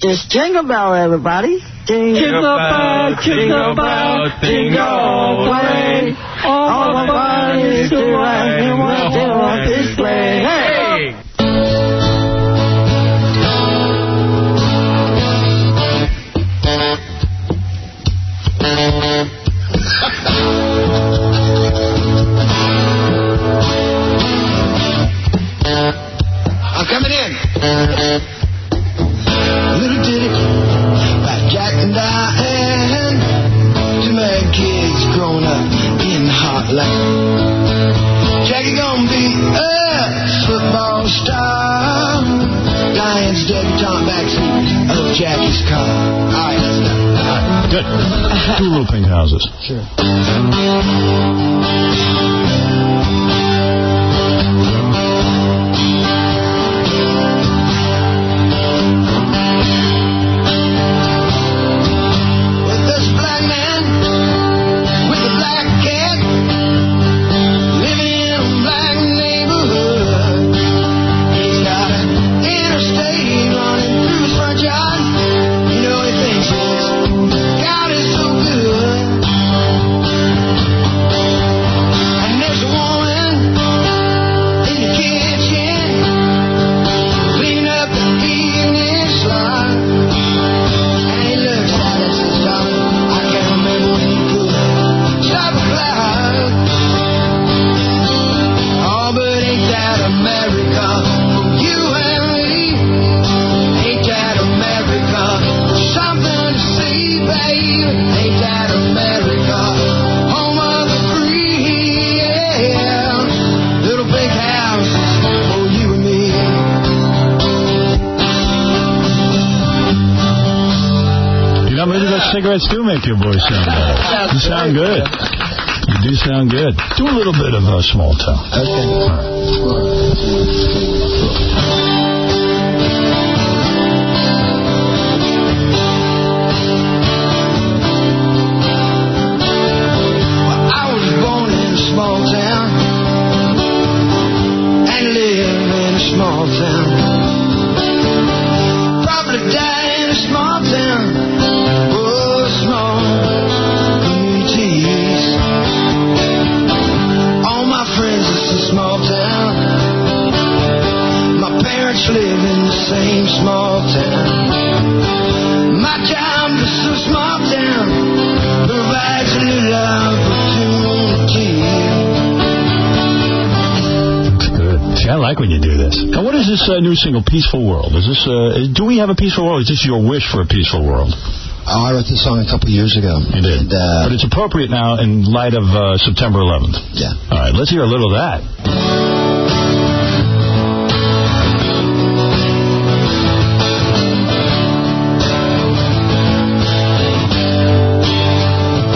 It's Jingle Bell, everybody. Jingle bell, jingle bell, jingle all the way. All the fun is to ride in one little this way. Hey! I'm coming in. Little Diddy by Jack and Diane. Two mad kids growing up in Heartland. Jackie gonna be a football star. Diane's debutante backseat of Jackie's car. All right, that's enough. Good. Two little pink houses. Sure. This black man with a black cat living in a black neighborhood. He's got an interstate running through his front yard. You know he thinks his God is so good. And there's a woman in the kitchen cleaning up the evening slime. And he looks at us and says, I can't remember when you put stop a flower. Oh, but ain't that America for you and me? Ain't that America something to see, baby? Ain't that America home of the free? Yeah, little big houses for you and You know, maybe those cigarettes do make your voice sound better. You sound good. You do sound good. Do a little bit of uh, small town. I was born in a small town and live in a small town. Probably die in a small town. Oh, small communities. All my friends, it's a small town. My parents live in the same small town. My job is a small town provides a little opportunity. Good. See, I like when you do this. Now, what is this uh, new single, Peaceful World? Is this? Uh, is- do we have a peaceful world? Is this your wish for a peaceful world? Oh, I wrote this song a couple years ago. uh, You did. but it's appropriate now in light of uh, September 11th. Yeah. All right, let's hear a little of that.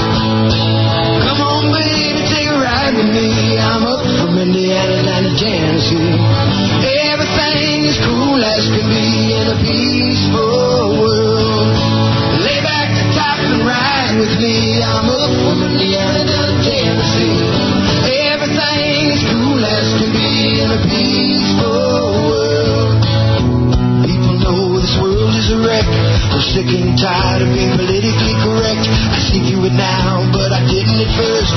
Come on, baby, take a ride with me. I'm up from Indiana down to Tennessee. Everything is cool as can be in a peaceful world. Lay back the top and ride with me. I'm up from Indiana down to Tennessee. Everything is cool as can be in a peaceful world. People know this world is a wreck. I'm sick and tired of being politically correct. I see you it now, but I didn't at first.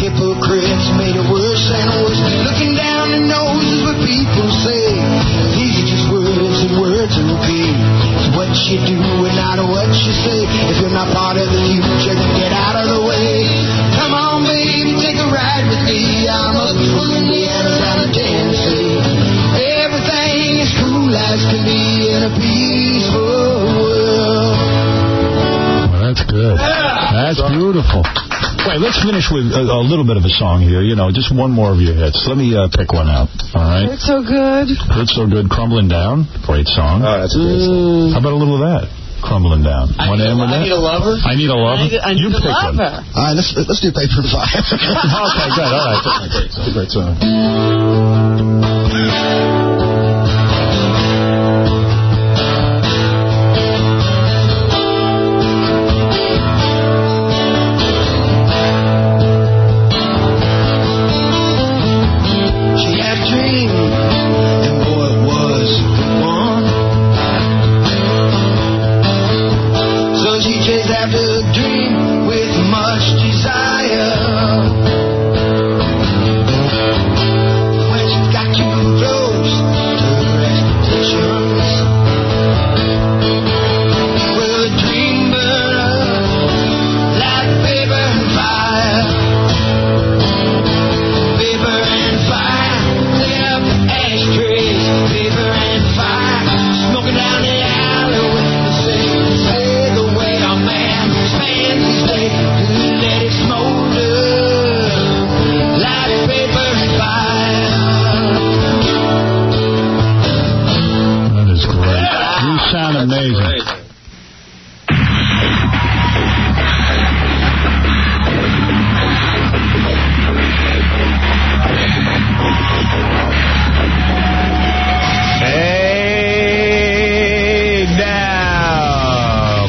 Hypocrites made it worse and worse. Looking down the nose is what people say. These are just words and words and repeat. It's what you do and not what you say. If you're not part of the future, then get out of the way. Come on, baby, take a ride with me. I'm up from Indiana down to Tennessee. Everything is cool as can be in a peaceful world. Well, that's good. That's beautiful. Wait, let's finish with a, a little bit of a song here. You know, just one more of your hits. Let me uh, pick one out. All right. It's so good. Hurts so good, crumbling down. Great song. Oh, that's a great song. How about a little of that? Crumbling down. Want to end with that? lover. I need a lover. I need, I you need a pick one. lover. All right, let's let's do paper and fire. okay, good. All right. Great song. She had a dream, and boy, it was a good one.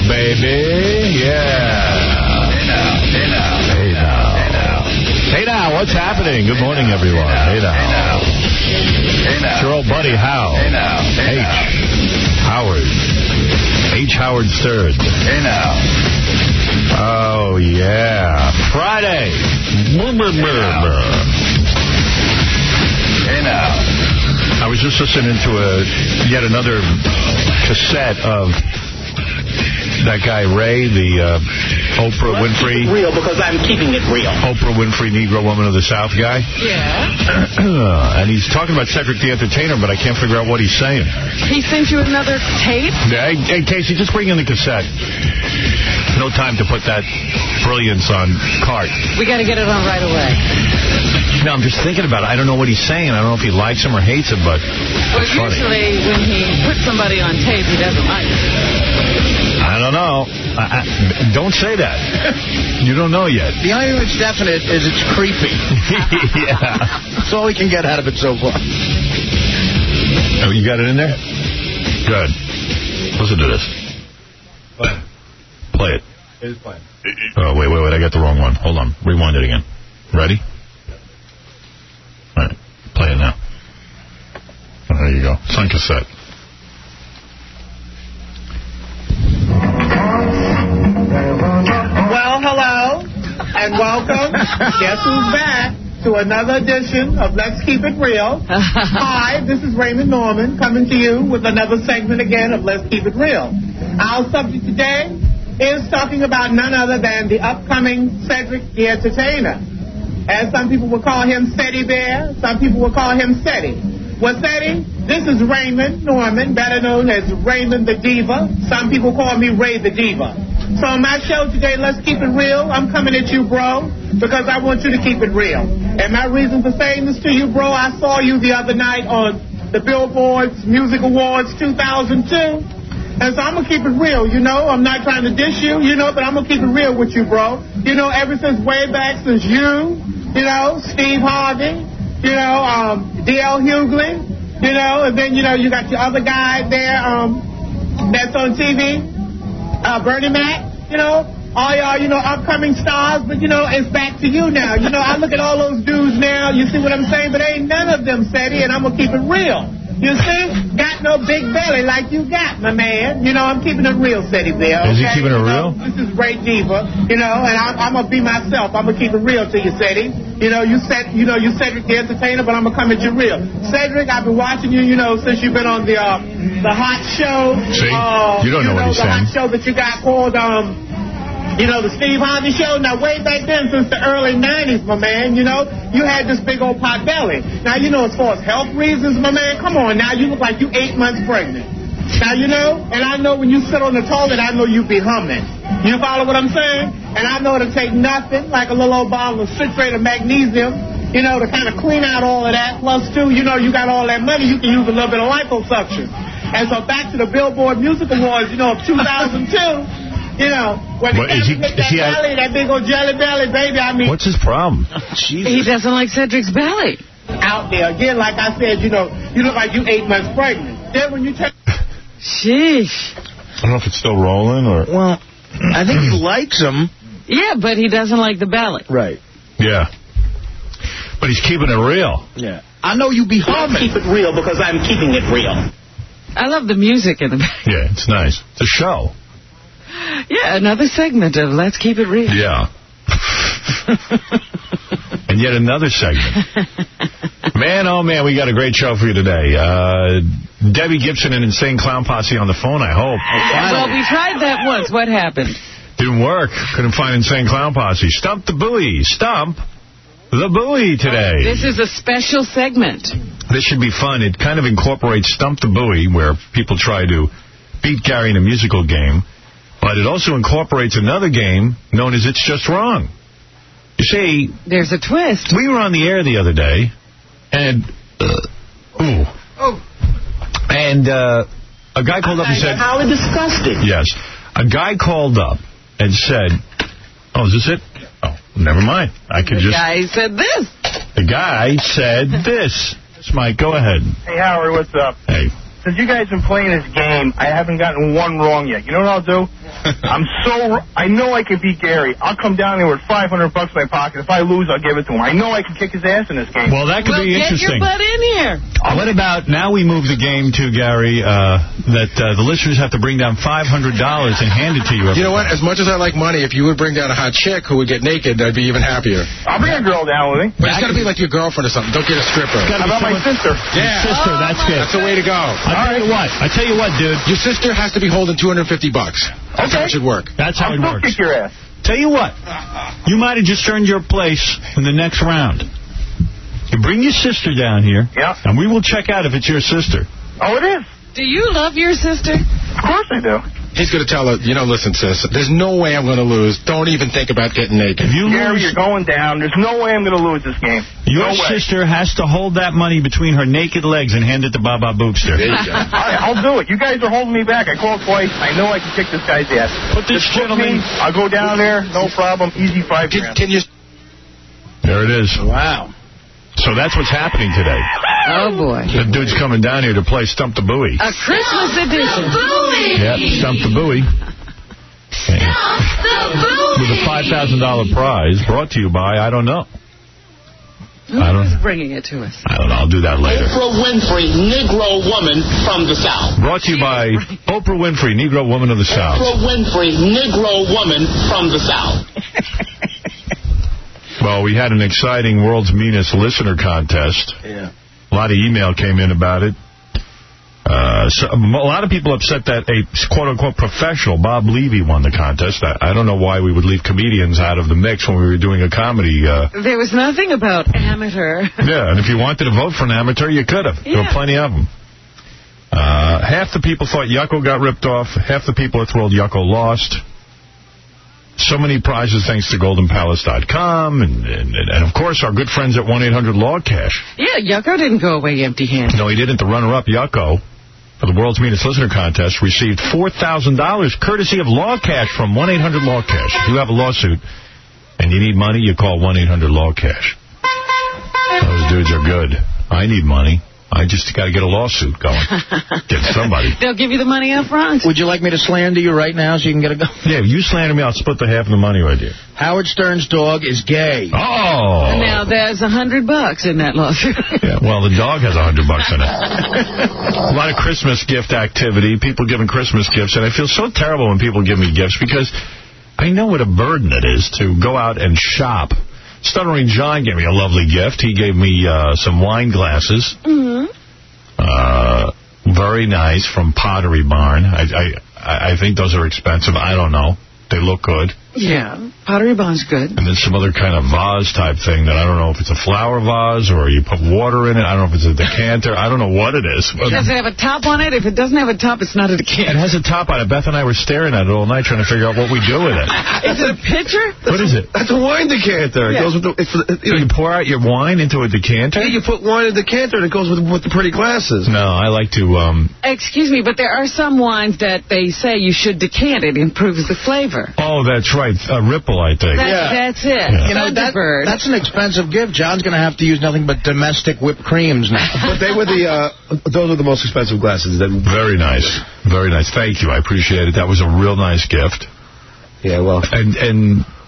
baby. Yeah. Hey now. Hey now, what's happening? Good morning, everyone. Hey now. It's your old buddy, How. H. Howard. H. Howard III. Hey now. Oh, yeah. Friday. Hey now. I was just listening to a yet another cassette of that guy Ray, the uh, Oprah Winfrey. Real, because I'm keeping it real. Oprah Winfrey, Negro Woman of the South guy. Yeah. and he's talking about Cedric the Entertainer, but I can't figure out what he's saying. He sent you another tape? Yeah, Hey, hey, Casey, just bring in the cassette. No time to put that brilliance on cart. We got to get it on right away. No, I'm just thinking about it. I don't know what he's saying. I don't know if he likes him or hates him, but Well, it's funny. usually when he puts somebody on tape, he doesn't like it. I don't know. I, I, don't say that. You don't know yet. The only thing that's definite is it's creepy. yeah. That's all we can get out of it so far. Oh, you got it in there? Good. Listen to this. Play it. Oh, wait, wait, wait. I got the wrong one. Hold on. Rewind it again. Ready? All right. Play it now. Oh, There you go. It's on cassette. Well, hello, and welcome. Guess who's back to another edition of Let's Keep It Real. Hi, this is Raymond Norman coming to you with another segment again of Let's Keep It Real. Our subject today is talking about none other than the upcoming Cedric the Entertainer. As some people will call him Seti Bear, some people will call him Seti. Well, Seti, this is Raymond Norman, better known as Raymond the Diva. Some people call me Ray the Diva. So on my show today, let's keep it real. I'm coming at you, bro, because I want you to keep it real. And my reason for saying this to you, bro, I saw you the other night on the Billboard's Music Awards 2002. And so I'm gonna keep it real, you know. I'm not trying to dish you, you know, but I'm gonna keep it real with you, bro. You know, ever since way back since you, you know, Steve Harvey, you know, um, D.L. Hughley, you know, and then you know you got your other guy there, um, that's on TV, uh, Bernie Mac, you know, all y'all, you know, upcoming stars, but you know, it's back to you now. You know, I look at all those dudes now, you see what I'm saying? But ain't none of them steady, and I'm gonna keep it real. You see? Got no big belly like you got, my man. You know, I'm keeping it real, Steady Bill. Is he okay? keeping it You know, real? this is Ray Diva, you know, and I'm, I'm gonna be myself. I'm gonna keep it real to you, Cedric. You know, you said, you know, you Cedric the entertainer, but I'm gonna come at you real. Cedric, I've been watching you, you know, since you've been on the uh, the hot show. See? Uh, You don't know what he's the hot saying. show that you got called um, you know, the Steve Harvey show. Now, way back then, since the early 90s, my man, you know, you had this big old pot belly. Now, you know, as far as health reasons, my man, come on now, you look like you eight months pregnant. Now, you know, and I know when you sit on the toilet, I know you be humming. You follow what I'm saying? And I know it'll take nothing, like a little old bottle of citrate of magnesium, you know, to kind of clean out all of that. Plus, too, you know, you got all that money, you can use a little bit of liposuction. And so back to the Billboard Music Awards, you know, of 2002, you know, when What, the is he- hit is that he out- belly, that big old jelly belly, baby, I mean, What's his problem? He doesn't like Cedric's belly. out there. Again, like I said, you know, you look like you eight months pregnant. Then when you turn... Sheesh. I don't know if it's still rolling or... Well, I think he likes him. Yeah, but he doesn't like the belly. Right. Yeah. But he's keeping it real. Yeah. I know you be humming. it real because I'm keeping it real. I love the music in the back. Yeah, it's nice. It's a show. Yeah, another segment of Let's Keep It Real. Yeah. and yet another segment. Man, oh man, we got a great show for you today. Uh, Debbie Gibson and Insane Clown Posse on the phone, I hope. Well, we tried that once. What happened? Didn't work. Couldn't find Insane Clown Posse. Stump the buoy. Stump the buoy today. This is a special segment. This should be fun. It kind of incorporates Stump the Buoy, where people try to beat Gary in a musical game, but it also incorporates another game known as It's Just Wrong. You see, There's a twist. we were on the air the other day, and uh, ooh, and uh, a guy called up and said, Highly disgusted. Yes. A guy called up and said, "Oh, is this it? Oh, never mind. I could The just." guy said this. The guy said this. It's Mike. Go ahead. Hey, Howard, what's up? Hey. Since you guys been playing this game, I haven't gotten one wrong yet. You know what I'll do? I'm so. I know I can beat Gary. I'll come down here with 500 bucks in my pocket. If I lose, I'll give it to him. I know I can kick his ass in this game. Well, that could well, be get your interesting. butt in here. Uh, What about now we move the game to, Gary, uh, that uh, the listeners have to bring down $500 and hand it to you. every You know what? As much as I like money, if you would bring down a hot chick who would get naked, I'd be even happier. I'll bring a girl down with me. But it's got to be like your girlfriend or something. Don't get a stripper. Gotta be How about my someone- sister? Yeah. Your Oh sister, that's good. That's the way to go. I tell you what, I tell you what, dude. Your sister has to be holding 250 bucks. That's how it should work. That's how it I'll still works. kick your ass. Tell you what, you might have just earned your place in the next round. You bring your sister down here, Yeah. and we will check out if it's your sister. Oh, it is. Do you love your sister? Of course I do. He's going to tell her, you know, listen, sis, there's no way I'm going to lose. Don't even think about getting naked. If you Gary, lose, you're going down. There's no way I'm going to lose this game. your no way. sister has to hold that money between her naked legs and hand it to Baba Boopster. There you go. All right, I'll do it. You guys are holding me back. I called twice. I know I can kick this guy's ass. Put this Just book gentleman- me. I'll go down there. No problem. Easy five Can, grand. can you... There it is. Wow. So that's what's happening today. Oh, boy. The dude's coming down here to play Stump the Buoy. A Christmas edition. Yep, Stump the Buoy. With a $5,000 prize brought to you by, I don't know. I don't, Who's bringing it to us? I don't know. I'll do that later. Oprah Winfrey, Negro woman from the South. Brought to you by Oprah Winfrey, Negro Woman of the South. Oprah Winfrey, Negro woman from the South. Well, we had an exciting World's Meanest Listener contest. Yeah. A lot of email came in about it. Uh, so, a lot of people upset that a quote-unquote professional, Bob Levy, won the contest. I, I don't know why we would leave comedians out of the mix when we were doing a comedy. Uh, There was nothing about amateur. yeah, and if you wanted to vote for an amateur, you could have. There were Yeah. plenty of them. Uh, half the people thought Yucko got ripped off. Half the people are thrilled Yucko lost. So many prizes thanks to GoldenPalace.com and, and, and, of course, our good friends at 1-800-LAW-CASH. Yeah, Yucko didn't go away empty-handed. No, he didn't. The runner-up, Yucko, for the World's Meanest Listener Contest, received $4,000 courtesy of Law Cash from 1-800-LAW-CASH. If you have a lawsuit and you need money, you call 1-800-LAW-CASH. Those dudes are good. I need money. I just got to get a lawsuit going. Get somebody. They'll give you the money up front. Would you like me to slander you right now so you can get a go? Yeah, if you slander me, I'll split the half of the money with you. Howard Stern's dog is gay. Oh! Now, there's a hundred bucks in that lawsuit. Yeah, well, the dog has a hundred bucks in it. a lot of Christmas gift activity, people giving Christmas gifts, and I feel so terrible when people give me gifts because I know what a burden it is to go out and shop. Stuttering John gave me a lovely gift. He gave me uh, some wine glasses. Mm-hmm. Uh, very nice from Pottery Barn. I, I I- I think those are expensive. I don't know. They look good. yeah, Pottery Barn's good. And then some other kind of vase type thing that I don't know if it's a flower vase or you put water in it. I don't know if it's a decanter. I don't know what it is. But Does it have a top on it? If it doesn't have a top, it's not a it kid. has a top on it. Beth and I were staring at it all night trying to figure out what we do with it. Is it a picture? What is it? That's a wine decanter. It Yeah. goes with the... It's, the- So you, you know, pour out your wine into a decanter? you put wine in the decanter and it goes with, with the pretty glasses. No, I like to, um, Excuse me, but there are some wines that they say you should decant. It improves the flavor. oh, that's right, a ripple, I think. That, Yeah. That's it. Yeah. You know, that, Thunderbird. that's an expensive gift. John's going to have to use nothing but domestic whipped creams now. But they were the... Uh, those were the most expensive glasses. That, Very nice. Very nice. Thank you. I appreciate it. That was a real nice gift. yeah, well... And, and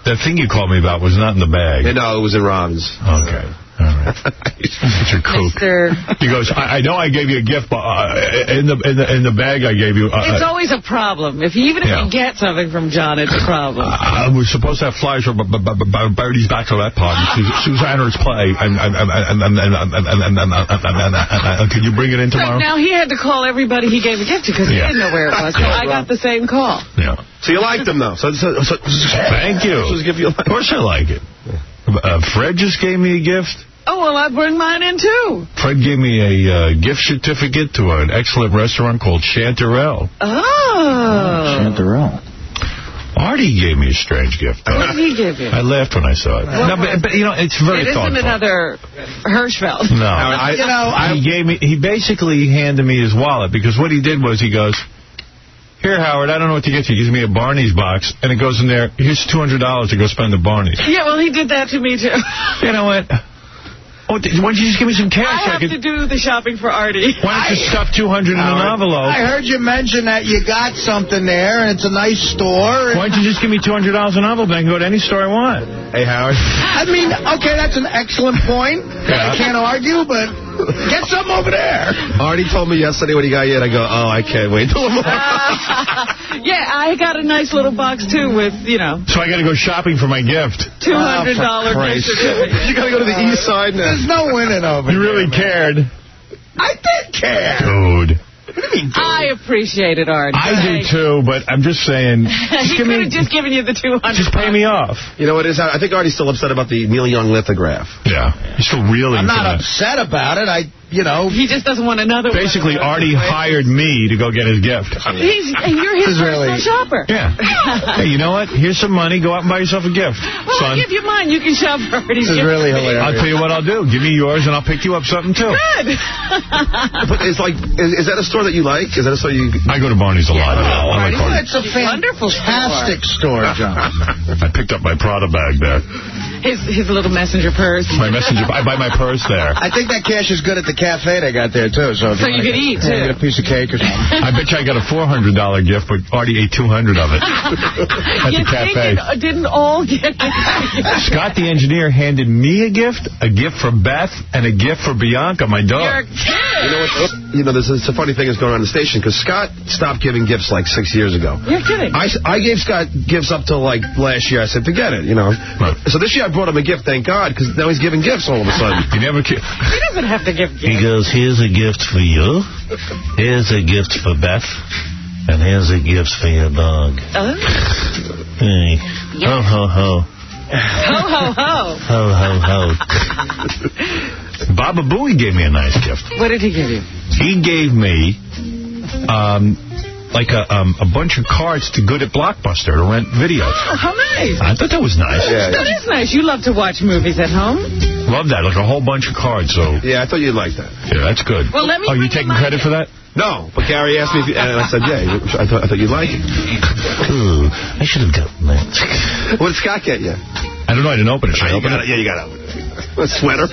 the thing you called me about was not in the bag. No, it was in Ron's. Okay. All right. Such a kook. Mr. He goes, I, I know I gave you a gift, but uh, in the in the in the bag I gave you, It's uh, always a problem. If even if Yeah. Uh, you get something from John, it's a problem. I, I was supposed to have flyers for B- B- B- B- Birdie's bachelorette party, Sus- Susanna's play, and and and and and and and- and- and- and- and- and- and- can you bring it in So tomorrow? now he had to call everybody he gave a gift to because Yeah. he didn't know where it was. So I got the same call. Yeah. So you liked them, though. So, so, so, Thank you. Of course I like it. Uh, Fred just gave me a gift. Oh, well, I bring mine in too. Fred gave me a uh, gift certificate to an excellent restaurant called Chanterelle. Oh. Artie gave me a strange gift. though. What did he give you? I laughed when I saw it. No, but, but you know, it's very It thoughtful. isn't another Hirschfeld. No, I- you know, he gave me. He basically handed me his wallet because what he did was he goes, "Here, Howard, I don't know what to get you. He gives me a Barney's box, and it goes in there. Here's two hundred dollars to go spend the Barney's. Yeah, well, he did that to me too. You know what? Oh, d- why don't you just give me some cash? I have could- to do the shopping for Artie. why don't you stuff 200 in an envelope? I heard you mention that you got something there, and it's a nice store. Why don't you just give me $200 an envelope? I can go to any store I want. Hey, Howard. I mean, okay, that's an excellent point. Yeah. I can't argue, but get something over there. Artie told me yesterday when he got in, I go, oh, I can't wait till tomorrow. yeah, I got a nice little box, too, with, you know, So I got to go shopping for my gift. Uh, $200 Oh, gift Christ. certificate. you got to go to the east side now. There's no winning over You here. really cared. I did care. Dude. I appreciate it, Artie. I do, too, but I'm just saying, He just give could me... have just given you the 200 Just pay me off. You know what it is? I think Artie's still upset about the Neil Young lithograph. Yeah. He's still reeling I'm for not that. upset about it. I, you know, He just doesn't want another Basically, one. Artie hired me to go get his gift. He's, you're his This is really- personal shopper. Yeah. Hey, you know what? Here's some money. Go out and buy yourself a gift, Well, son. I'll give you mine. You can shop for Artie's this is gift. really I'll hilarious. tell you what I'll do. Give me yours, and I'll pick you up something, too. Good. But it's like, is, is that a store that you like? Is that a store you... I go to Barney's a lot. I like Barney's. It's a Wonderful store. fantastic store, John. I picked up my Prada bag there. His his little messenger purse. My messenger. I buy my purse there. I think that cash is good at the cafe they got there, too. So, if So wanna you could get- eat, yeah, too. Get a piece of cake or something. I bet you I got a $400 gift, but Artie ate 200 of it at the you cafe. Think it didn't all get Scott the engineer handed me a gift, a gift for Beth, and a gift for Bianca, my You're a dog. kid. You know, what? you know there's, it's a funny thing that's going on in the station, because Scott stopped giving gifts like six years ago. You're kidding. I, I gave Scott gifts up till like last year. I said, forget it, you know. So this year I brought him a gift, thank God, because now he's giving gifts all of a sudden. He never ki- he doesn't have to give He gifts. goes, here's a gift for you, here's a gift for Beth, and here's a gift for your dog. Oh. Hey, ho, ho, ho, Ho, ho, ho. ho, ho, ho. Baba Booey gave me a nice gift. What did he give you? He gave me um, like a, um, a bunch of cards to good at Blockbuster to rent videos. Oh, how nice. I thought that was nice. Yeah, That is nice. You love to watch movies at home. Love that, like a whole bunch of cards. So yeah, I thought you'd like that. yeah, that's good. Well, let me Oh, you bring you taking my- credit for that? No, but Gary asked me, if you, and I said, yeah, I thought, I thought you'd like it. Ooh, Hmm, I should have gotten that. What did Scott get you? I don't know. I didn't open it. Should I You open got it. it? Yeah, you got it. A sweater.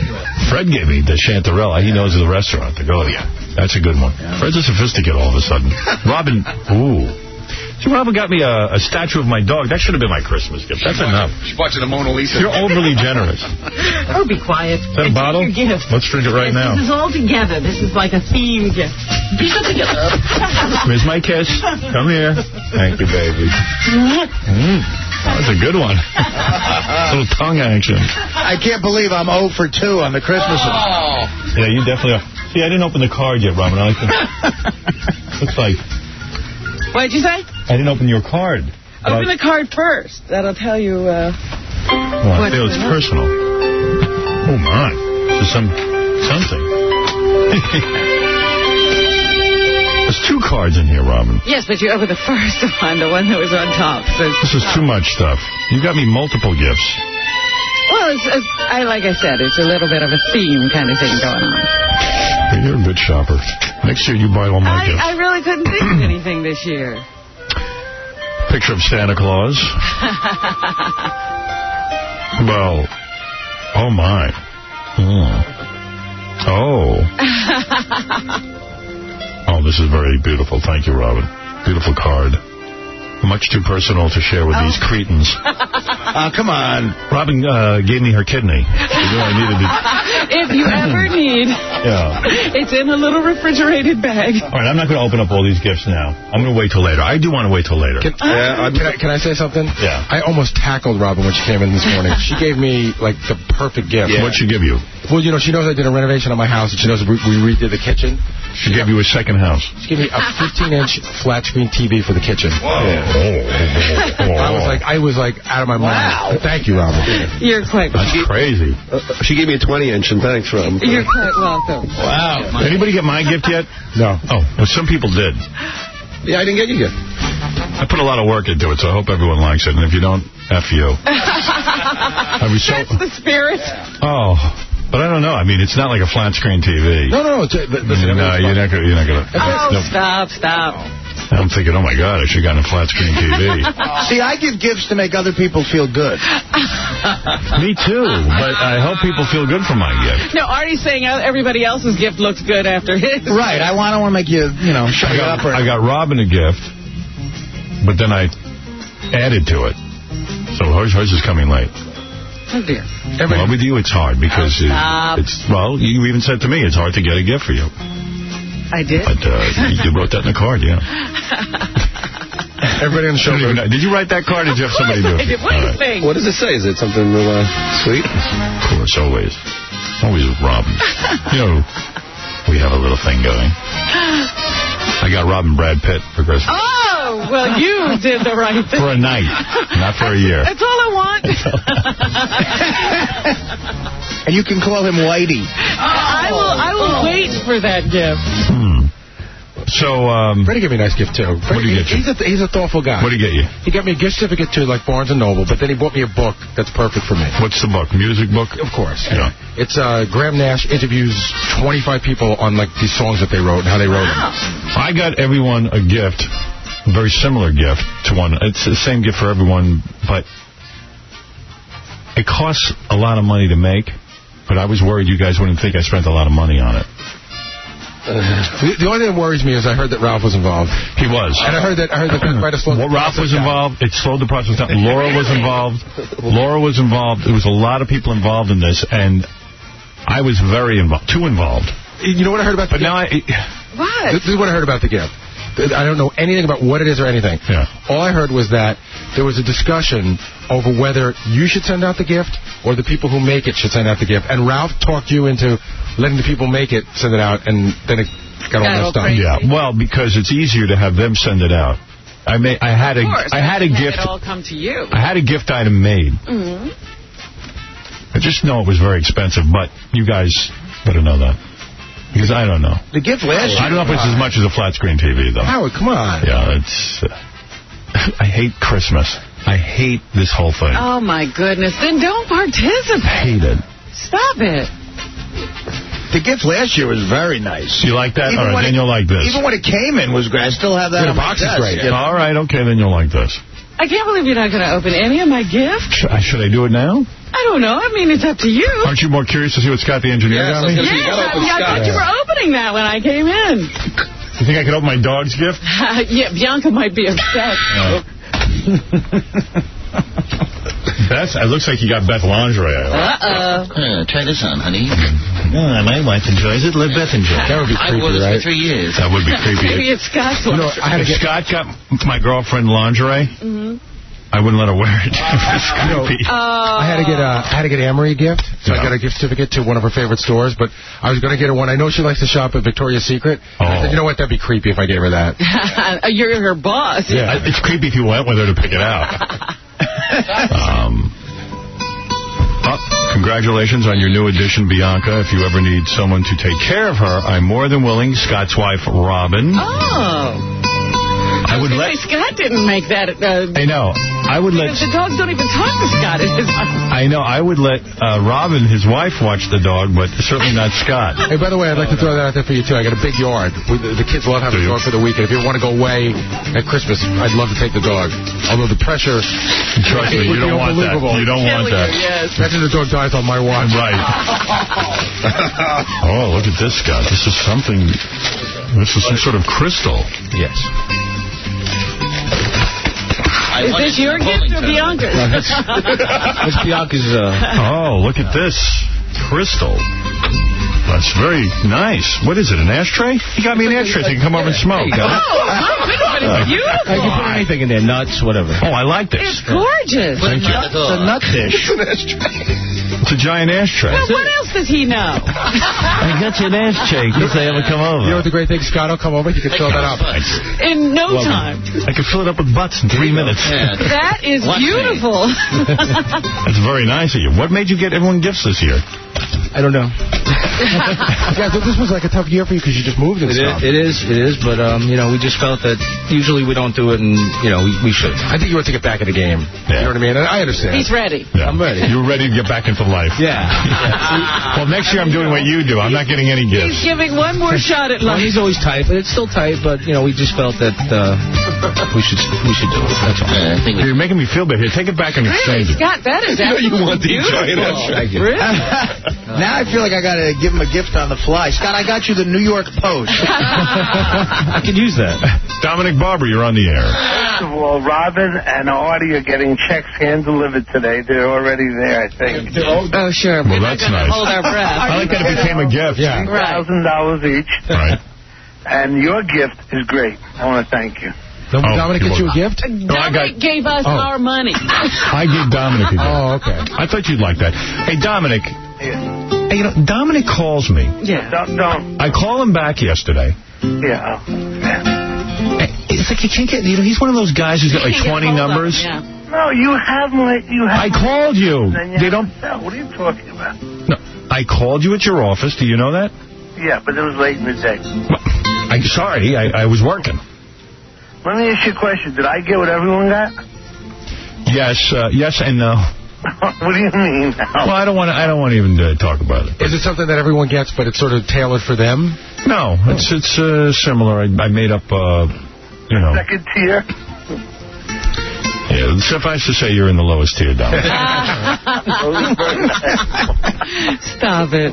Fred gave me the Chantarella. He knows the restaurant to go to. That's a good one. Fred's a sophisticate all of a sudden. Robin, ooh. See, Robin got me a, a statue of my dog. That should have been my Christmas gift. That's enough. She bought you the Mona Lisa. You're overly generous. Oh, be quiet. Is that a bottle? Your gift. Let's drink it right Yes, now. This is all together. This is like a theme gift. These are together. Here's my kiss. Come here. Thank you, baby. Mm. That was a good one. little tongue action. I can't believe I'm 0 for 2 on the Christmas. Oh. Yeah, you definitely are. See, I didn't open the card yet, Robin. I like to... Looks like What'd you say? I didn't open your card. Open the card first. That'll tell you. Uh, Oh, I What's feel it's going on? personal. Oh, my. There's some... something. There's two cards in here, Robin. yes, but you open the first one, the one that was on top. Oh, So, This is too much stuff. You got me multiple gifts. well, it's, it's, I like I said, it's a little bit of a theme kind of thing going on. You're a good shopper. Next year, you buy all my gifts. I, I really couldn't think of anything this year. Picture of Santa Claus. well, oh my. Hmm. Oh. oh, this is very beautiful. Thank you, Robin. Beautiful card. Much too personal to share with these cretins. Oh. Uh, come on. Robin uh, gave me her kidney. You know, I needed it. If you ever need, Yeah. it's in a little refrigerated bag. All right, I'm not going to open up all these gifts now. I'm going to wait till later. I do want to wait till later. Can, yeah, I'm, Can I, can I say something? Yeah. I almost tackled Robin when she came in this morning. She gave me, like, the perfect gift. What'd she give you? Well, you know, she knows I did a renovation on my house, and she knows we, we redid the kitchen. She gave you a second house. She gave me a 15-inch flat screen TV for the kitchen. I was like, I was like out of my mind. But thank you, Robin. You're quite That's crazy. uh, she gave me a 20-inch, and thanks, Rob. you're quite welcome. Wow. Anybody get my gift yet? No. Oh, well, some people did. Yeah, I didn't get you yet. I put a lot of work into it, so I hope everyone likes it. And if you don't, F you. I was so... That's the spirit. Oh, but I don't know. I mean, it's not like a flat screen TV. No, no, no. it's- I but mean, Listen, no, everyone's you're fine. not gonna, you're not gonna. Oh, Nope. stop, stop. I'm thinking, oh, my God, I should have gotten a flat screen TV. See, I give gifts to make other people feel good. Me too, but I hope people feel good for my gift. No, Artie's saying uh, everybody else's gift looks good after his. Right. I want, I want to make you, you know, shut I you got, up. Or, I got Robin a gift, but then I added to it. So hers, hers is coming late. Oh, dear. well, with you, it's hard because Oh, it- stop. it's, well, you even said to me, it's hard to get a gift for you. I did. But uh, you wrote that in the card, yeah. Everybody on the show. Did you write that card or did you have somebody do it? What do you think? What does it say? Is it something real uh, sweet? Of course, always. Always with Robin. you know, we have a little thing going. I got Robin Brad Pitt for Christmas. Oh, well, you did the right thing. For a night, not for a year. That's all I want. and you can call him Whitey. I will. I will wait for that gift. So, um... Freddie gave me a nice gift, too. What did he get you? He's a, he's a thoughtful guy. What did he get you? He got me a gift certificate, too, like Barnes & Noble, but then he bought me a book that's perfect for me. What's the book? Music book? Of course. Yeah. It's uh, Graham Nash interviews 25 people on, like, these songs that they wrote and how they wrote them. I got everyone a gift, a very similar gift to one. It's the same gift for everyone, but it costs a lot of money to make. But I was worried you guys wouldn't think I spent a lot of money on it. The, the only thing that worries me is I heard that Ralph was involved. He was. And I heard that I heard that they might have slowed Well, Ralph was involved. It slowed the process down. Laura was involved. Laura was involved. There was a lot of people involved in this, and I was very involved, too involved. You know what I heard about the But now I... What? This is what I heard about the gift. I don't know anything about what it is or anything. Yeah. All I heard was that there was a discussion over whether you should send out the gift or the people who make it should send out the gift. And Ralph talked you into letting the people make it send it out, and then it got all Got all messed up. crazy. Yeah, well, because it's easier to have them send it out. I may, I had a, Of course. I had a Have gift. It all come to you. I had a gift item made. Mhm. I just know it was very expensive, but you guys better know that. Because I don't know. The gift last I year. don't know if it's as much as a flat screen TV, though. Howard, come on. Yeah, it's... Uh, I hate Christmas. I hate this whole thing. Oh my goodness! Then don't I participate. hate it. Stop it. The gift last year was very nice. You like that? All right, then when it- you'll like this. Even when it came in, was great. I still have that Yeah, on the my box is desk, great. you know? All right, okay, then you'll like this. I can't believe you're not going to open any of my gifts. Should I, should I do it now? I don't know. I mean, it's up to you. Aren't you more curious to see what Scott the engineer Yes, got I'm me? gonna- You Yes, gotta Oh, I, open I thought Scott's. you were opening that when I came in. You think I could open my dog's gift? yeah, Bianca might be upset. Beth, it looks like you got Beth lingerie. Uh-oh. Uh, try this on, honey. Yeah, my wife enjoys it. Let Beth enjoy That would be I wore this creepy, right? for three years. That would be creepy. Maybe it's Scott's You one. know, I had to If get. Scott got my girlfriend lingerie, I wouldn't let her wear it. It's creepy. I had to get uh, I had to get Amory a gift, so Yeah. I got a gift certificate to one of her favorite stores. But I was going to get her one. I know she likes to shop at Victoria's Secret. And I Oh. said, you know what? That'd be creepy if I gave her that. You're her boss. Yeah. I- It's creepy if you went with her to pick it out. um, oh, congratulations on your new addition, Bianca. If you ever need someone to take care of her, I'm more than willing. Scott's wife, Robin. Oh. I would let... Hey, Scott didn't make that. Uh, I know. I would let... because the dogs don't even talk to Scott. It is I know. I would let uh, Robin, his wife, watch the dog, but certainly not Scott. Hey, by the way, I'd like to throw that out there for you, too. I got a big yard. We, the, the kids love Do having you? a dog for the weekend. If you want to go away at Christmas, I'd love to take the dog. Although the pressure... Trust me, you don't want that. You don't want that. Yes. Imagine the dog dies on my watch. Right. oh, look at this, Scott. This is something. This is some sort of crystal. Yes. I Is won this it your in gift or bowling tournament. Bianca's? Miss Bianca's, uh, Oh, look at this crystal. That's very nice. What is it? An ashtray? He got me an ashtray so you can come over and smoke. Uh, Oh, my goodness, but it's I can beautiful. put anything in there, nuts, whatever. Oh, I like this. It's gorgeous. Put him on the It's a door. nut dish. It's a giant ashtray. Well, what else does he know? I got you an ashtray in case I ever come You know over. what the great thing? Scott will come over. He can fill that up. In no time. I could fill it up with butts in three minutes. Yeah. That is Watch me. beautiful. That's very nice of you. What made you get everyone gifts this year? I don't know. yeah, so this was like a tough year for you because you just moved and It stuff. is, it is, it is, but, um, you know, we just felt that usually we don't do it, and, you know, we, we should. I think you want to get back in the game. You know what I mean? And I understand. He's ready. I'm ready. You're ready to get back into life. Yeah. well, next year I'm doing what you do. I'm not getting any gifts. He's giving one more shot at Well, life. he's always tight, but it's still tight, but, you know, we just felt that uh, we should we should do it. That's all. You're making me feel bad here. Take it back and Really, exchange it. Scott, that is You know you absolutely want to enjoy it, beautiful. that's right. Thank you. Really? now I feel like I got to give him a gift on the fly. Scott, I got you the New York Post. I could use that. Dominic Barber, you're on the air. First of all, Robin and Artie are getting checks hand-delivered today. They're already there, I think. Oh, sure. Well, that's nice. I like that it became a gift. Thousand dollars each. Right. And your gift is great. I want to thank you. Oh, Don't Dominic you're get you a gift? No, I got. Dominic gave us Oh. our money. I gave Dominic a gift. Oh, okay. I thought you'd like that. Hey, Dominic. Hey, you know, Dominic calls me. Yeah. Don't, don't. I call him back yesterday. Yeah. Hey, It's like you can't get, you know, he's one of those guys who's got like 20 numbers. No, you haven't. let- You I haven't. called you. Then you They have don't. to sell. What are you talking about? No, I called you at your office. Do you know that? Yeah, but it was late in the day. I sorry, I, I was working. Let me ask you a question. Did I get what everyone got? Yes, uh, yes, and no. what do you mean? Well, I don't want to. I don't want to even uh, talk about it. Is it something that everyone gets, but it's sort of tailored for them? No, it's it's uh, similar. I, I made up, uh, you know. Second tier. Yeah, suffice to say, you're in the lowest tier, Dominic. Stop it.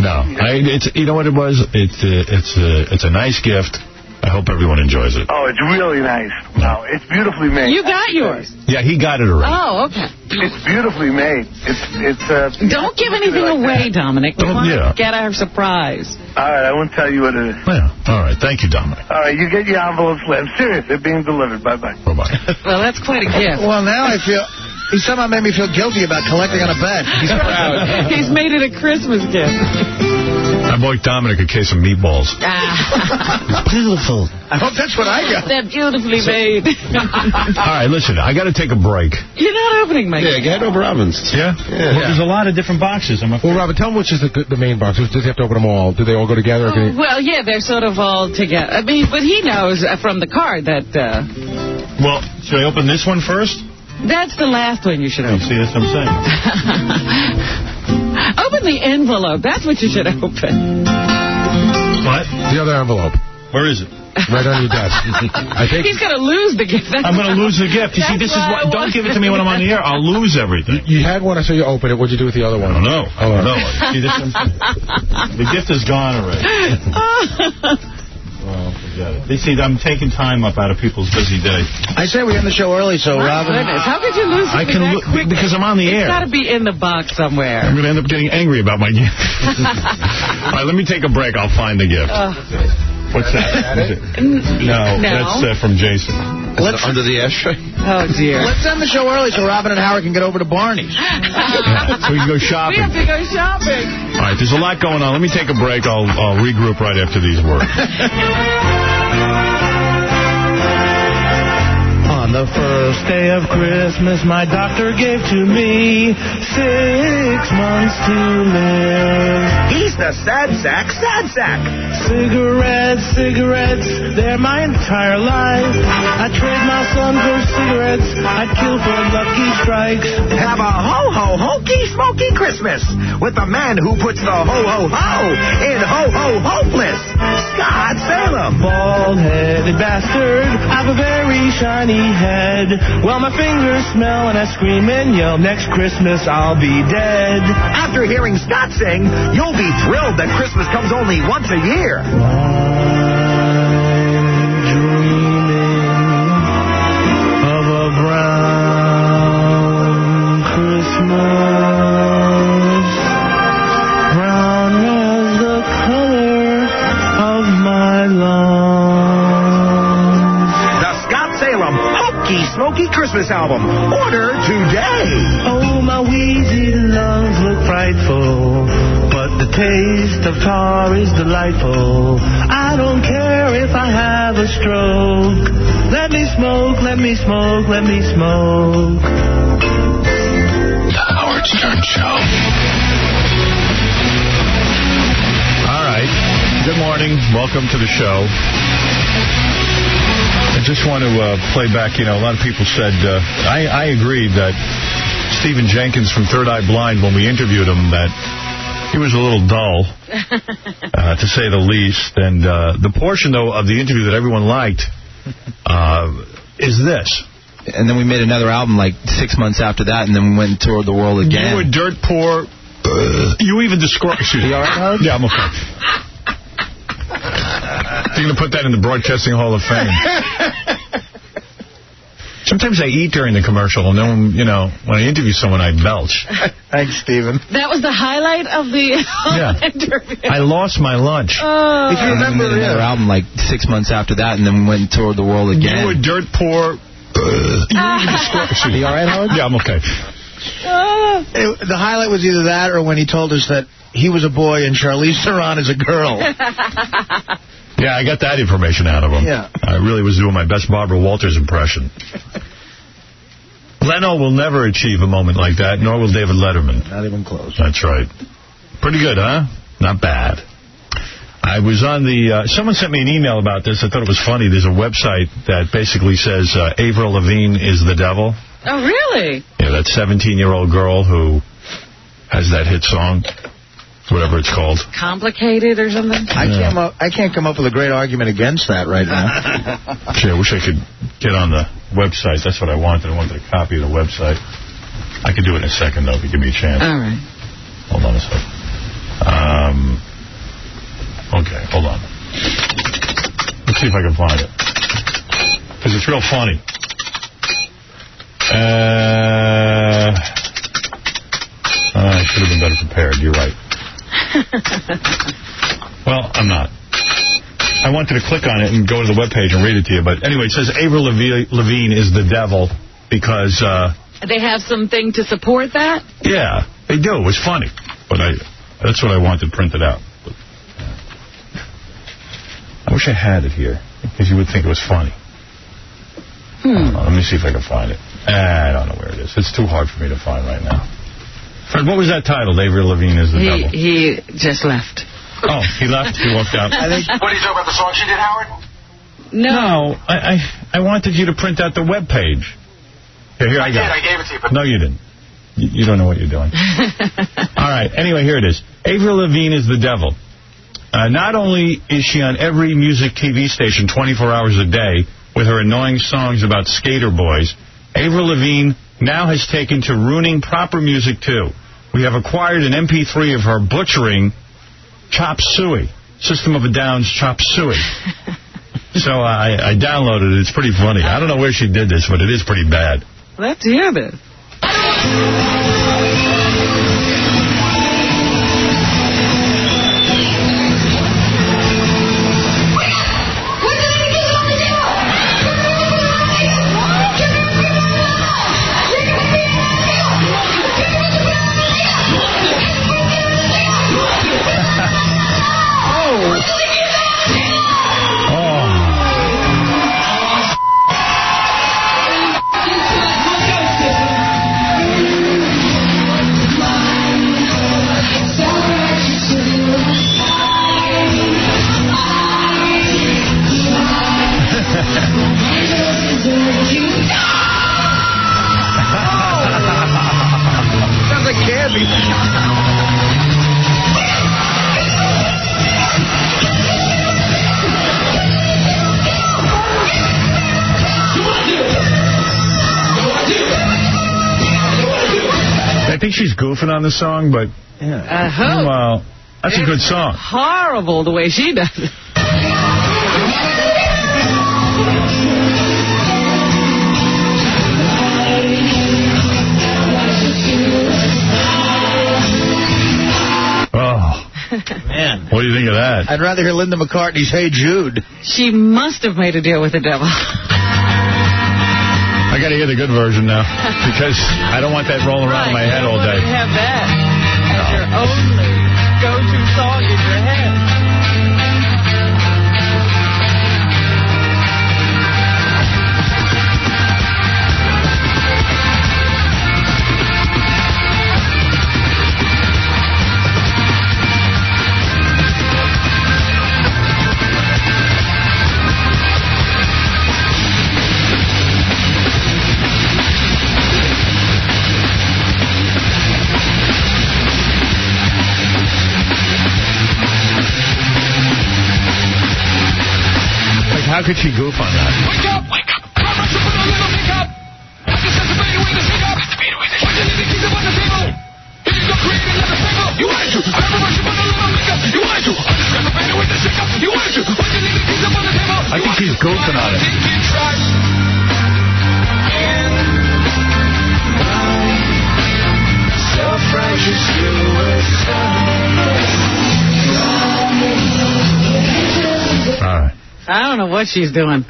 no, I, it's you know what it was. It's uh, it's uh, it's a nice gift. I hope everyone enjoys it. Oh, it's really nice. Wow, it's beautifully made. You got yours. Yeah, he got it already. Oh, okay. It's beautifully made. It's it's. Uh, Don't give anything away, Dominic. We Don't- want yeah. to get our surprise. All right, I won't tell you what it is. Yeah. All right. Thank you, Dominic. All right, you get your envelopes later. I'm serious. They're being delivered. Bye bye. Bye bye. Well, that's quite a gift. well, now I feel... He somehow made me feel guilty about collecting on a bed. He's proud. He's made it a Christmas gift. I bought Dominic a case of meatballs. Ah. Beautiful. I hope that's what I got. They're beautifully made. All right, listen. I got to take a break. You're not opening my gift. get over Robbins. Yeah? Well, there's a lot of different boxes. I'm Well, Robin, tell them which is the, the main box. Does he have to open them all? Do they all go together? or can he- Well, yeah, they're sort of all together. I mean, but he knows uh, from the card that uh, Well, should I open this one first? that's the last one you should open. See, that's what I'm saying. Open the envelope. That's what you should open. What? The other envelope. Where is it? Right on your desk. I think He's going to lose the gift. That's I'm going to lose the gift. You see, That's this is why I what. Don't want- give it to me when I'm on the air. I'll lose everything. you had one. I saw you open it. What'd you do with the other one? No. Oh, all right. No. See, this is, the gift is gone already. Well, forget it. You see, I'm taking time up out of people's busy day. I say we end the show early, so My Robin... goodness, how could you lose I can something that look quick? because I'm on the air. It's got to be in the box somewhere. I'm going to end up getting angry about my gift. All right, let me take a break. I'll find the gift. What's that? Is it- No, No. that's uh, from Jason. Let's, Under the ashtray? Oh, dear. let's end the show early so Robin and Howard can get over to Barney's. So we can go We shopping. have to go shopping. All right, there's a lot going on. Let me take a break. I'll, I'll regroup right after these words. On the first day of Christmas, my doctor gave to me six months to live. He's the sad sack, sad sack. Cigarettes, cigarettes, they're my entire life. I trade my son for cigarettes, I'd kill for lucky strikes. Have a ho ho hokey smoky Christmas with the man who puts the ho ho ho in ho ho hopeless. Scott Salem. Bald headed bastard, I've a very shiny head. Well, my fingers smell and I scream and yell, next Christmas I'll be dead. After hearing Scott sing, you'll be thrilled that Christmas comes only once a year. Of a brown Christmas, brown as the color of my lungs. The Scott Salem Hokey Smoky Christmas album. Order today. Oh, my wheezy lungs look frightful, but the taste of tar is delightful. I don't care if I have a stroke. Let me smoke, let me smoke, let me smoke. The Howard Stern Show. Good morning. Welcome to the show. I just want to uh, play back, you know, a lot of people said, uh, I, I agree that Stephen Jenkins from Third Eye Blind, when we interviewed him, that he was a little dull, uh, to say the least. And uh, the portion, though, of the interview that everyone liked uh, is this. And then we made another album like six months after that, and then we went and toured the world again. You were dirt poor. You even described. You all right, Yeah, I'm okay. You're going to put that in the Broadcasting Hall of Fame. Sometimes I eat during the commercial, and then, you know, when I interview someone, I belch. Thanks, Stephen. That was the highlight of the Yeah. interview. I lost my lunch. Oh. If you And then we remember, made another yeah. album like six months after that, and then we went and toured the world again. You were dirt poor. you all right, Howard? Yeah, I'm okay. It- the highlight was either that or when he told us that he was a boy and Charlize Theron is a girl. Yeah, I got that information out of him. Yeah. I really was doing my best Barbara Walters impression. Leno will never achieve a moment like that, nor will David Letterman. Not even close. That's right. Pretty good, huh? Not bad. I was on the... Uh, someone sent me an email about this. I thought it was funny. There's a website that basically says uh, Avril Lavigne is the devil. Oh, really? Yeah, that 17-year-old girl who has that hit song, whatever it's called. Complicated or something? I can't. Up, I can't come up with a great argument against that right now. Gee, I wish I could get on the website. That's what I wanted. I wanted a copy of the website. I could do it in a second, though, if you give me a chance. All right. Hold on a sec. Um, okay, hold on. Let's see if I can find it. Because it's real funny. Uh, I should have been better prepared. You're right. Well, I'm not. I wanted to click on it and go to the webpage and read it to you, but anyway, it says Avril Lavi- Lavigne is the devil because, uh, They have something to support that? yeah, they do. It was funny, but I that's what I wanted printed out. But, uh, I wish I had it here because you would think it was funny. Hmm. Uh, let me see if I can find it. Ah, I don't know where it is. It's too hard for me to find right now. Fred, what was that title? Avril Lavigne is the He, devil. he just left. Oh, he left. He walked out. What are you talking about? The song she did, Howard? No, I, I, I wanted you to print out the web page. Here, here I, I got did. it. I gave it to you, but- No, you didn't. You, you don't know what you're doing. All right. Anyway, here it is. Avril Lavigne is the devil. Uh, not only is she on every music TV station 24 hours a day with her annoying songs about skater boys, Avril Lavigne now has taken to ruining proper music, too. We have acquired an MP3 of her butchering Chop Suey, System of a Down's Chop Suey. So uh, I, I downloaded it. It's pretty funny. I don't know where she did this, but it is pretty bad. Let's hear this. Oh. Sounds like candy. I think she's goofing on the song, but I hope. meanwhile, that's a good song. Horrible the way she does it. Oh, man. What do you think of that? I'd rather hear Linda McCartney's "Hey Jude." She must have made a deal with the devil. I got to hear the good version now because I don't want that rolling around in my head all day. have that as your only go-to song in your head. How could she goof on that? Wake up! Wake up! Come on, put a little hiccup! What's the sense of being with this hiccup? What's the living kingdom on the table? If you go created like a single, you wanted to. I never worship on a little makeup, you wanted to. I'm just gonna paint with this hiccup, you wanted to. What's the living kingdom on the table? I think she's goofing on it. Self-righteous suicide. All right. I don't know what she's doing.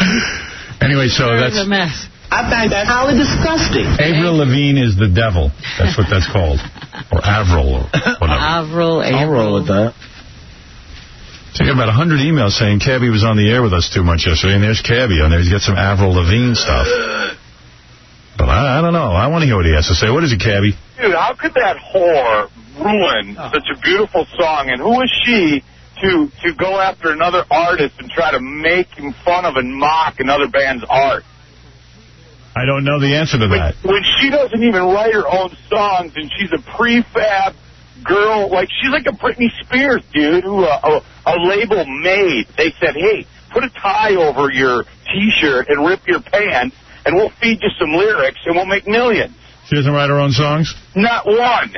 Anyway, so Oh, It's that's a mess. I think that's highly disgusting. Avril Lavigne is the devil. That's what that's called. Or Avril or whatever. Avril, Avril. roll with that. So you got about 100 emails saying Cabby was on the air with us too much yesterday, and there's Cabby on there. He's got some Avril Lavigne stuff. But I, I don't know. I want to hear what he has to say. What is it, Cabby? Dude, how could that whore ruin such a beautiful song? And who is she to to go after another artist and try to make him fun of and mock another band's art? I don't know the answer to that. When she doesn't even write her own songs and she's a prefab girl, like she's like a Britney Spears, dude, who uh, a, a label made. They said, hey, put a tie over your T-shirt and rip your pants, and we'll feed you some lyrics and we'll make millions. She doesn't write her own songs? Not one.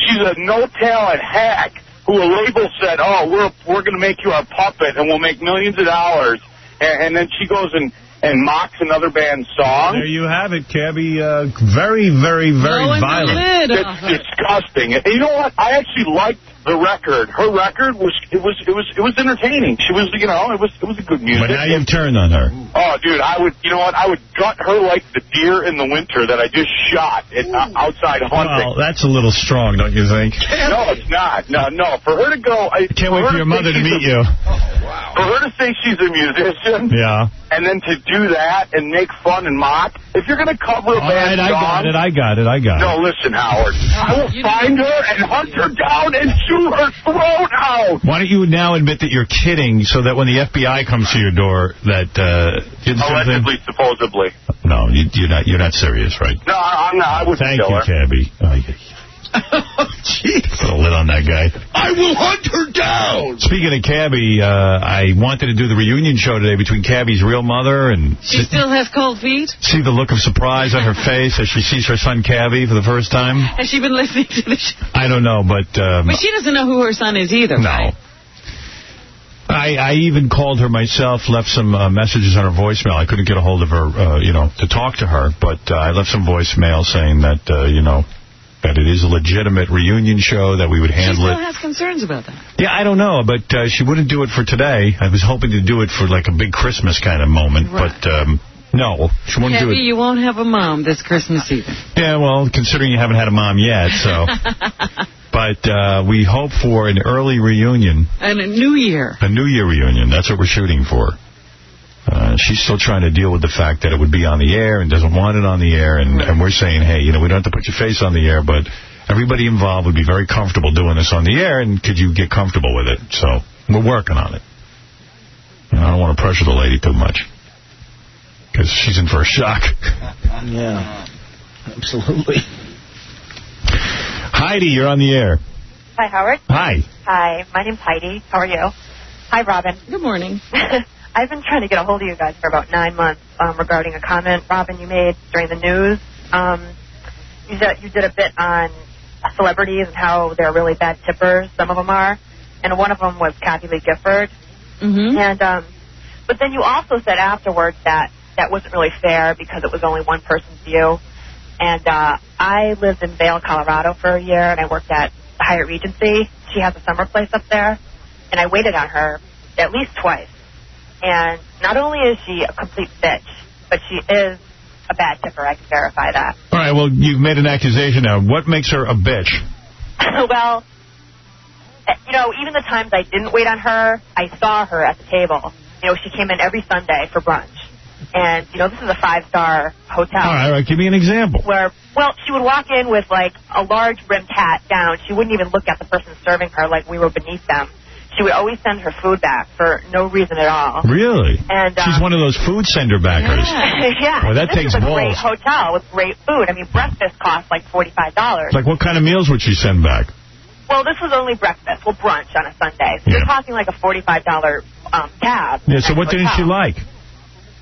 She's a no-talent hack who a label said, "Oh, we're we're going to make you our puppet and we'll make millions of dollars," and, and then she goes and and mocks another band's song. There you have it, Cabby. Uh, very, very, very violent. It's disgusting. And You know what? I actually liked the record. Her record was it was it was it was entertaining. She was you know it was it was good music. But now you've turned on her. Oh, dude, I would, you know what? I would gut her like the deer in the winter that I just shot at, uh, outside hunting. Well, Oh, that's a little strong, don't you think? No, it's not. No, no. For her to go, I Can't wait her for your to mother think to meet she's a- you. For her to say she's a musician, Yeah. and then to do that and make fun and mock. If you're going to All cover a right, band I got it, I got it, I got it. no, listen, Howard. I will find her and hunt her down and shoot her throat out. Why don't you now admit that you're kidding so that when the FBI comes to your door that... Uh, you understand what I'm saying? Allegedly, supposedly. No, you, you're not You're not serious, right? No, I, I'm not. I wouldn't Thank kill you, her. Oh, Cabby. Oh, Jeez. Put a lid on that guy. I will hunt her down. Speaking of Cabby, uh, I wanted to do the reunion show today between Cabby's real mother and She still has cold feet? see the look of surprise on her face as she sees her son Cabby for the first time. Has she been listening to the show? I don't know, but... Um, But she doesn't know who her son is either, No. right? I, I even called her myself, left some uh, messages on her voicemail. I couldn't get a hold of her, uh, you know, to talk to her, but uh, I left some voicemail saying that, uh, you know, that it is a legitimate reunion show, that we would She handle still it. has concerns about that. Yeah, I don't know, but uh, she wouldn't do it for today. I was hoping to do it for like a big Christmas kind of moment, but um, no, she wouldn't do it. Kathy, you won't have a mom this Christmas either. Yeah, well, considering you haven't had a mom yet, so. but uh, we hope for an early reunion. And a new year. A New Year reunion. That's what we're shooting for. Uh, she's still trying to deal with the fact that it would be on the air and doesn't want it on the air. And, and we're saying, hey, you know, we don't have to put your face on the air, but everybody involved would be very comfortable doing this on the air. And could you get comfortable with it? So we're working on it. You know, I don't want to pressure the lady too much because she's in for a shock. Yeah. Absolutely. Heidi, you're on the air. Hi, Howard. Hi. Hi, my name's Heidi. How are you? Hi, Robin. Good morning. I've been trying to get a hold of you guys for about nine months um, regarding a comment, Robin, you made during the news. Um, you, did, you did a bit on celebrities and how they're really bad tippers, some of them are. And one of them was Kathy Lee Gifford. Mm-hmm. And um, but then you also said afterwards that that wasn't really fair because it was only one person's view. And uh, I lived in Vail, Colorado for a year, and I worked at the Hyatt Regency. She has a summer place up there, and I waited on her at least twice. And not only is she a complete bitch, but she is a bad tipper. I can verify that. All right, well, you've made an accusation now. What makes her a bitch? well, eh, you know, even the times I didn't wait on her, I saw her at the table. You know, she came in every Sunday for brunch. And, you know, this is a five star hotel. All right, all right, give me an example. Where, well, she would walk in with, like, a large rimmed hat down. She wouldn't even look at the person serving her like we were beneath them. She would always send her food back for no reason at all. Really? And, She's um, one of those food sender backers. yeah. Well, that this takes is a balls. great hotel with great food. I mean, breakfast costs like $45. Like, what kind of meals would she send back? Well, this was only breakfast. Well, brunch on a Sunday. So Yeah. you're talking like a forty-five dollar um, tab. Yeah, so what didn't she like?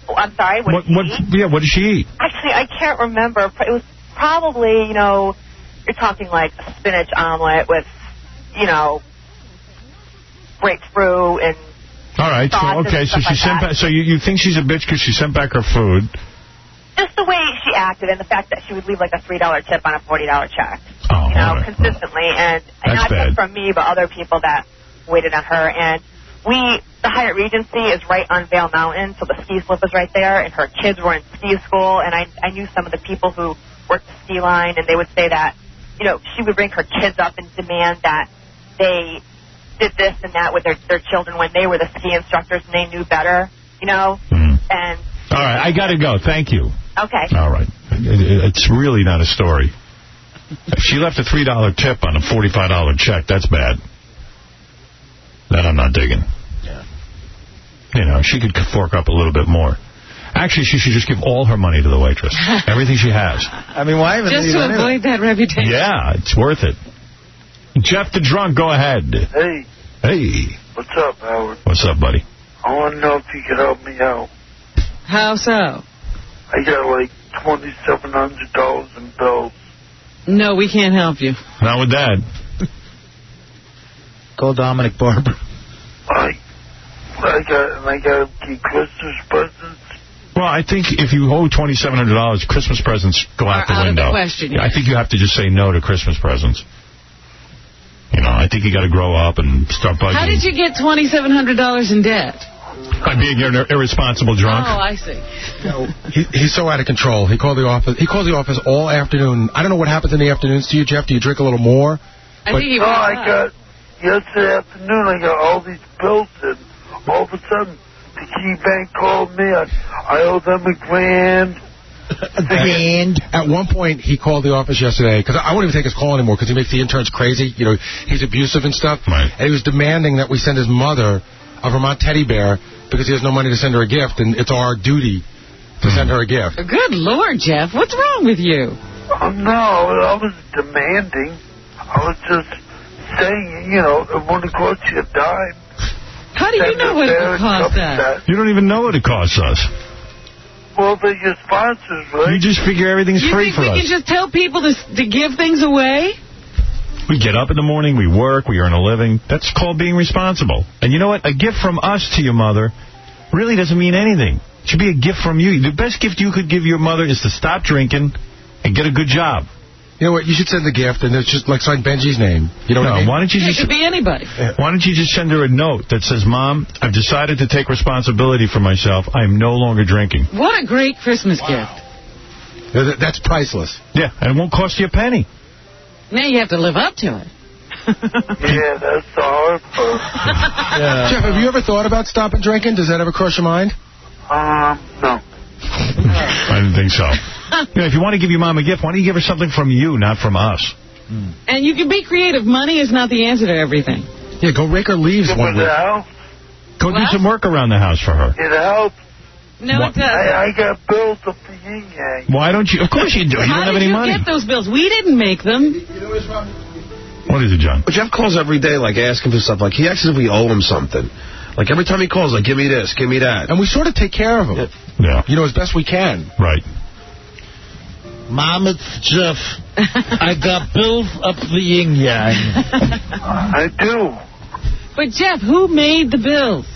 Oh, I'm sorry. What, What, what, yeah, what did she eat? Actually, I can't remember. It was probably, you know, you're talking like a spinach omelet with, you know, breakthrough and All right, so, Sauces, okay, so she stuff like sent that. back, so you, you think she's a bitch because she sent back her food. just the way she acted and the fact that she would leave like a $3 tip on a $40 check, you know, consistently. And Oh, That's not bad. just from me, but other people that waited on her. And we, the Hyatt Regency is right on Vail Mountain, so the ski slip is right there. And her kids were in ski school. And I, I knew some of the people who worked the ski line, and they would say that, you know, she would bring her kids up and demand that they did this and that with their, their children when they were the ski instructors and they knew better, you know? Hmm. And, All right, I got to go. Thank you. okay. All right. It- It's really not a story. If she left a $3 tip on a $45 check, that's bad. That I'm not digging. You know, she could fork up a little bit more. Actually, she should just give all her money to the waitress. Everything she has. I mean, why even Just leave to anyway? avoid that reputation. Yeah, it's worth it. Jeff the Drunk, go ahead. Hey, Hey. what's up, Howard? What's up, buddy? I want to know if you could help me out. How so? I got like twenty-seven hundred dollars in bills. No, we can't help you. Not with that. Call Dominic Barber. I, I got and I got to get Christmas presents. Well, I think if you owe $2,700, Christmas presents go out the out of the window. question, I think you have to just say no to Christmas presents. You know, I think you got to grow up and start budgeting. How did you get $2,700 in debt? By being an ir- irresponsible drunk. Oh, I see. He, he's so out of control. He called the office. He calls the office all afternoon. I don't know what happens in the afternoons to you, Jeff. Do you drink a little more? I think oh, I got yesterday afternoon. I got all these bills in. All of a sudden, the key bank called me. I, I owe them a grand. At one point, he called the office yesterday because I won't even take his call anymore because he makes the interns crazy. You know, he's abusive and stuff. Right. And he was demanding that we send his mother a Vermont teddy bear because he has no money to send her a gift, and it's our duty to send her a gift. Good Lord, Jeff. What's wrong with you? Oh, no, I was demanding. I was just saying, you know, it wouldn't cost you a dime. How do you know what it would cost us? You don't even know what it costs us. Well, they're your sponsors, You right? just figure everything's you free think for we us. can just tell people to, to give things away? We get up in the morning, we work, we earn a living. That's called being responsible. And you know what? A gift from us to your mother really doesn't mean anything. It should be a gift from you. The best gift you could give your mother is to stop drinking and get a good job. You know what? You should send the gift, and it's just like sign Benji's name. You know no, what I mean? why don't you It just could be anybody. why don't you just send her a note that says, Mom, I've decided to take responsibility for myself. I am no longer drinking. What a great Christmas gift. Th- th- That's priceless. Yeah, and it won't cost you a penny. Now you have to live up to it. yeah, that's the hard part. Jeff, have you ever thought about stopping drinking? Does that ever cross your mind? Um, no. I didn't think so. You know, if you want to give your mom a gift, why don't you give her something from you, not from us? And you can be creative. Money is not the answer to everything. Yeah, go rake her leaves But it helps. Go do some work around the house for her. It helps. No, What? it doesn't. I, I got bills of the yin yang. Why don't you? Of course you do. You How don't have did any you money. get those bills? We didn't make them. What is it, John? But Jeff calls every day, like, asking for stuff. Like, he asks if we owe him something. Like, every time he calls, like, give me this, give me that. And we sort of take care of him. Yeah. You know, as best we can. Right. Mom, it's Jeff. I got bills up the yin yang. I do. But, Jeff, who made the bills?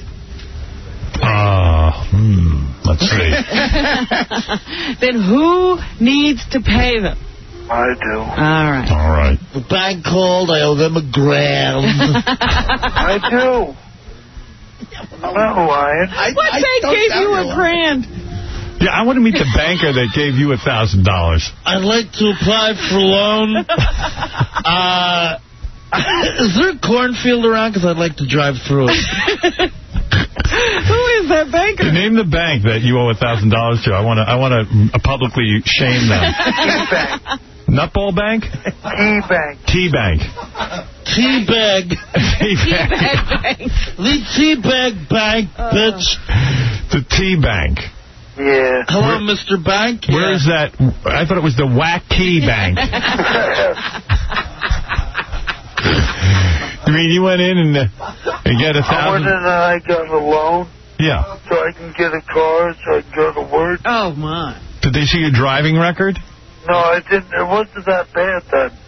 Ah, hmm, let's see. then who needs to pay them? I do. All right. All right. The bank called. I owe them a grand. I do. I'm not lying. what bank gave you a grand? Yeah, I want to meet the banker that gave you a thousand dollars. I'd like to apply for a loan. Uh, is there a cornfield around? Because I'd like to drive through it. Who is that banker? Name the bank that you owe a thousand dollars to. I want to. I want to publicly shame them. Nutball Bank. Key Bank. T Bank. Teabag. Teabag. The Teabag Bank, Uh. bitch. The T Bank. Yeah. Hello, Mr. Bank. Where is that? I thought it was the Wack T Bank. you mean you went in and uh, You get a I went thousand. in and I got a loan Yeah. so I can get a car, so I can go to work. Oh, my. Did they see your driving record? No, I didn't. It wasn't that bad then.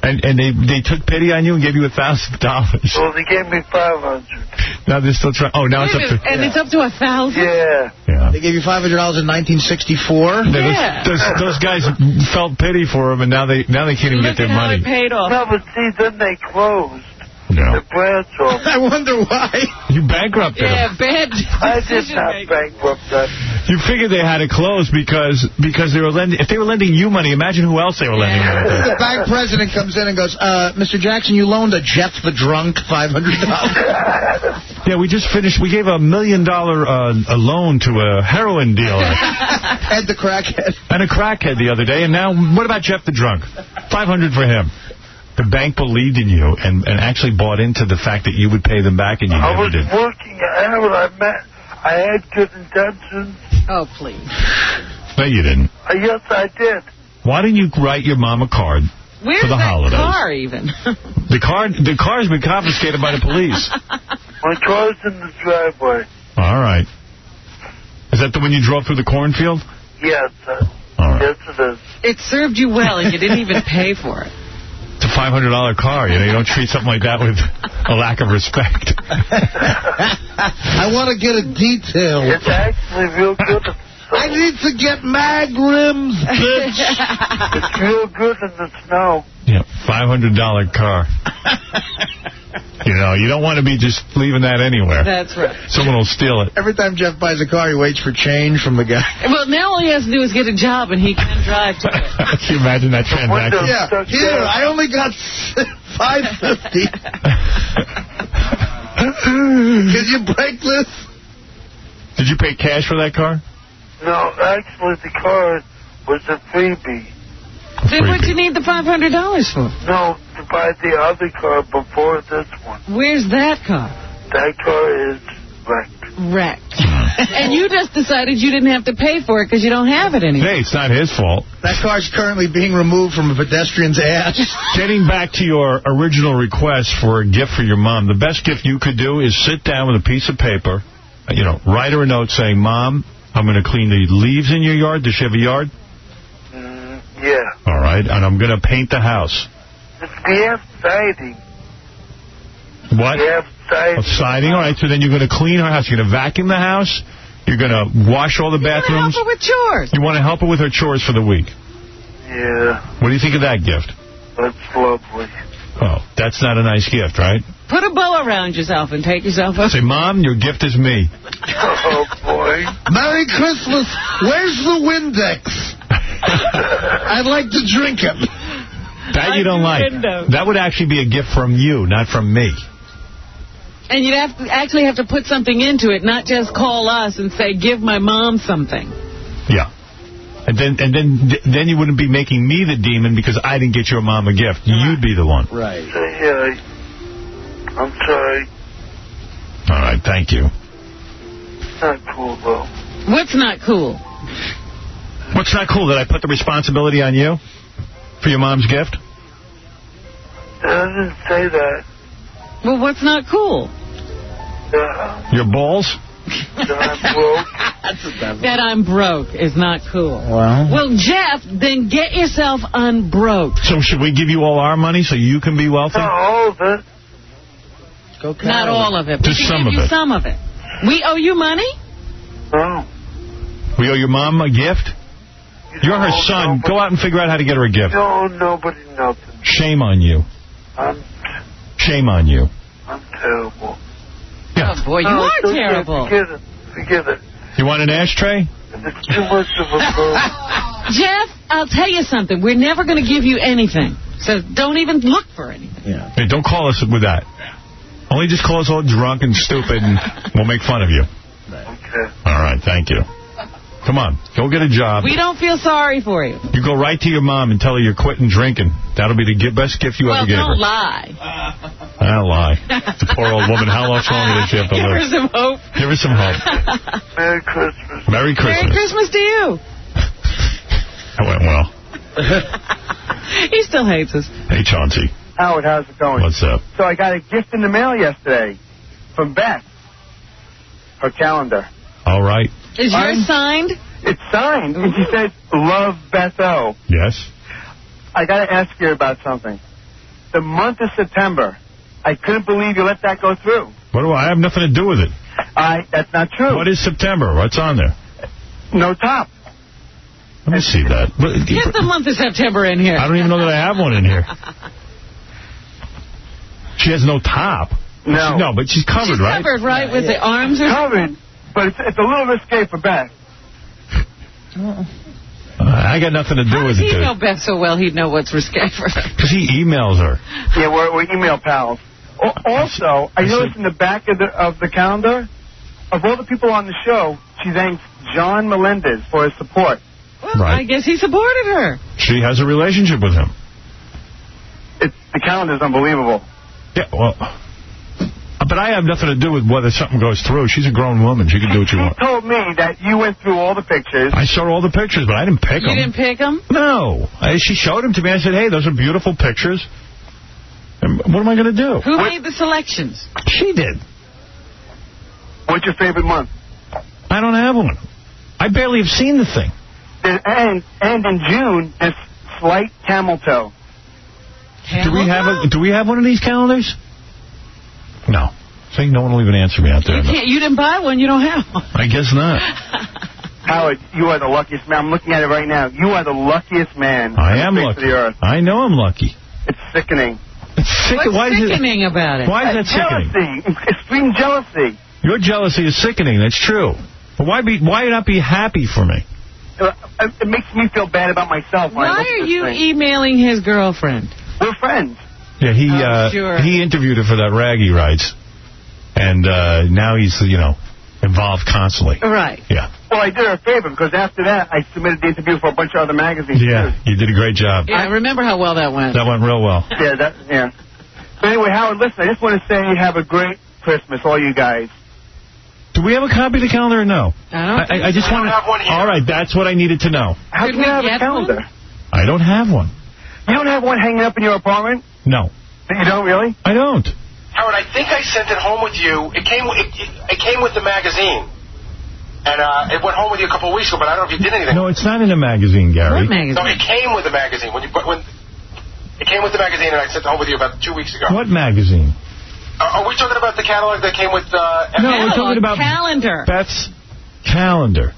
And and they they took pity on you and gave you a thousand dollars. Well, they gave me 500 Now they're still trying. Oh, now it's up to. And it's up to a thousand. Yeah. They gave you five hundred dollars in nineteen sixty four. Those- Those, those guys felt pity for him, and now they now they can't even get their money. paid off. No, but see, then they closed. No. The branch office. I wonder why. You bankrupted him. bad I did not bankrupt them. You figured they had to close because because they were lending. If they were lending you money, imagine who else they were lending money to. The bank president comes in and goes, uh, Mr. Jackson, you loaned a Jeff the Drunk $500. Yeah, we just finished. We gave a million dollar uh, a loan to a heroin dealer Ed the crackhead. and a crackhead the other day, and now what about Jeff the drunk? Five hundred for him. The bank believed in you and and actually bought into the fact that you would pay them back, and you I never was did. working out. I met. I had good intentions. Oh, please. No, you didn't. Uh, yes, I did. Why didn't you write your mom a card Where's for the that holidays? car even? The car the car's been confiscated by the police. My car's in the driveway. All right. Is that the one you drove through the cornfield? Yes. Uh, Yes, it is. it served you well, and you didn't even pay for it. It's a five hundred dollar car. You know, you don't treat something like that with a lack of respect. I want to get a detail. It's actually real good. I need to get mag rims, bitch. It's real good in the snow. Yeah, five hundred dollar car. you know, you don't want to be just leaving that anywhere. That's right. Someone will steal it. Every time Jeff buys a car, he waits for change from the guy. Well, now all he has to do is get a job, and he can drive to it. Can you imagine that transaction? Yeah, here, I only got 550 Did you break this? Did you pay cash for that car? No, actually, the car was a freebie. Then what'd you need the $500 for? No, to buy the other car before this one. Where's that car? That car is wrecked. Wrecked. and you just decided you didn't have to pay for it because you don't have it anymore. Hey, it's not his fault. That car's currently being removed from a pedestrian's ass. Getting back to your original request for a gift for your mom, the best gift you could do is sit down with a piece of paper, uh, you know, write her a note saying, Mom, I'm going to clean the leaves in your yard. Does she have a yard? Yeah. All right. And I'm going to paint the house. It's the F siding. What? The F siding. Of siding. All right. So then you're going to clean her house. You're going to vacuum the house. You're going to wash all the bathrooms. Help her with chores. You want to help her with her chores for the week. Yeah, What do you think of that gift? that's lovely. Oh, that's not a nice gift, right? Put a bow around yourself and take yourself up. Say, Mom, your gift is me. Oh, boy. Merry Christmas. Where's the Windex? I'd like to drink it. That you don't like. windows. That would actually be a gift from you, not from me. And you'd have to actually have to put something into it, not just call us and say, give my mom something. Yeah. And then and then then you wouldn't be making me the demon because I didn't get your mom a gift. You'd be the one. Right. So, yeah, I, uh, I'm sorry. All right, thank you. Not cool, though. What's not cool? What's not cool that I put the responsibility on you for your mom's gift? I didn't say that. Well, what's not cool? Uh, Your balls? that I'm broke. That I'm broke is not cool. Well. Well, Jeff, then get yourself unbroke. So should we give you all our money so you can be wealthy? Not all of it. Go Not all of it. but Just we some give of you it. Some of it. We owe you money? No. We owe your mom a gift? You're her No, son. nobody- Go out and figure out how to get her a gift. No, nobody, nothing. Shame on you. I'm, Shame on you. I'm terrible. Yeah. Oh, boy, you No, are don't do it. terrible. Forget it. Forget it. You want an ashtray? If it's too much of a burden, Jeff, I'll tell you something. We're never going to give you anything. So don't even look for anything. Hey, don't call us with that. Only just call us all drunk and stupid, and we'll make fun of you. okay. All right, thank you. Come on, go get a job. We don't feel sorry for you. Um, You go right to your mom and tell her you're quitting drinking. That'll be the gi- best gift you well, ever gave her. don't lie. I lie. The poor old woman. How much longer does she have to Give her live? some hope. Give her some hope. Merry Christmas. Merry Christmas. Merry Christmas to you. That went well. He still hates us. Hey, Chauncey. Howard, how's it going? What's up? So I got a gift in the mail yesterday from Beth. Her calendar. All right. Is yours signed? It's signed, and she says, "Love Beth O." Yes. I got to ask you about something. The month of September, I couldn't believe you let that go through. What do I, I have nothing to do with it? I that's not true. What is September? What's on there? No top. Let me see that. What- Get the month of September in here. I don't even know that I have one in here. She has no top. No. no, but she's covered, She's right? covered, right? With the arms or covered, but it's, it's a little risque for Beth. Uh, I got nothing to do with it, He know dude. Beth so well he'd know what's risque for her. Because he emails her. Yeah, we're, we're email pals. Al- Also, I noticed in the back of the of the calendar, of all the people on the show, she thanks John Melendez for his support. right. I guess he supported her. She has a relationship with him. It's the calendar's unbelievable. Yeah, well. Uh, But I have nothing to do with whether something goes through. She's a grown woman. She can do what you She want. told me that you went through all the pictures. I saw all the pictures, but I didn't pick You them. didn't pick him? No. I, she showed them to me. I said, hey, those are beautiful pictures. And what am I going to do? Who made the selections? She did. What's your favorite month? I don't have one. I barely have seen the thing. And and, and in June, this slight camel toe. Do we have a, Do we have one of these calendars? No. See, no one will even answer me out there. You can't. You didn't buy one. You don't have one. I guess not. Howard, you are the luckiest man. I'm looking at it right now. You are the luckiest man. I am on the face lucky. Of the earth. I know I'm lucky. It's sickening. It's sick- What's why is it- sickening about it? Why is that sickening? Jealousy. Extreme jealousy. Your jealousy is sickening. That's true. But why be? Why not be happy for me? Uh, It it makes me feel bad about myself. When I Why look at are this you thing. emailing his girlfriend? We're friends. Yeah, he uh, Oh, sure. he interviewed her for that rag he writes, and uh, now he's you know involved constantly. Right. Yeah, Well, I did her a favor because after that, I submitted the interview for a bunch of other magazines. yeah, you did a great job. Yeah, I remember how well that went. That went real well. Yeah, that, yeah. But anyway, Howard, listen, I just want to say have a great Christmas, all you guys. Do we have a copy of the calendar or no? I don't I, think I just so. want to. All right, that's what I needed to know. How Did can you we have a get calendar? I don't have one. You don't have one hanging up in your apartment? No, You don't really? I don't. Howard, I think I sent it home with you. It came it, it, it came with the magazine, and uh, it went home with you a couple of weeks ago. But I don't know if you did anything. No, it's not in a magazine, Gary. No, it came with the magazine when you but when it came with the magazine, and I sent it home with you about two weeks ago. What magazine? Are, are we talking about the catalog that came with? Uh, No, everything? we're talking about calendar. Beth's calendar.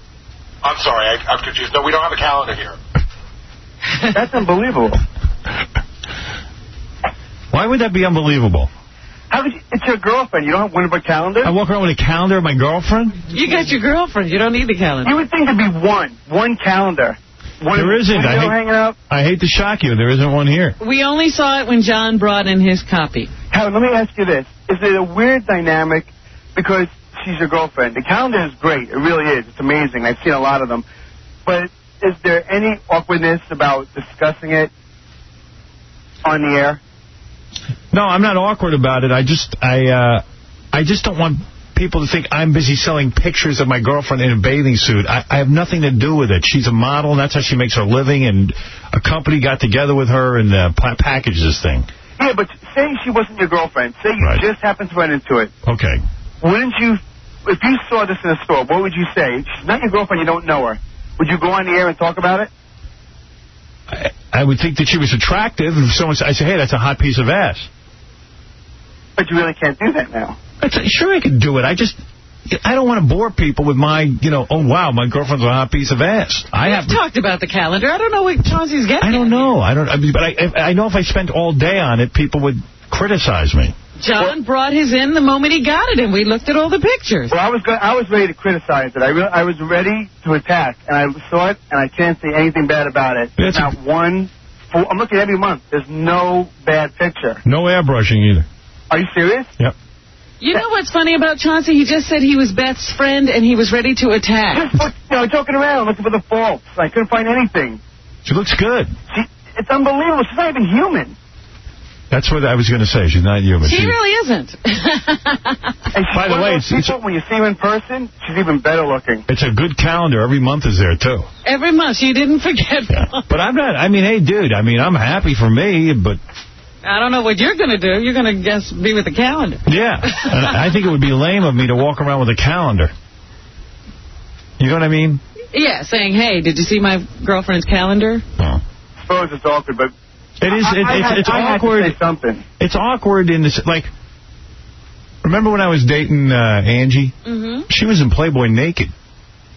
I'm sorry, I, I'm confused. No, we don't have a calendar here. That's unbelievable. Why would that be unbelievable? How could you, it's your girlfriend. You don't have one of her calendars? I walk around with a calendar of my girlfriend? You got your girlfriend. You don't need the calendar. You would think there'd be one, one calendar. One There isn't. I window hate- hanging up. I hate to shock you. There isn't one here. We only saw it when John brought in his copy. Howard, let me ask you this. Is it a weird dynamic because she's your girlfriend? The calendar is great. It really is. It's amazing. I've seen a lot of them. But is there any awkwardness about discussing it on the air? No, I'm not awkward about it. I just I uh, I just don't want people to think I'm busy selling pictures of my girlfriend in a bathing suit. I, I have nothing to do with it. She's a model, and that's how she makes her living. And a company got together with her and uh, pa- packaged this thing. Yeah, but say she wasn't your girlfriend. Say you just happened to run into it. Okay. Wouldn't you, if you saw this in a store, what would you say? She's not your girlfriend. You don't know her. Would you go on the air and talk about it? I would think that she was attractive. If someone s- I say, hey, that's a hot piece of ass. But you really can't do that now. I'd say, sure, I could do it. I just I don't want to bore people with my you know oh wow my girlfriend's a hot piece of ass. I have to We've talked about the calendar. I don't know what Chauncey's getting. I don't know. I don't. I mean, but I, if- I know if I spent all day on it, people would criticize me. John brought his in the moment he got it, and we looked at all the pictures. Well, I was go- I was ready to criticize it. I re- I was ready to attack, and I saw it, and I can't say anything bad about it. That's Not one. Full- I'm looking every month. There's no bad picture. No airbrushing either. Are you serious? Yep. You know what's funny about Chauncey? He just said he was Beth's friend, and he was ready to attack. Look, you know, joking around, looking for the faults. I couldn't find anything. She looks good. She, it's unbelievable. She's not even human. That's what I was going to say. She's not human. She really isn't. And she's By the one of way, those it's- it's- people, when you see her in person, she's even better looking. It's a good calendar. Every month is there too. Every month, you didn't forget. But I'm not. I mean, hey, dude. I mean, I'm happy for me, but I don't know what you're going to do. You're going to guess be with the calendar. Yeah. And I think it would be lame of me to walk around with a calendar. You know what I mean? Yeah, saying, hey, did you see my girlfriend's calendar? I suppose it's awkward, but It is. It, I- I it's, had- it's I had to awkward. say something. It's awkward in this. Like, remember when I was dating uh, Angie? Mm-hmm. She was in Playboy naked,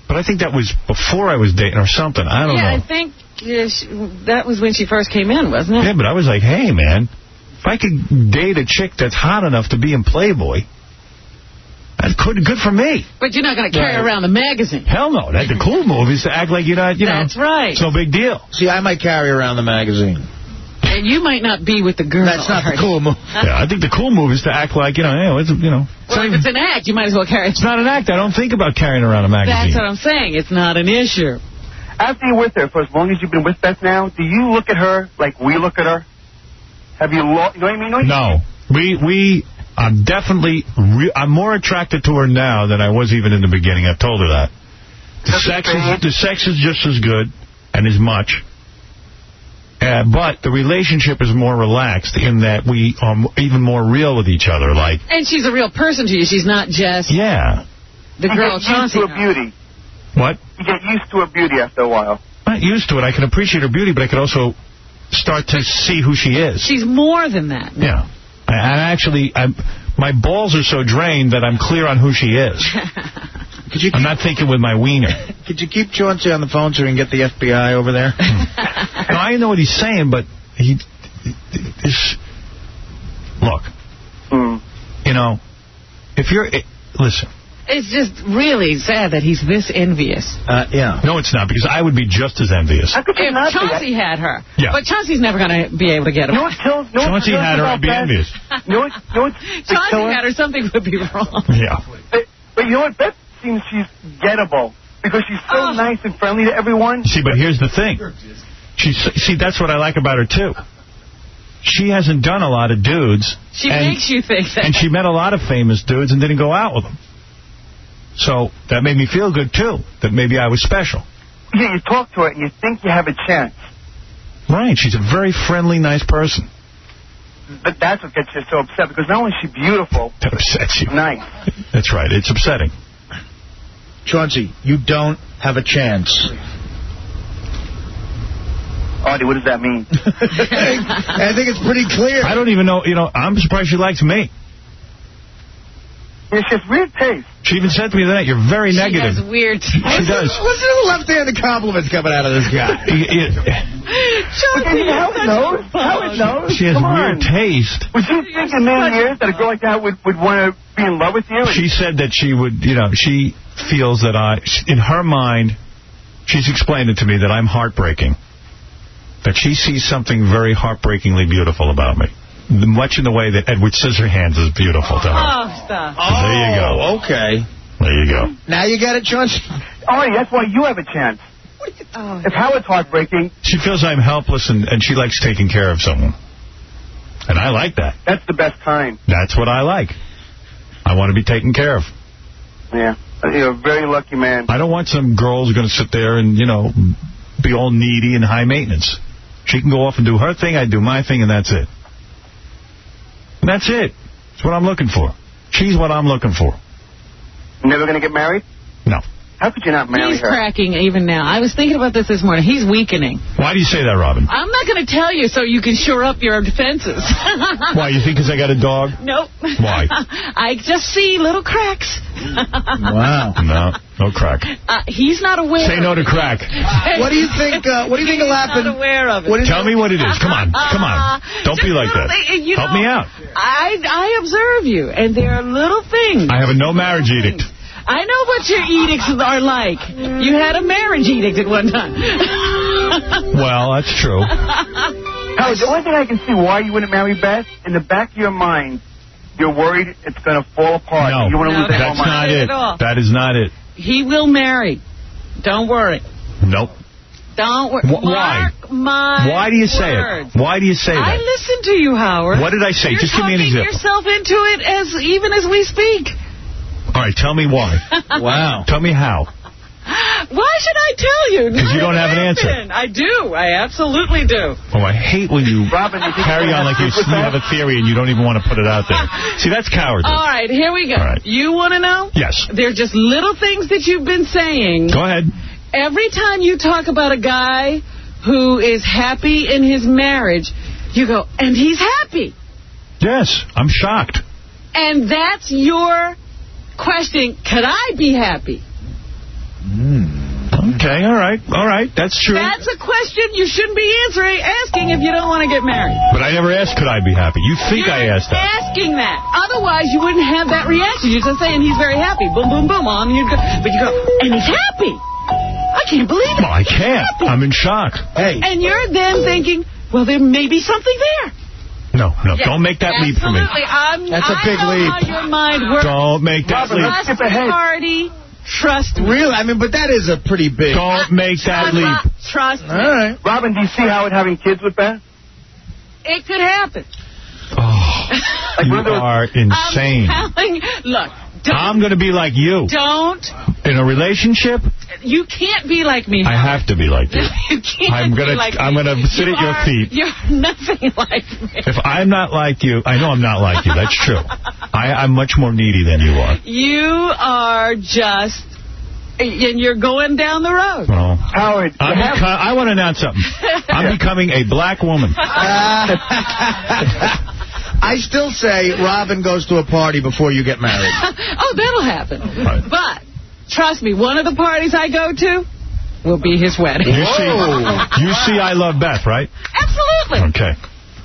but I think that was before I was dating or something. I don't yeah, know. I think yeah, she, that was when she first came in, wasn't it? Yeah, but I was like, hey, man, if I could date a chick that's hot enough to be in Playboy, that could good for me. But you're not going to carry Right. around the magazine. Hell no. That the cool move is to act like you're not. You That's know, right. It's no big deal. See, I might carry around the magazine. And you might not be with the girl. That's not the cool move. Yeah, I think the cool move is to act like you know, hey, it's, you know, Well, if it's an act, you might as well carry it. it's not an act. I don't think about carrying around a That's magazine. what I'm saying. It's not an issue. after you're with her for as long as you've been with Beth now, do you look at her like we look at her? Have you lost? You know what I mean? No, we we. I'm definitely. Re I'm more attracted to her now than I was even in the beginning. I've told her that. The sex is the sex is just as good and as much. Uh, but the relationship is more relaxed in that we are m- even more real with each other. Like, And she's a real person to you. She's not just yeah, the You girl get used Chauncey. to a beauty. what? You get used to a beauty after a while. I'm not used to it. I can appreciate her beauty, but I can also start to see who she is. She's more than that. Yeah. I, I actually, I'm, my balls are so drained that I'm clear on who she is. I'm not thinking with my wiener. Could you keep Chauncey on the phone so we can get the FBI over there? no, I know what he's saying, but he, this, look, Hmm. you know, if you're, eh, listen. It's just really sad that he's this envious. Uh, yeah. No, it's not, because I would be just as envious. If Chauncey had her. Yeah. But Chauncey's never going to be able to get her. You know what kills- you know what Chauncey kills had her, about I'd be that? envious. Chauncey had her, something would be wrong. Yeah. But, but you know what? Beth seems she's gettable because she's so Oh. nice and friendly to everyone. See, but here's the thing. She see, that's what I like about her too. She hasn't done a lot of dudes. She and, makes you think that. and she met a lot of famous dudes and didn't go out with them. So that made me feel good too. That maybe I was special. Yeah, you talk to her and you think you have a chance, Right. She's a very friendly, nice person. but that's what gets you so upset because not only is she beautiful, That upsets you. Nice. That's right. It's upsetting. Chauncey, you don't have a chance. Audie, what does that mean? I think it's pretty clear. I don't even know. You know, I'm surprised she likes me. It's just weird taste. She even said to me that you're very negative. She has weird. She does. Listen to the left-handed compliments coming out of this guy. Yeah, yeah. Chauncey How it knows? How it Oh, knows? She has Come weird on. taste. Would you think in a million years that a girl like that would, would want to be in love with you? She said that she would, you know, she feels that I, she- in her mind, she's explained it to me that I'm heartbreaking. That she sees something very heartbreakingly beautiful about me. Much in the way that Edward Scissorhands is beautiful to her. Oh, stop. there you go. Okay. There you go. Now you got it, Chauncey. Audie, Oh, that's why you have a chance. Oh, If Howard's heartbreaking, She feels I'm helpless and, and she likes taking care of someone. And I like that. that's the best kind. That's what I like. I want to be taken care of. Yeah. You're a very lucky man. I don't want some girl who's going to sit there and, you know, be all needy and high maintenance. She can go off and do her thing, I do my thing, and that's it. And that's it. That's what I'm looking for. She's what I'm looking for. Never going to get married? No. How could you not marry He's her? cracking even now. I was thinking about this this morning. He's weakening. Why do you say that, Robin? I'm not going to tell you so you can shore up your defenses. Why, you think 'cause I got a dog? Nope. Why? I just see little cracks. Wow. No, no crack. Uh, he's not aware. Say no to crack. What do you think? Uh, what do you think will He's not happen? aware of it. Uh, What is Tell me what it is. Come on. Come on. Don't be like that. You Help know, me out. I I observe you, and there are little things. I have a no marriage edict. I know what your edicts are like. You had a marriage edict at one time. Well, that's true. Howard, the only thing I can see why you wouldn't marry Beth, in the back of your mind, you're worried it's going to fall apart. No, You want to lose that all that's not money. it. Not at all. That is not it. he will marry. Don't worry. Nope. Don't worry. Wh- why? Mark my Why do you say words. it? Why do you say I that? listen to you, Howard. What did I say? You're Just give me an talking example. yourself into it as even as we speak. All right, tell me why. Wow. Tell me how. Why should I tell you? 'Cause you don't have an answer. Nothing. I do. I absolutely do. Oh, I hate when you carry on like you, you have a theory and you don't even want to put it out there. See, that's cowardice. All right, here we go. All right. You want to know? Yes. They're just little things that you've been saying. Go ahead. Every time you talk about a guy who is happy in his marriage, you go, and he's happy. Yes, I'm shocked. And that's your question, could I be happy? Okay, all right, all right, that's true. That's a question you shouldn't be answering, asking if you don't want to get married. But I never asked, could I be happy? You think I asked that? asking that. Otherwise, you wouldn't have that reaction. You're just saying he's very happy. Boom, boom, boom. On you go. But you go, and he's happy. I can't believe it. Well, I can't. I'm in shock. Hey. And you're then thinking, well, there may be something there. No, no, Yeah, don't make that leap for me. Absolutely. I'm, I know how your mind works. Don't make that Robin, leap. Trust party. Trust Really? I mean, but that is a pretty big. Don't make that leap. Uh, Trust me. Robin, do you see Howard having kids with Ben? It could happen. You Um, are insane. I'm telling look, don't, I'm going to be like you. don't. In a relationship, You can't be like me. I have to be like you. You can't I'm gonna- be like I'm me. gonna sit You at your are- feet. You're nothing like me. If I'm not like you, I know I'm not like you. That's true. I, I'm much more needy than you are. You are just, and you're going down the road. Well, Howard, I'm beco- I want to announce something. I'm becoming a black woman. I still say Robin goes to a party before you get married. oh, that'll happen. But trust me, one of the parties I go to will be his wedding. You see, you see, I love Beth, right? Absolutely. Okay.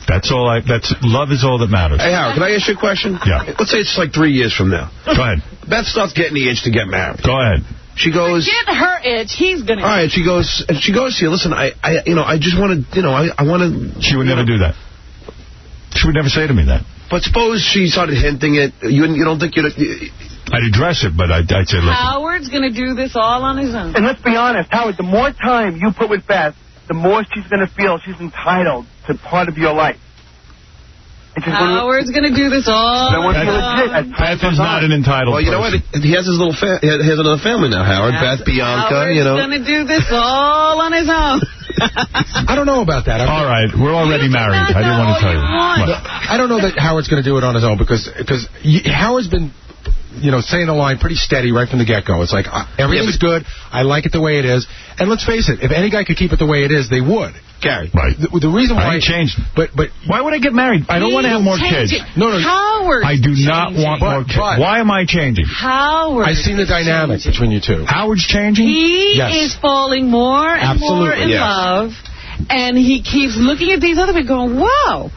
That's all I, that's, love is all that matters. Hey, Howard, can I ask you a question? Yeah. Let's say it's like three years from now. Go ahead. Beth starts getting the itch to get married. Go ahead. She goes... Get her itch. He's gonna. All right, she goes, and she goes to you, listen, I, I you know, I just want to, you know, I, I want to... She would never do that. She would never say to me that. But suppose she started hinting it, you, you don't think you'd... You, I'd address it, but I'd, I'd say, look, Howard's gonna do this all on his own. And let's be honest, Howard, the more time you put with Beth, the more she's going to feel she's entitled to part of your life. It's just one of the- Howard's gonna do this all. Then on once his you're own. legit, Beth is not an entitled well, you know what? person. He has his little fa- he has another family now, Howard. Beth, Bianca, Howard's you know. gonna do this all on his own. I don't know about that. All right, we're already married. I didn't want to tell you. No, I don't know that Howard's going to do it on his own because because y- Howard's been you know saying the line pretty steady right from the get go. It's like uh, everything's good. I like it the way it is. And let's face it, if any guy could keep it the way it is, they would. Gary, right? The, the reason I why ain't changed. But but why would I get married? I don't want to have more kids. Change it. Howard. I do not want more kids. Why am I changing? Howard. I've seen the dynamic between you two. Howard's changing? He Yes. is falling more and more Absolutely, in yes. love, and he keeps looking at these other people going, whoa,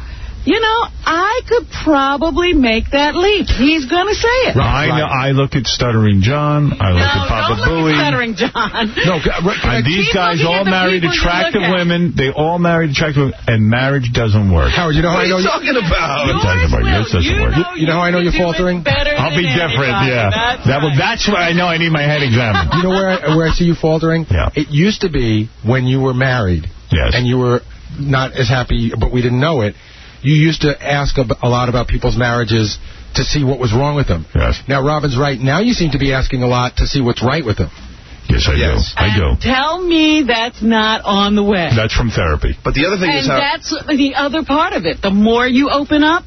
you know, I could probably make that leap. He's going to say it. I know. I look at Stuttering John. I look at Papa Booey. Stuttering John. No, g- r- can I- And these Keep guys looking at all the married people you attractive look at. women. They all married attractive women, and marriage doesn't work. Howard, you know how I know you- about? Yours Yours doesn't work. You know how I know you're faltering? Better I'll than be different, anybody. yeah. That's that will, That's where I know I need my head examined. You know where I, where I see you faltering? Yeah. It used to be when you were married. Yes. And you were not as happy, but we didn't know it. You used to ask ab- a lot about people's marriages to see what was wrong with them. Yes. Now, Robin's right. Now you seem to be asking a lot to see what's right with them. Yes, I Yes. do. I do. Tell me that's not on the way. That's from therapy. But the other thing and is how... that's the other part of it. The more you open up,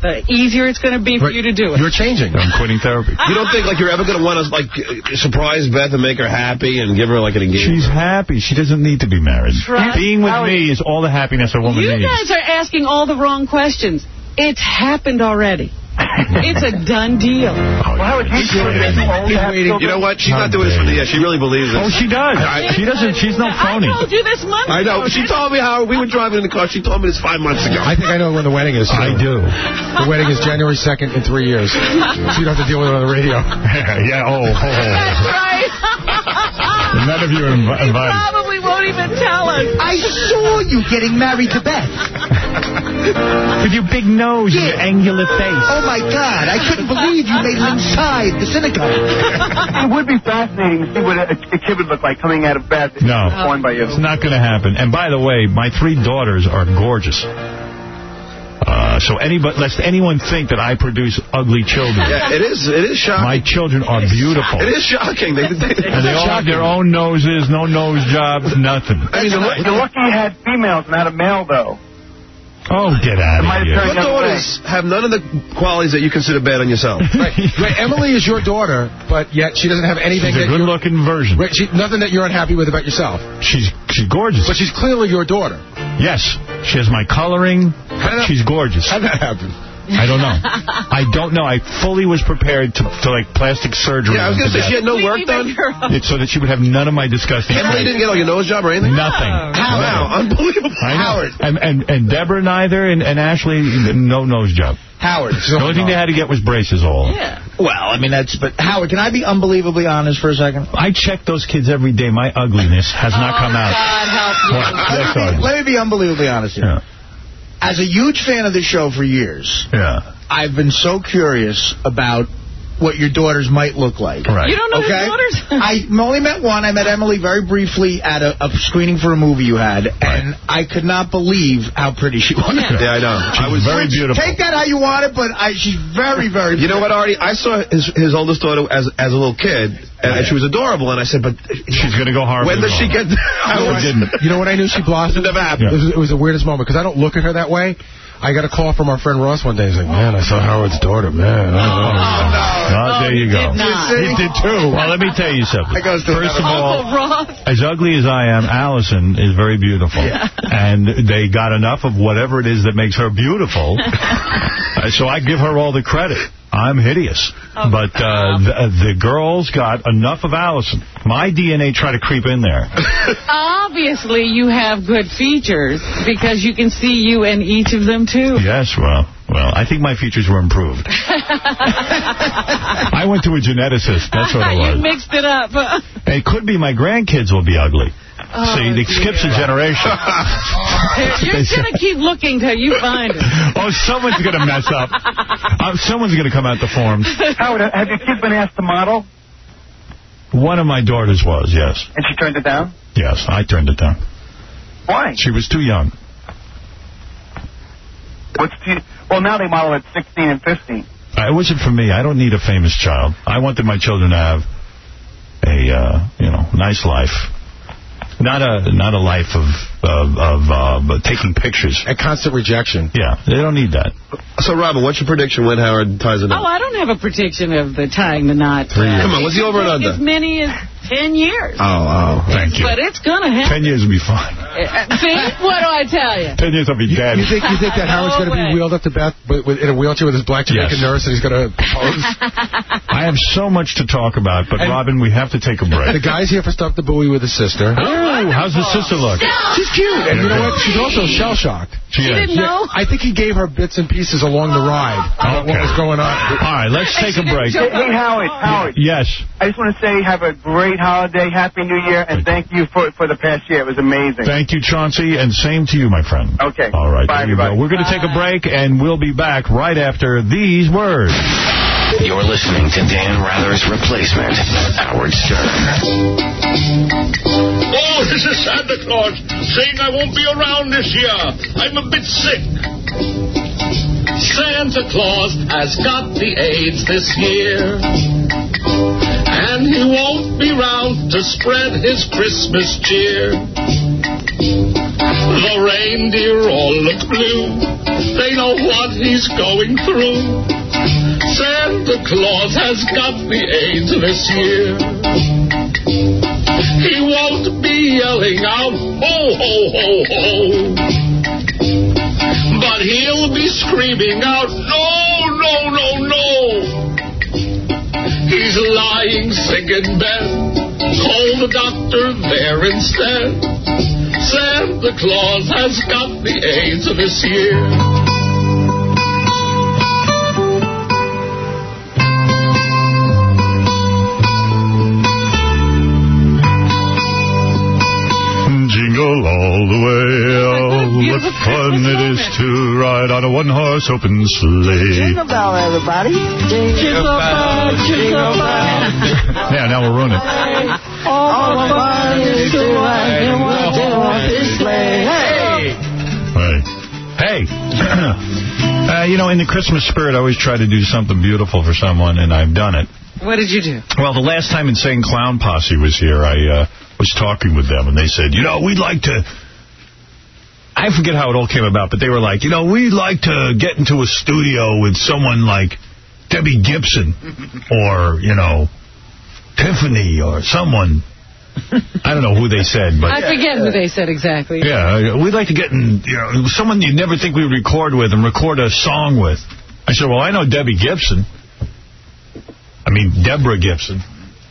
the easier it's going to be for you to do it. You're changing. I'm quitting therapy. You don't think like you're ever going to want to like uh, surprise Beth and make her happy and give her like an engagement? She's happy. She doesn't need to be married. Trust Being with Howard. me is all the happiness a woman You needs. guys are asking all the wrong questions. It's happened already. it's a done deal. Howard, you Keep should waiting. have only Keep have waiting. children- You know what? She's not doing this for the... Yeah, she really believes it. Oh, she does. I- she doesn't. She's no phony. I told you this month. I know. ago. She told me how we were driving in the car. She told me this five months ago. I think I know when the wedding is. I do. The wedding is January 2nd in three years. So you don't have to deal with it on the radio. yeah. Oh. oh. Right. None of you are inv- he invited. probably won't even tell us. I saw you getting married to Beth. With your big nose and your angular face. Oh my God, I couldn't believe you made it inside the synagogue. It would be fascinating to see what a, a kid would look like coming out of Beth. if No. she was Born by you. It's not going to happen. And by the way, my three daughters are gorgeous. Uh, now. So anybody, lest anyone think that I produce ugly children. Yeah, it is- it is shocking. My children are beautiful. It is shocking. They, they, And they all have their own noses, no nose jobs, nothing. I mean, you're, lu- you're lucky you had females, not a male, though. Oh, get out of here. Your daughters have none of the qualities that you consider bad on yourself. Right. Right, Emily is your daughter, but yet she doesn't have anything. She's a that you're- good-looking version. Right, she, nothing that you're unhappy with about yourself. She's she's gorgeous. But she's clearly your daughter. Yes, she has my coloring. She's gorgeous. How did that happen? I don't know. I don't know. I fully was prepared to, to like plastic surgery. Yeah, I was them gonna to say, she had death. no We- work we done? It's so that she would have none of my disgusting. Emily didn't get all your nose job or anything? Nothing. Wow, unbelievable. I know. Howard. And, and, and Deborah neither, and, and Ashley, no nose job. Howard. The only thing they had to get was braces all. Yeah. Well, I mean, that's... But, Howard, can I be unbelievably honest for a second? I check those kids every day. My ugliness has not Oh, come out. Well, yes, let, me, Sergeant. let me be unbelievably honest here. As a huge fan of the show for years, yeah. I've been so curious about what your daughters might look like. Right. You don't know your okay? daughters? I only met one. I met Emily very briefly at a, a screening for a movie you had, and I could not believe how pretty she was. Yeah, I know. I was very beautiful. Take that how you want it, but I, she's very, very You know what, Artie? I saw his his oldest daughter as as a little kid, and, and she was adorable. And I said, "But she's going to go hard." When does she get? I You know when I knew she blossomed? It never happened. It, was, it was the weirdest moment because I don't look at her that way. I got a call from our friend Ross one day. He's like, man, I saw Howard's daughter, man. I don't know." Oh, there you go. did not. He did too. Well, let me tell you something. That goes to First of another- all, Uncle Ross. as ugly as I am, Allison is very beautiful. And they got enough of whatever it is that makes her beautiful. Uh, so I give her all the credit. I'm hideous. but uh, the, the girls got enough of Allison. My DNA tried to creep in there. Obviously, you have good features because you can see you in each of them, too. Yes, well, well, I think my features were improved. I went to a geneticist. That's what it you was. mixed it up. It could be my grandkids will be ugly. Oh, See, it skips a generation. You're They said- going to keep looking till you find it. oh, someone's going to mess up. Uh, someone's going to come out the forms. Howard, have your kids been asked to model? One of my daughters was, yes. And she turned it down? Yes, I turned it down. Why? She was too young. What's too, well, now they model at 16 and 15. Uh, It wasn't for me. I don't need a famous child. I wanted my children to have a, uh, you know, nice life. Not a not a life of of, of uh, but taking pictures. A constant rejection. Yeah, they don't need that. So, Robin, what's your prediction when Howard ties it Oh, up? I don't have a prediction of the tying the knot. Three years. Come on, It what's the could over and under? take As many as 10 years. oh, thank But it's going to happen. Uh, Ten years would be fine. See? What do I tell you? Ten years I'll be dead. You think you think that Howard's going to be wheeled up to Beth with, with, in a wheelchair with his black Jamaican nurse and he's going to pose? I have so much to talk about, but Robin, we have to take a break. the guy's here for Stuff the Buoy with his Oh, sister. Ooh, how's the sister look? She's cute. And you know what? She's also shell shocked. She She is. didn't know? I think he gave her bits and pieces along the ride about what was going on. All right, let's take a break. Hey, hey, Howard, Howard. Yes. I just want to say have a great holiday, Happy New Year, and thank you for for the past year. It was amazing. Thank you, Chauncey, and same to you, my friend. Okay. All right, Bye, there you go. everybody. We're going to take a break, and we'll be back right after these words. You're listening to Dan Rather's replacement, Howard Stern. Oh, this is Santa Claus saying I won't be around this year. I'm a bit sick. Santa Claus has got the AIDS this year. And he won't be round to spread his Christmas cheer. The reindeer all look blue. They know what he's going through. Santa Claus has got the AIDS this year. He won't be yelling out, ho, ho, ho, ho. But he'll be screaming out, no, no, no, no. He's lying sick in bed. Call the doctor there instead. Santa Claus has got the AIDS this year. Jingle all the way, oh, what fun it is to ride on a one-horse open sleigh. bell, everybody. Jingle bell, jingle bell. Yeah, now we're ruining it. All the fun is to ride in one horse sleigh. Hey! Hey. Hey. uh, you know, in the Christmas spirit, I always try to do something beautiful for someone, and I've done it. What did you do? Well, the last time Insane Clown Posse was here, I uh, was talking with them, and they said, you know, we'd like to... I forget how it all came about, but they were like, you know, we'd like to get into a studio with someone like Debbie Gibson or, you know, Tiffany or someone. I don't know who they said, but... I forget who they said exactly. Yeah, we'd like to get in, you know, someone you'd never think we'd record with and record a song with. I said, well, I know Debbie Gibson. I mean, Deborah Gibson.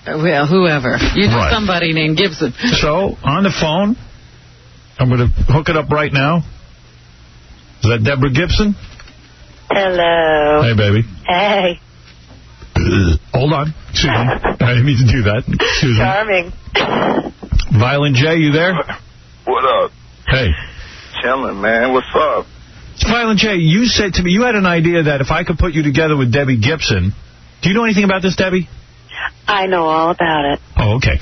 Uh, Well, whoever. You know Right. somebody named Gibson. So, on the phone, I'm going to hook it up right now. Is that Deborah Gibson? Hello. Hey, baby. Hey. Hold on. Excuse me. I didn't mean to do that. Excuse me. Charming. Violent J, you there? What up? Hey. Chilling, man. What's up? Violent J, you said to me, you had an idea that if I could put you together with Debbie Gibson, do you know anything about this, Debbie? I know all about it. Oh, okay.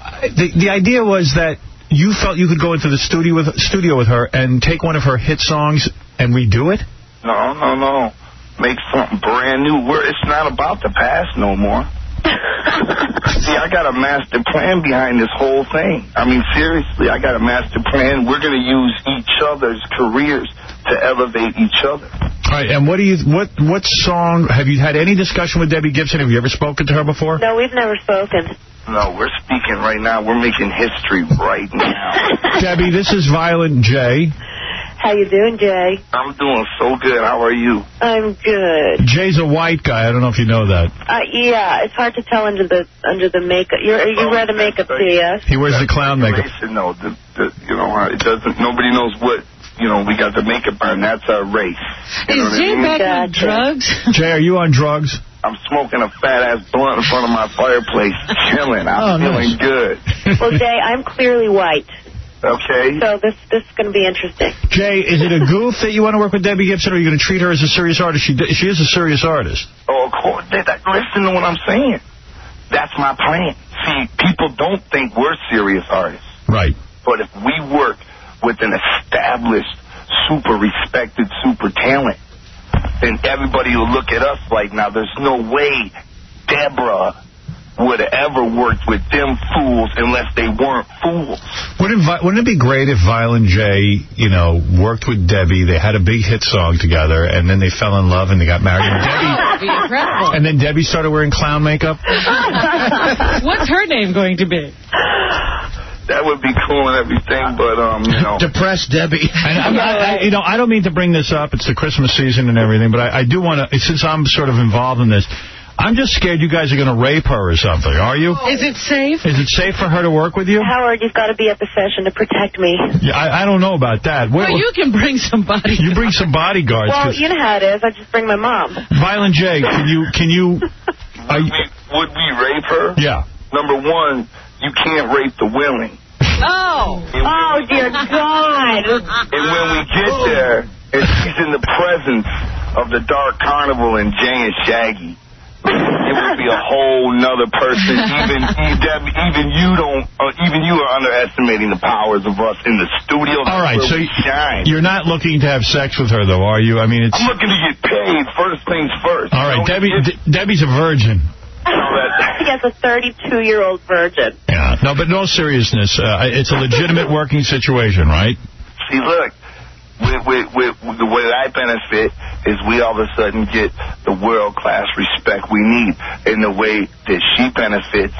I- The, the idea was that you felt you could go into the studio with, studio with her and take one of her hit songs and redo it? No, no, no. Make something brand new. Where it's not about the past no more. See, I got a master plan behind this whole thing. I mean, seriously, I got a master plan. We're going to use each other's careers to elevate each other. All right, and what do you what what song have you had any discussion with Debbie Gibson? Have you ever spoken to her before? No, we've never spoken. No, we're speaking right now. We're making history right now. Debbie, this is Violent J. How you doing, Jay? I'm doing so good. How are you? I'm good. Jay's a white guy. I don't know if you know that. Uh, yeah, it's hard to tell under the under the makeup. You're, you wear the makeup, do you? He wears the clown makeup. Nation, no, the, the, you know, uh, it doesn't. Nobody knows what you know. We got the makeup on. That's our race. You know what I mean? drugs? Jay, are you on drugs? I'm smoking a fat ass blunt in front of my fireplace, chilling. Oh, I'm nice. feeling good. well, Jay, I'm clearly white, Okay. so this this is going to be interesting. Jay, is it a goof that you want to work with Debbie Gibson, or are you going to treat her as a serious artist? She she is a serious artist. Oh, of course. That, that, listen to what I'm saying. That's my plan. See, people don't think we're serious artists. Right. But if we work with an established, super respected, super talent, then everybody will look at us like, now there's no way Deborah would have ever worked with them fools unless they weren't fools. Wouldn't Vi- wouldn't it be great if Violent J, you know, worked with Debbie? They had a big hit song together, and then they fell in love and they got married. And, Debbie, That'd be incredible. and then Debbie started wearing clown makeup. What's her name going to be? That would be cool and everything, but, um, you know. Depressed Debbie. And I'm not, I, you know, I don't mean to bring this up. It's the Christmas season and everything, but I, I do want to, since I'm sort of involved in this, I'm just scared you guys are going to rape her or something, are you? Is it safe? Is it safe for her to work with you? Howard, you've got to be at the session to protect me. Yeah, I, I don't know about that. Well, you can bring somebody. You bring some bodyguards. Well, 'cause- you know how it is. I just bring my mom. Violent J, can you, can you, are you Would we rape her? Yeah. Number one, you can't rape the willing. Oh. Oh, dear God. And when we get Oh. there, and she's in the presence of the Dark Carnival and Jay and Shaggy, it would be a whole nother person. Even even, even you don't, uh, even you are underestimating the powers of us in the studio. all right, Where so we shine. you're not looking to have sex with her, though, are you? I mean, it's... I'm looking to get paid. First things first. All right, Debbie, De- Debbie's a virgin. She has a 32-year-old virgin. Yeah. No, but in all seriousness, uh, it's a legitimate working situation, right? See, look, with, with, with, with the way I benefit is we all of a sudden get the world class respect we need. And the way that she benefits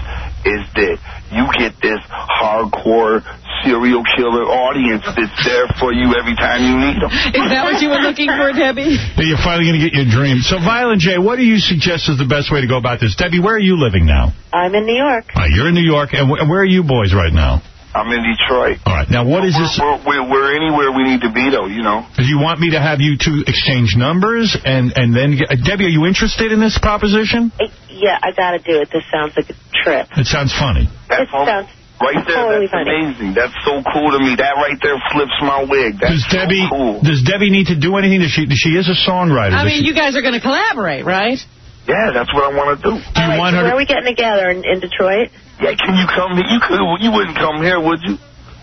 is that you get this hardcore serial killer audience that's there for you every time you need them. Is that what you were looking for, Debbie? That You're finally going to get your dream. So, Violent J, what do you suggest is the best way to go about this? Debbie, where are you living now? I'm in New York. All right, you're in New York, and wh- where are you boys right now? I'm in Detroit. All right, now what is this? We're, we're, we're anywhere we need to be, though, you know. Do you want me to have you two exchange numbers, and and then get, uh, Debbie, are you interested in this proposition? Yeah, I got to do it. This sounds like a trip. It sounds funny. That sounds right there. totally that's amazing. That's so cool to me. That right there flips my wig. Does That's Debbie does Debbie need to do anything? Does she she is a songwriter? Does I mean, she- you guys are going to collaborate, right? yeah, that's what I want to do. Do you want Where are we getting together? In, in Detroit? Yeah, can you come here? You could. You wouldn't come here, would you?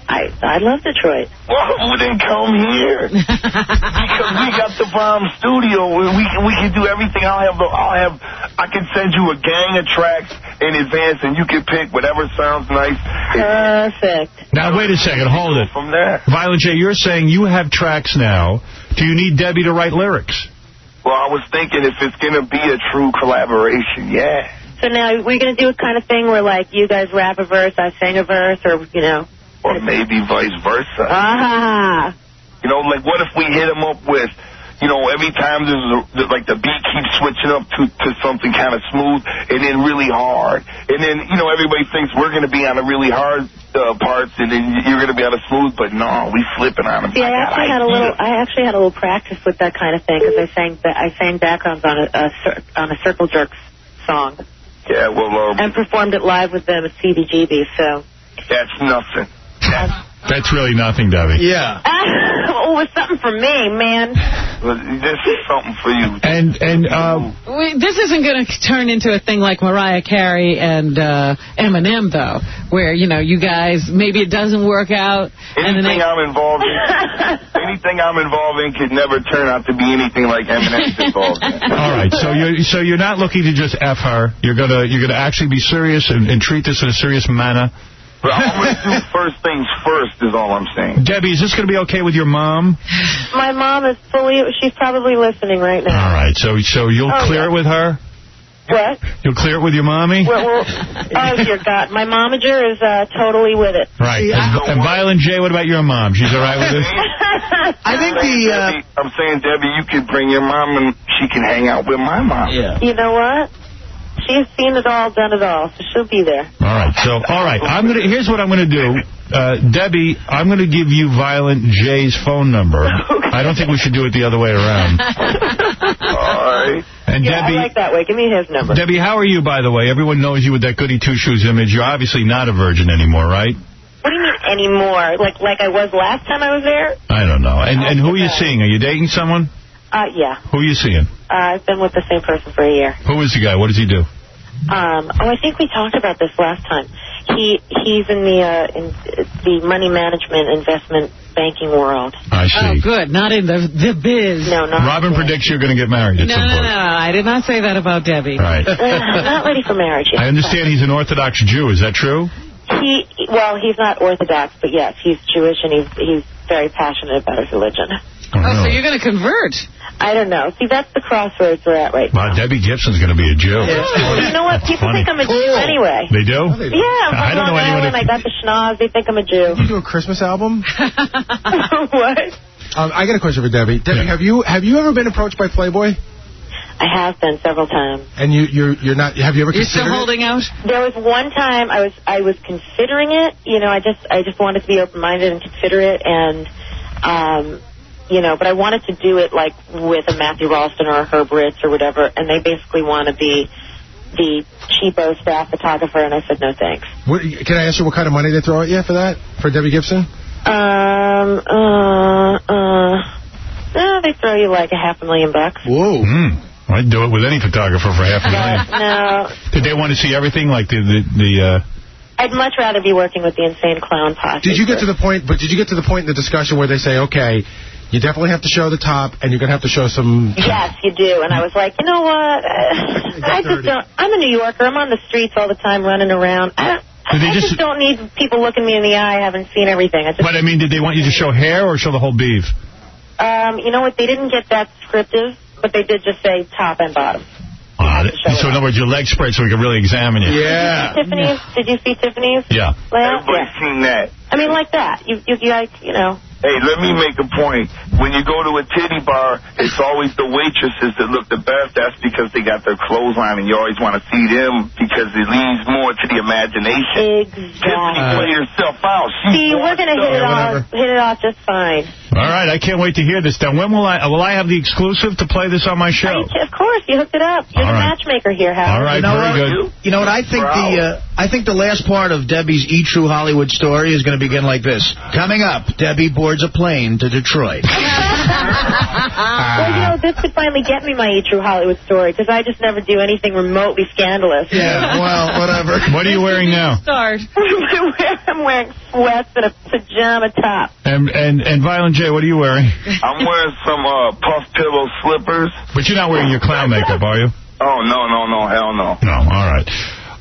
I I love Detroit. Well, then come here. because we got the bomb studio where we can, we can do everything. I'll have the, I'll have I can send you a gang of tracks in advance, and you can pick whatever sounds nice. Perfect. Now, wait a second. Hold it. From there. Violent J, you're saying you have tracks now. Do you need Debbie to write lyrics? Well, I was thinking if it's gonna be a true collaboration, yeah. So now we're gonna do a kind of thing where like you guys rap a verse, I sing a verse, or you know. Or maybe vice versa. Ah. You know, like what if we hit him up with, you know, every time there's a, like the beat keeps switching up to, to something kind of smooth and then really hard, and then you know everybody thinks we're going to be on the really hard uh, parts and then you're going to be on the smooth, but no, we flipping on them. See, I actually had a little. I actually had a little practice with that kind of thing because I sang. ba- I sang backgrounds on a, a cir- on a Circle Jerks song Yeah, well, um, and performed it live with them at CBGB. So that's nothing. That's really nothing, Debbie. Yeah. oh, it was something for me, man. This is something for you. And and uh, We, this isn't going to turn into a thing like Mariah Carey and uh, Eminem, though, where you know you guys maybe it doesn't work out, and then Anything I'm involved in, anything I'm involved in could never turn out to be anything like Eminem's involved in. all right. So you're so you're not looking to just f her. You're gonna you're gonna actually be serious and, and treat this in a serious manner. But I'm going to do first things first is all I'm saying. Debbie, is this gonna be okay with your mom? My mom is fully. She's probably listening right now. All right. So so you'll Oh, clear yeah. it with her. What? You'll clear it with your mommy. Well, well, oh dear God, my momager is uh, totally with it. Right. And, and Violent J, what about your mom? She's all right with it. I think the. uh, uh, Debbie, I'm saying, Debbie, you could bring your mom and she can hang out with my mom. Yeah. You know what? She's seen it all, done it all, so she'll be there. All right. So, all right. I'm gonna. Here's what I'm gonna do, uh, Debbie. I'm gonna give you Violent J's phone number. I don't think we should do it the other way around. And yeah, Debbie- I like that way. Give me his number. Debbie, how are you, by the way? Everyone knows you with that goody two shoes image. You're obviously not a virgin anymore, right? What do you mean anymore? Like like I was last time I was there? I don't know. And and who are you seeing? Are you dating someone? Uh, yeah. Who are you seeing? Uh, I've been with the same person for a year. Who is the guy? What does he do? Um, oh, I think we talked about this last time. He he's in the uh, in the money management investment banking world. I see. Oh, good. Not in the the biz. No, not. Robin predicts you're going to get married No, at no, some no, point. I did not say that about Debbie. Right. I'm not ready for marriage. yet. I understand he's an Orthodox Jew. Is that true? He well, he's not Orthodox, but yes, he's Jewish and he's he's very passionate about his religion. Oh, so you're going to convert? I don't know. See, that's the crossroads we're at right now. Wow, Debbie Gibson's going to be a Jew. You know what? People think I'm a Jew anyway. They do? Yeah, I'm from I don't know Long anyone Island. I got the schnoz. They think I'm a Jew. you do a Christmas album? what? Um, I got a question for Debbie. Debbie, have you have you ever been approached by Playboy? I have been several times. And you you're you're not. Have you ever considered? it? out? There was one time I was I was considering it. You know, I just I just wanted to be open minded and consider it, and um, you know, but I wanted to do it like with a Matthew Ralston or a Herb Ritz or whatever, and they basically want to be the cheapo staff photographer, and I said no thanks. What, can I ask you what kind of money they throw at you for that? For Debbie Gibson? Um, uh, uh, no, they throw you like a half a million bucks. Whoa. Mm. I'd do it with any photographer for half a million. No, Did they want to see everything? Like the, the, the uh, I'd much rather be working with the insane clown posse. Did you get to the point? But did you get to the point in the discussion where they say, okay, you definitely have to show the top, and you're gonna have to show some. Yes, you do. And I was like, you know what? I just don't. I'm a New Yorker. I'm on the streets all the time, running around. I don't. Did they I just- just don't need people looking me in the eye. I haven't seen everything. I just, but I mean, did they want you to show hair or show the whole beef? um, you know what? They didn't get that descriptive, but they did just say top and bottom. Ah, that- so in other words, your leg spread so we can really examine you. Tiffany's. Did you see Tiffany's? Uh, Yeah. Well, yeah. Everybody's seen that. I mean, like that. You, you, you, like, you know. Hey, let me make a point. When you go to a titty bar, it's always the waitresses that look the best. That's because they got their clothes on, and you always want to see them because it leads more to the imagination. Exactly. Tiffany played herself out. She See, we're gonna hit it off. Hit it off just fine. All right, I can't wait to hear this. Now, when will I will I have the exclusive to play this on my show? Of course, you hooked it up. You're All the right. matchmaker here, Howard. All right, You know very what? good. You know what? I think the uh, I think the last part of Debbie's E True Hollywood story is going to begin like this. Coming up, Debbie boards a plane to Detroit. Ah. well, you know, this could finally get me my E True Hollywood story because I just never do anything remotely scandalous. Yeah, well, whatever. What are you wearing now? Start. I'm wearing sweats and a pajama top. And and and Violent J, what are you wearing? I'm wearing some uh, puff pillow slippers. But you're not wearing your clown makeup, are you? Oh no no no hell no. No, all right.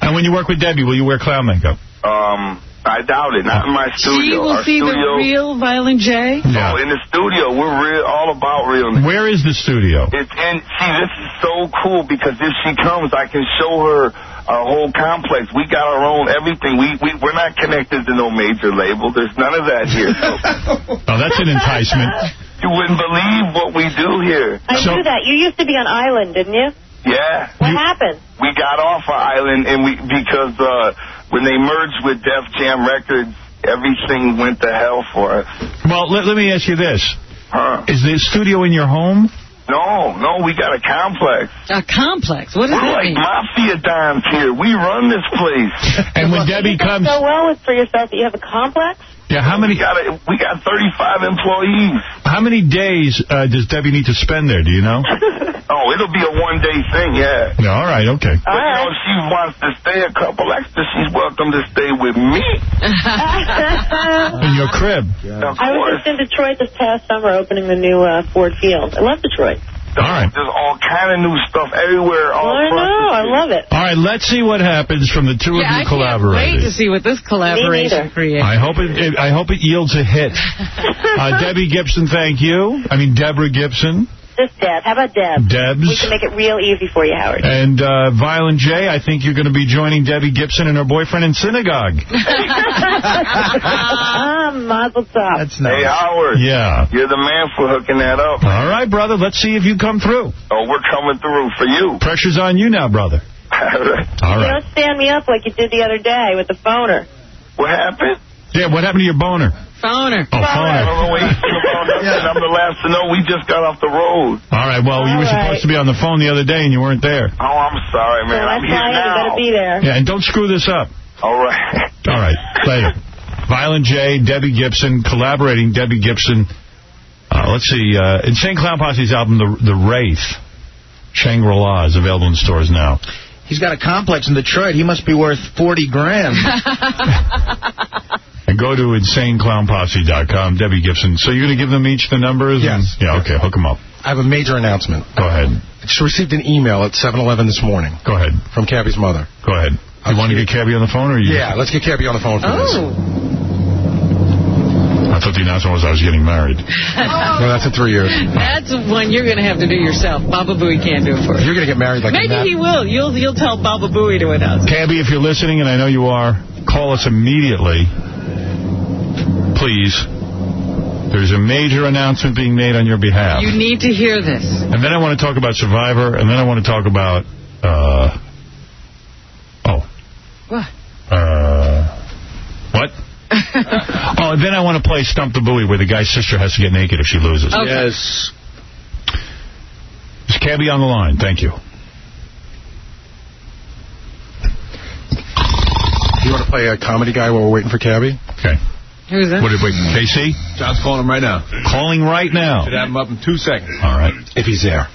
And when you work with Debbie, will you wear clown makeup? Um, I doubt it. Not in my She studio. will Our see studio. the Oh, real Violent J. No, in the studio, we're real, all about realness. Where is the studio? It's and see, this is so cool because if she comes, I can show her our whole complex. We got our own everything. We we we're not connected to no major label. There's none of that here. Oh, that's an enticement. you wouldn't believe what we do here. I knew that. You used to be on Island, didn't you? Yeah. What happened? we got off our island and we because uh when they merged with Def Jam Records, everything went to hell for us. Well, let, let me ask you this. Is the studio in your home? No, no, we got a complex. A complex? What does We're that like mean? mafia dimes here. We run this place. and when Debbie comes, So well with for yourself that you have a complex. yeah, how many? We got a, we got 35 employees. How many days uh, does Debbie need to spend there? Do you know? Oh, it'll be a one day thing, yeah. No, all right, okay. But you know, if she wants to stay a couple extra, she's welcome to stay with me. I In your crib. was just in Detroit this past summer opening the new uh, Ford Field. I love Detroit. All right. There's all kind of new stuff everywhere. All I Oh, know. Oh, I love it. All right, let's see what happens from the two yeah, of I you can't wait to collaborating. see what this collaboration neither. creates. I hope it, it I hope it yields a hit. Uh, Debbie Gibson, thank you. I mean Deborah Gibson, Just Deb. How about Deb? Debs. We can make it real easy for you, Howard. and uh, Violent J. I think you're going to be joining Debbie Gibson and her boyfriend in synagogue. ah, mazel tov. That's Hey, Howard. Yeah. You're the man for hooking that up. All right, brother. Let's see if you come through. Oh, we're coming through for you. Pressure's on you now, brother. All You right. don't stand me up like you did the other day with the phoner. what happened? Yeah, what happened to your boner? Phoner. Oh, I phoner. don't know what he's about nothing. I'm the last to know. We just got off the road. All right, well, you were supposed to be on the phone the other day and you weren't there. Oh, I'm sorry, man. I'm That's why here you better now. be there. Yeah, and don't screw this up. All right. All right, later. Violent J, Debbie Gibson, collaborating Debbie Gibson. Uh, let's see, uh, Insane Clown Posse's album, The, the Wraith, Shangri-La, is available in stores now. He's got a complex in Detroit. He must be worth 40 grand. And go to InsaneClownPosse.com, Debbie Gibson. So you're going to give them each the numbers? Yes. yeah, okay, hook them up. I have a major announcement. Go ahead. She received an email at 7-Eleven this morning. Go ahead. From Cabby's mother. Go ahead. You want to get Cabby on the phone? or you? Yeah, let's get Cabby on the phone for Oh. this. Oh. I thought the announcement was I was getting married. No, that's in three years. That's one you're going to have to do yourself. Baba Booey can't do it for you. You're going to get married like Maybe a nat- he will. You'll you'll tell Baba Booey to announce. Cabby, if you're listening, and I know you are, call us immediately. Please. There's a major announcement being made on your behalf. You need to hear this. And then I want to talk about Survivor, and then I want to talk about, uh, oh, What? uh, what? oh, and then I want to play Stump the Buoy, where the guy's sister has to get naked if she loses. Okay. Yes. Is Cabby on the line? Thank you. You want to play a comedy guy while we're waiting for Cabby? Okay. Who's that? What did we, KC? John's calling him right now. Calling right now. Should have him up in two seconds. All right. If he's there.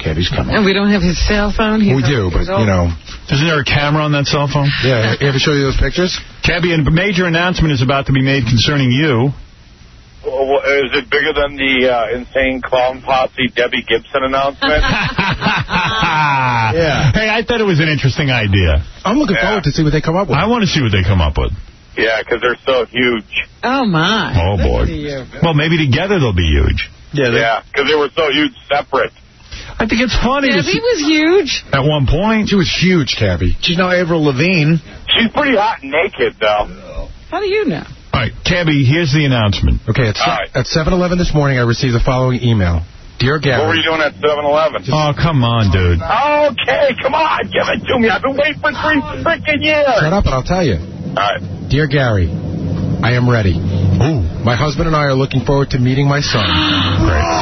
Cabby's coming. And we don't have his cell phone. He's We do, but, you know. Isn't there a camera on that cell phone? Yeah, ever show you those pictures? Cabby, a major announcement is about to be made concerning you. Well, well, is it bigger than the uh, insane clown posse Debbie Gibson announcement? Ah. Yeah. Hey, I thought it was an interesting idea. I'm looking forward to see what they come up with. I want to see what they come up with. yeah, because they're so huge. Oh, my. Oh, boy. Well, maybe together they'll be huge. Yeah, because they were so huge separate. I think it's funny to Debbie see- was huge. at one point. She was huge, Cabby. She's now Avril Lavigne. She's pretty hot and naked, though. How do you know? All right, Cabby, here's the announcement. Okay, at, All se- right. at 7-Eleven this morning, I received the following email. Dear What were Gary, you doing at 7-Eleven? Oh, come on, dude. Okay, come on, give it to me. I've been waiting for three freaking years. shut up and I'll tell you. All right. Dear Gary, I am ready. My husband and I are looking forward to meeting my son.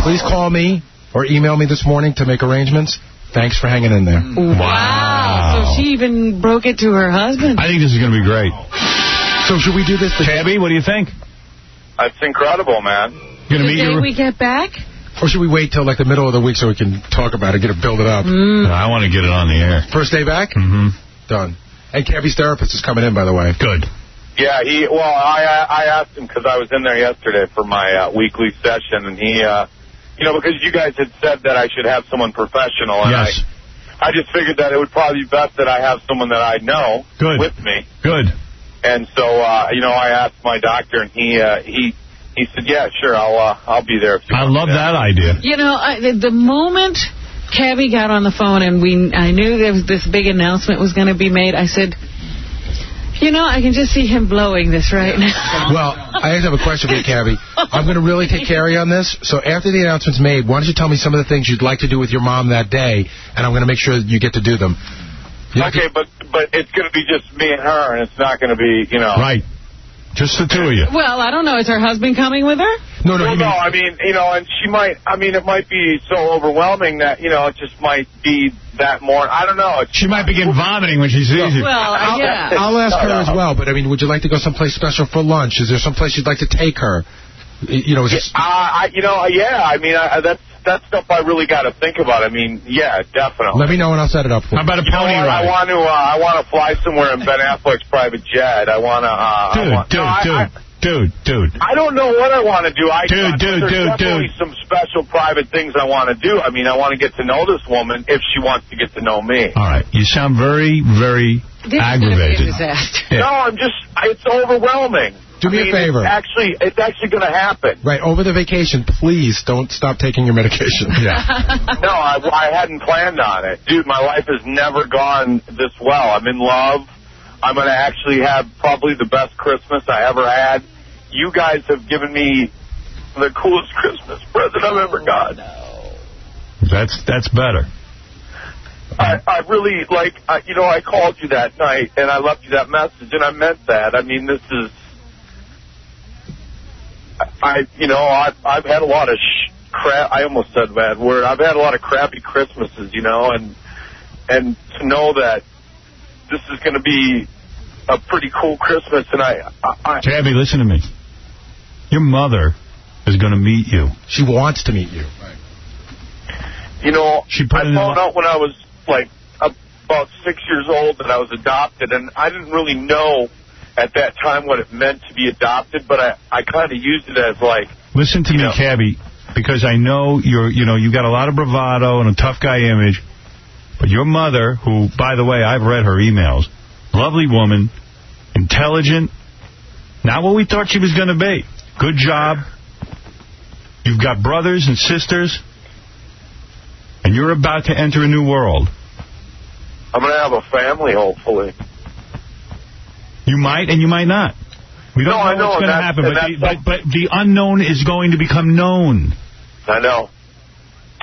Please call me or email me this morning to make arrangements. Thanks for hanging in there. Wow. Wow. Oh. So she even broke it to her husband. I think this is going to be great. So should we do this? Cabby, what do you think? Uh, It's incredible, man. You gonna meet Today your- we get back? Or should we wait till like the middle of the week so we can talk about it, get it, build it up? I want to get it on the air. First day back? Mm-hmm. Done. And Cappy's therapist is coming in, by the way. Good. Yeah, he. Well, I I asked him because I was in there yesterday for my uh, weekly session, and he, uh, you know, because you guys had said that I should have someone professional, and Yes. I, I just figured that it would probably be best that I have someone that I know Good. with me, Good. and so uh, you know, I asked my doctor, and he uh, he he said, yeah, sure, I'll uh, I'll be there. If you I love that idea. You know, I, the, the moment Cabby got on the phone and we, I knew there was this big announcement was going to be made, I said, you know, I can just see him blowing this right now. Well, I just have a question for you, Cabby. I'm going to really take care of you on this. So after the announcement's made, why don't you tell me some of the things you'd like to do with your mom that day, and I'm going to make sure that you get to do them. okay, but but it's going to be just me and her, and it's not going to be, you know, right. Just the two of you. Well, I don't know. Is her husband coming with her? No, well, no, I mean, you know, and she might, I mean, it might be so overwhelming that, you know, it just might be that more, I don't know. It's, She might begin vomiting when she sees you. I'll, I'll ask her as well, but I mean, would you like to go someplace special for lunch? Is there someplace you'd like to take her? You know, is this, Uh, I, you know, yeah, I mean, I, I- that's, that's stuff I really got to think about. I mean, yeah, definitely. let me know and I'll set it up for you. How about You know what? I want to, uh, I want to fly somewhere in Ben Affleck's private jet. I want to, uh, I want, Dude, no, I, I, dude, dude, dude. I don't know what I want to do. I, Dude, I- dude, there's dude, definitely some special private things I want to do. I mean, I want to get to know this woman if she wants to get to know me. All right. You sound very, very aggravated. No, I'm just, it's overwhelming. Do me a I mean, favor. It's actually, it's actually going to happen. Right, over the vacation, please don't stop taking your medication. no, I, I hadn't planned on it. Dude, my life has never gone this well. I'm in love. I'm going to actually have probably the best Christmas I ever had. You guys have given me the coolest Christmas present I've ever gotten. That's that's better. I, I really, like, I, you know, I called you that night and I left you that message and I meant that. I mean, this is, I, you know, I've, I've had a lot of sh- crap. I almost said a bad word. I've had a lot of crappy Christmases, you know, and, and to know that this is going to be a pretty cool Christmas and I, I, I Tabby, listen to me. Your mother is going to meet you. She wants to meet you. You know, She put I it in found the- out when I was like about six years old that I was adopted, and I didn't really know at that time what it meant to be adopted, but I, I kind of used it as like, Listen to me, Cabby, because I know you're, you know, you got a lot of bravado and a tough guy image, but your mother, who, by the way, I've read her emails, lovely woman, intelligent, not what we thought she was going to be. Good job. You've got brothers and sisters, and you're about to enter a new world. I'm going to have a family, hopefully. You might and you might not. We don't No, I know what's know, going to and happen, but that's- the, and but, but the unknown is going to become known. I know.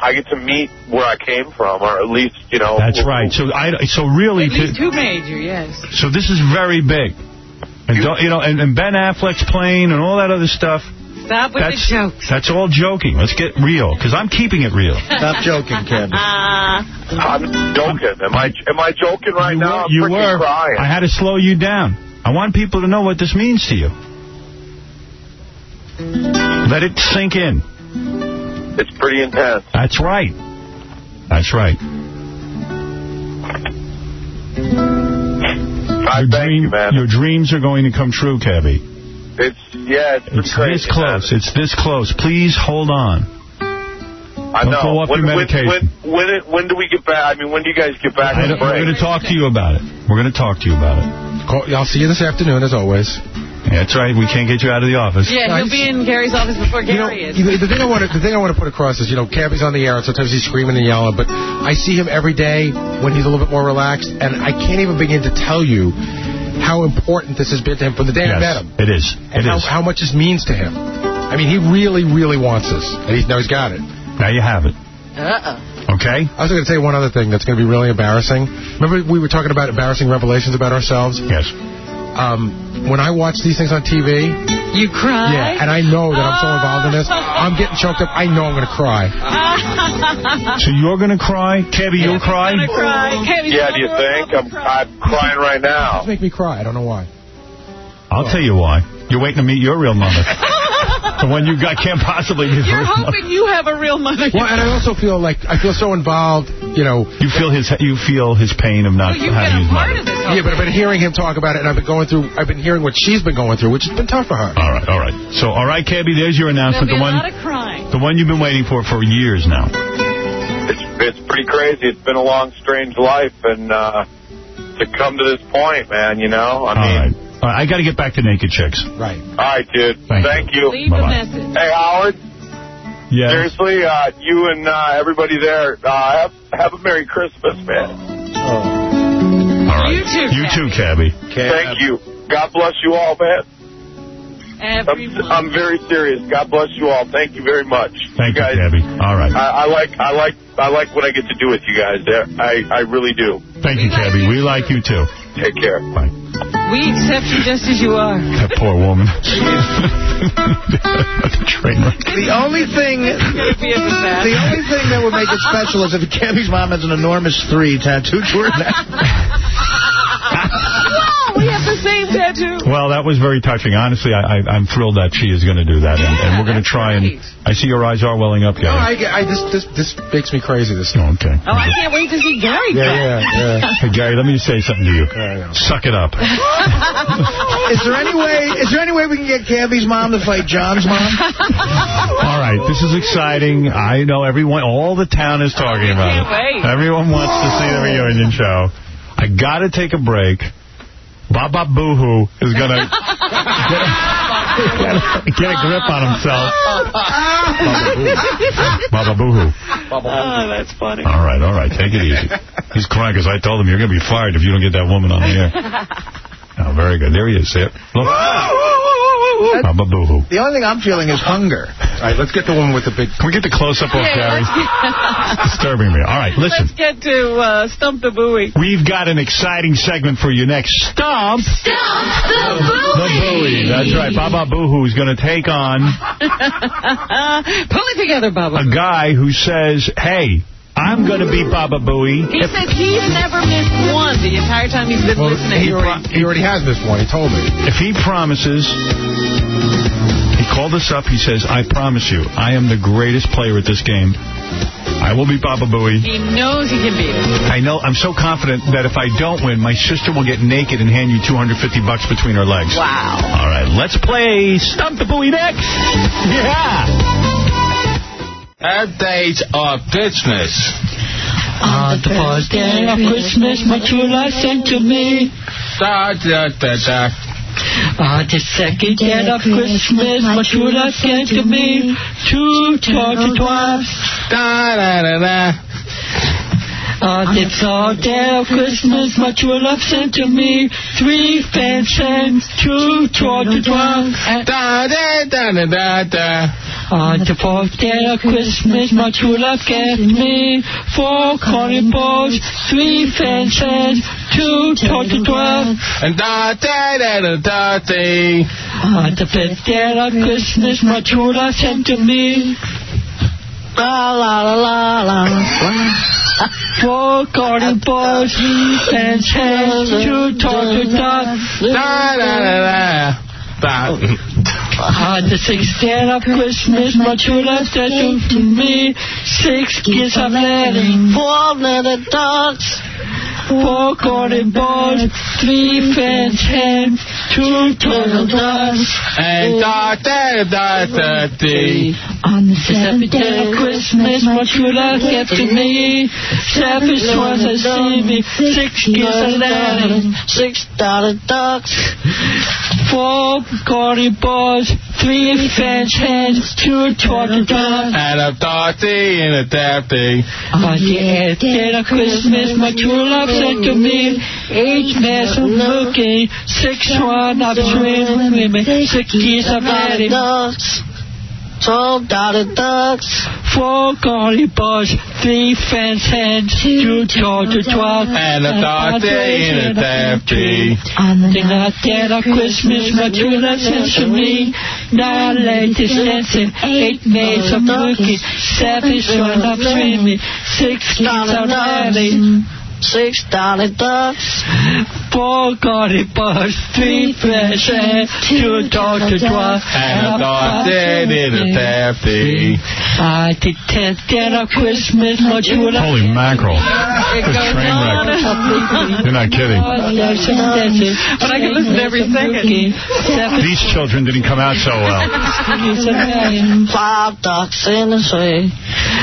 I get to meet where I came from, or at least, you know. That's right. So I so really At least to, who made you, yes. so this is very big. And don't, you know, and, and Ben Affleck's playing and all that other stuff. Stop with That's the jokes. that's all joking. Let's get real, because I'm keeping it real. Stop joking, Ken. Ah. I'm joking. Am I am I joking right now? I'm you Uh, freaking were. crying. I had to slow you down. I want people to know what this means to you. Let it sink in. It's pretty intense. That's right. That's right. I your dream, you, man. Your dreams are going to come true, Cabby. It's yeah, it's, It's this close. It's this close. Please hold on. I Don't know. go up when, your when- medication. When, when, it- when do we get back? I mean, when do you guys get back? I on don't- break? we're going to talk to you about it. We're going to talk to you about it. Call, I'll see you this afternoon, as always. That's right. We can't get you out of the office. Yeah, he'll be in Gary's office before You know, Gary is. the thing I want to the thing I want to put across is, you know, Cappy's on the air, and sometimes he's screaming and yelling, but I see him every day when he's a little bit more relaxed, and I can't even begin to tell you how important this has been to him from the day I Yes, met him, It is. and It how, is. how much this means to him. I mean, he really, really wants this, and he's now he's got it. Now you have it. Uh-oh. Okay. I was going to say one other thing that's going to be really embarrassing. Remember we were talking about embarrassing revelations about ourselves? Yes. Um, when I watch these things on TV... You cry? Oh. Yeah, and I know that I'm so involved in this. I'm getting choked up. I know I'm going to cry. So you're going to cry? Cabby, you'll cry? yeah, do you think? I'm, I'm crying right now. Make me cry. I don't know why. Oh. I'll tell you why. You're waiting to meet your real mother. The one you got can't possibly be the You're real hoping you have a real mother. Well, and I also feel like I feel so involved. You know, you feel his you feel his pain of not having his mother. Yeah, but I've been hearing him talk about it, and I've been going through. I've been hearing what she's been going through, which has been tough for her. All right, all right. So, all right, Cabby, there's your announcement. The There'll be a one, lot of crying. the one you've been waiting for for years now. It's it's pretty crazy. It's been a long, strange life, and uh, to come to this point, man, you know. I mean, All right, I got to get back to naked chicks. Right. all right, dude. Thank Thank, you. Leave a Bye-bye. message. Hey, Howard. Yes. Seriously, uh, you and uh, everybody there, uh, have, have a Merry Christmas, man. Oh. All right. You too, You too, Cabby. Thank you. God bless you all, man. I'm, I'm very serious. God bless you all. Thank you very much. Thank you, Cabby. All right. I, I like I like I like what I get to do with you guys. There, I I really do. Thank you, Cabby. We like you too. Take care. Bye. We accept you just as you are. That poor woman. the train wreck. The only thing, the only thing that would make it special is if Cammy's mom has an enormous three tattooed to her neck. Wow, we have the same tattoo. Well, that was very touching. Honestly, I, I, I'm thrilled that she is going to do that, and, and we're going to try and. I see your eyes are welling up, No, guys. I, I this this this makes me crazy. This okay. Oh, I can't wait to see Gary. Yeah, yeah, yeah. Hey, Gary, let me say something to you. Suck it up. Is there any way? Is there any way we can get Cammy's mom to fight John's mom? All right, this is exciting. I know everyone, all the town is talking about it. wait. Everyone wants to see the reunion show. I got to take a break. Baba Boohoo is going to get a grip on himself. Baba Boohoo. Oh, that's funny. All right, all right, take it easy. He's crying because I told him you're going to be fired if you don't get that woman on the air. Oh, very good. There he is. See it? Look. Baba Boohoo. The only thing I'm feeling is hunger. All right, let's get the woman with the big. Can we get the close-up of Gary? let's Disturbing me. All right, get, listen. let's get to uh, Stump the Buoy. We've got an exciting segment for you next. Stomp. The Bowie. That's right. Baba Boohoo is going to take on Pull it together, a Baba. guy who says, hey, I'm going to beat Baba Booey. He If- says he's never missed one the entire time he's been listening. he, already, he already has this one. He told me. If he promises, he called us up. He says, I promise you, I am the greatest player at this game. I will beat Baba Booey. He knows he can beat it. I know, I'm so confident that if I don't win, my sister will get naked and hand you 250 bucks between her legs. Wow. All right, let's play Stump the Booey next. Yeah. Updates of business. On the first day of Christmas, my true love sent to me. Da, da, da, da. On the second day of Christmas, my true love sent to me two turtle doves. Da, da, da, da. On the third day of Christmas, my true love sent to me three fancies, two turtle doves. Da, da, da, da, da, da. On the fourth day of Christmas, my true love gave me four corn balls, three fences, two turtle doves. And da da da da da da. On the fifth day of Christmas, my true love sent to me. La la la la la. la. Four corn balls, three fences, two turtle doves. Da da da da. Oh. On the sixth day of Christmas, my true love said to me, six kids of letting, four little dogs, four golden balls, three fans hands, two turtle doves, and da da da da dee. On the seventh day of Christmas, my true love gave to me, seven swans and seaweed, six kids of letting, six dollar dogs. Four corny balls, three French hands, two turtle doves. And a dotty and a dapty. On the eighth day of Christmas, my true love sent to me eight mass of looking, six one of swim women, six geese of adding. Twelve dollar ducks, four corny balls, three fence hands, two turtle doves, and a dotty and a dapty. They got there on Christmas, my true love sends to me. Nine ladies dancing, eight maids of milking, seven short of swimming, six kids of running. Six dollar ducks, Pourquoi ne penses-tu pécher Tu talk to toi And I thought that it a thefty. I detest that a Christmas modula Holy mackerel. It's a train wreck. You're not kidding. Oh, But I can listen to every second. These children didn't come out so well. Five ducks in a sea.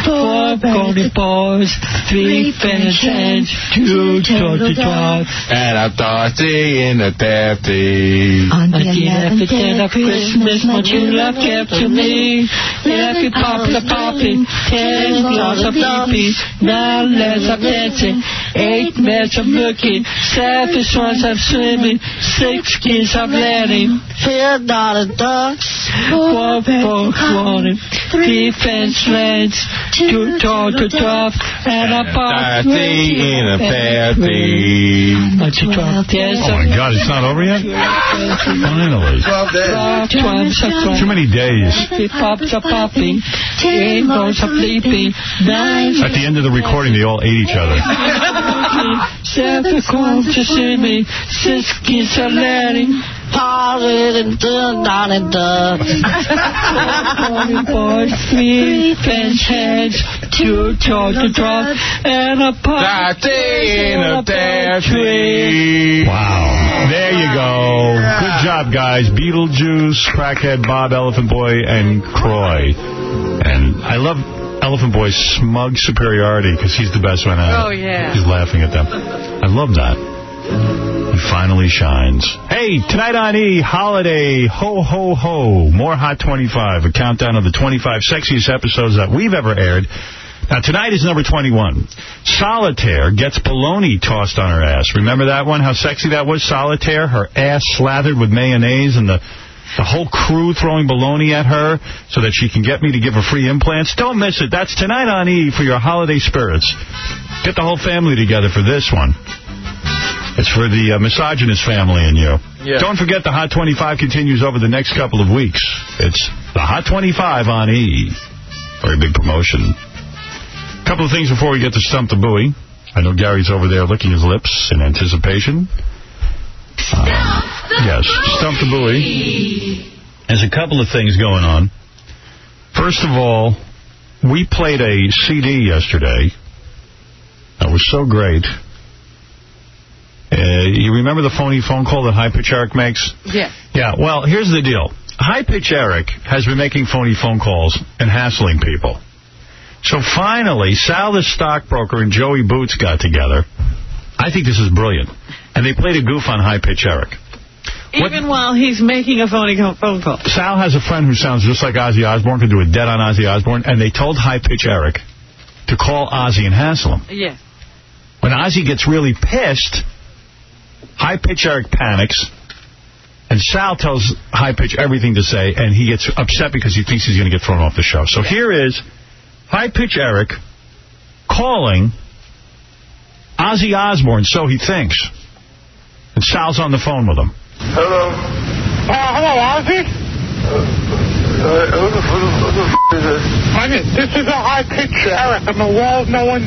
Four golden boys. Three fish and two turtle doves. And I thought they in a thefty. On the eleventh day of Christmas, my true love kept to me. Every pop the poppin', ten blocks of poppies, nine less of dancing, eight minutes of looking, seven swans of swimming, six kids of landing, four dollar ducks, four folk wanted, three fence lands, two tall to twelve, and a pop Thirty in a thefty. Oh my God, it's not over yet? Finally. Too many days. Pops are popping, rainbows are leaping, nine At the end of the recording, they all ate each other. Seven comes to see me, six kids are letting. Powdered and done, down and done. Boys, three fence heads, two chocolate drops, and a pot. in a thefty. Wow. There you go. Good job, guys. Beetlejuice, Crackhead Bob, Elephant Boy, and Croy. And I love Elephant Boy's smug superiority because he's the best one at it. Oh, yeah. He's laughing at them. I love that. He finally shines. Hey, tonight on E! Holiday, ho, ho, ho. More Hot 25, a countdown of the 25 sexiest episodes that we've ever aired. Now, tonight is number 21. Solitaire gets bologna tossed on her ass. Remember that one? How sexy that was? Solitaire, her ass slathered with mayonnaise and the, the whole crew throwing bologna at her so that she can get me to give her free implants. Don't miss it. That's tonight on E! for your holiday spirits. Get the whole family together for this one. It's for the uh, misogynist family in you. Don't forget the Hot 25 continues over the next couple of weeks. It's the Hot 25 on E! Very big promotion. couple of things before we get to Stump the Buoy. I know Gary's over there licking his lips in anticipation. Um, yes, Stump the Buoy. There's a couple of things going on. First of all, we played a CD yesterday that was so great. Uh, you remember the phony phone call that High Pitch Eric makes? Yeah. Yeah, well, here's the deal. High Pitch Eric has been making phony phone calls and hassling people. So finally, Sal the stockbroker and Joey Boots got together. I think this is brilliant. And they played a goof on High Pitch Eric. Even while he's making a phony co- phone call. Sal has a friend who sounds just like Ozzy Osbourne, could do a dead on Ozzy Osbourne, and they told High Pitch Eric to call Ozzy and hassle him. Yeah. When Ozzy gets really pissed, High Pitch Eric panics, and Sal tells High Pitch everything to say, and he gets upset because he thinks he's going to get thrown off the show. So here is High Pitch Eric calling Ozzy Osbourne, so he thinks. And Sal's on the phone with him. Hello. Uh, hello, Ozzy. Uh, who the, who the, who the f- is this? My name, this is a high picture, Eric. I'm a well-known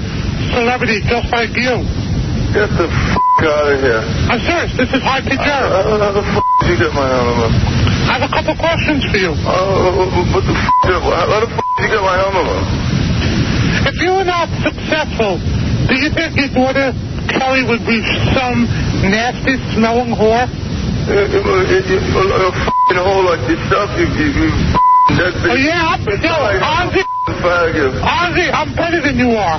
celebrity just like you. Get the f- out of here. I'm serious. This is high picture. Eric. I don't know the f- you get my number. I have a couple questions for you. Oh, what the f- did, how the f- you get my number? Uh, If you were not successful, do you think your daughter Kelly would be some nasty smelling whore? uh, A fucking hole like yourself, you, you, you f***ing dead Oh, bitch. yeah, I'm It's not still. like I'm Ozzy, a f***ing fag, you. Ozzy, I'm better than you are.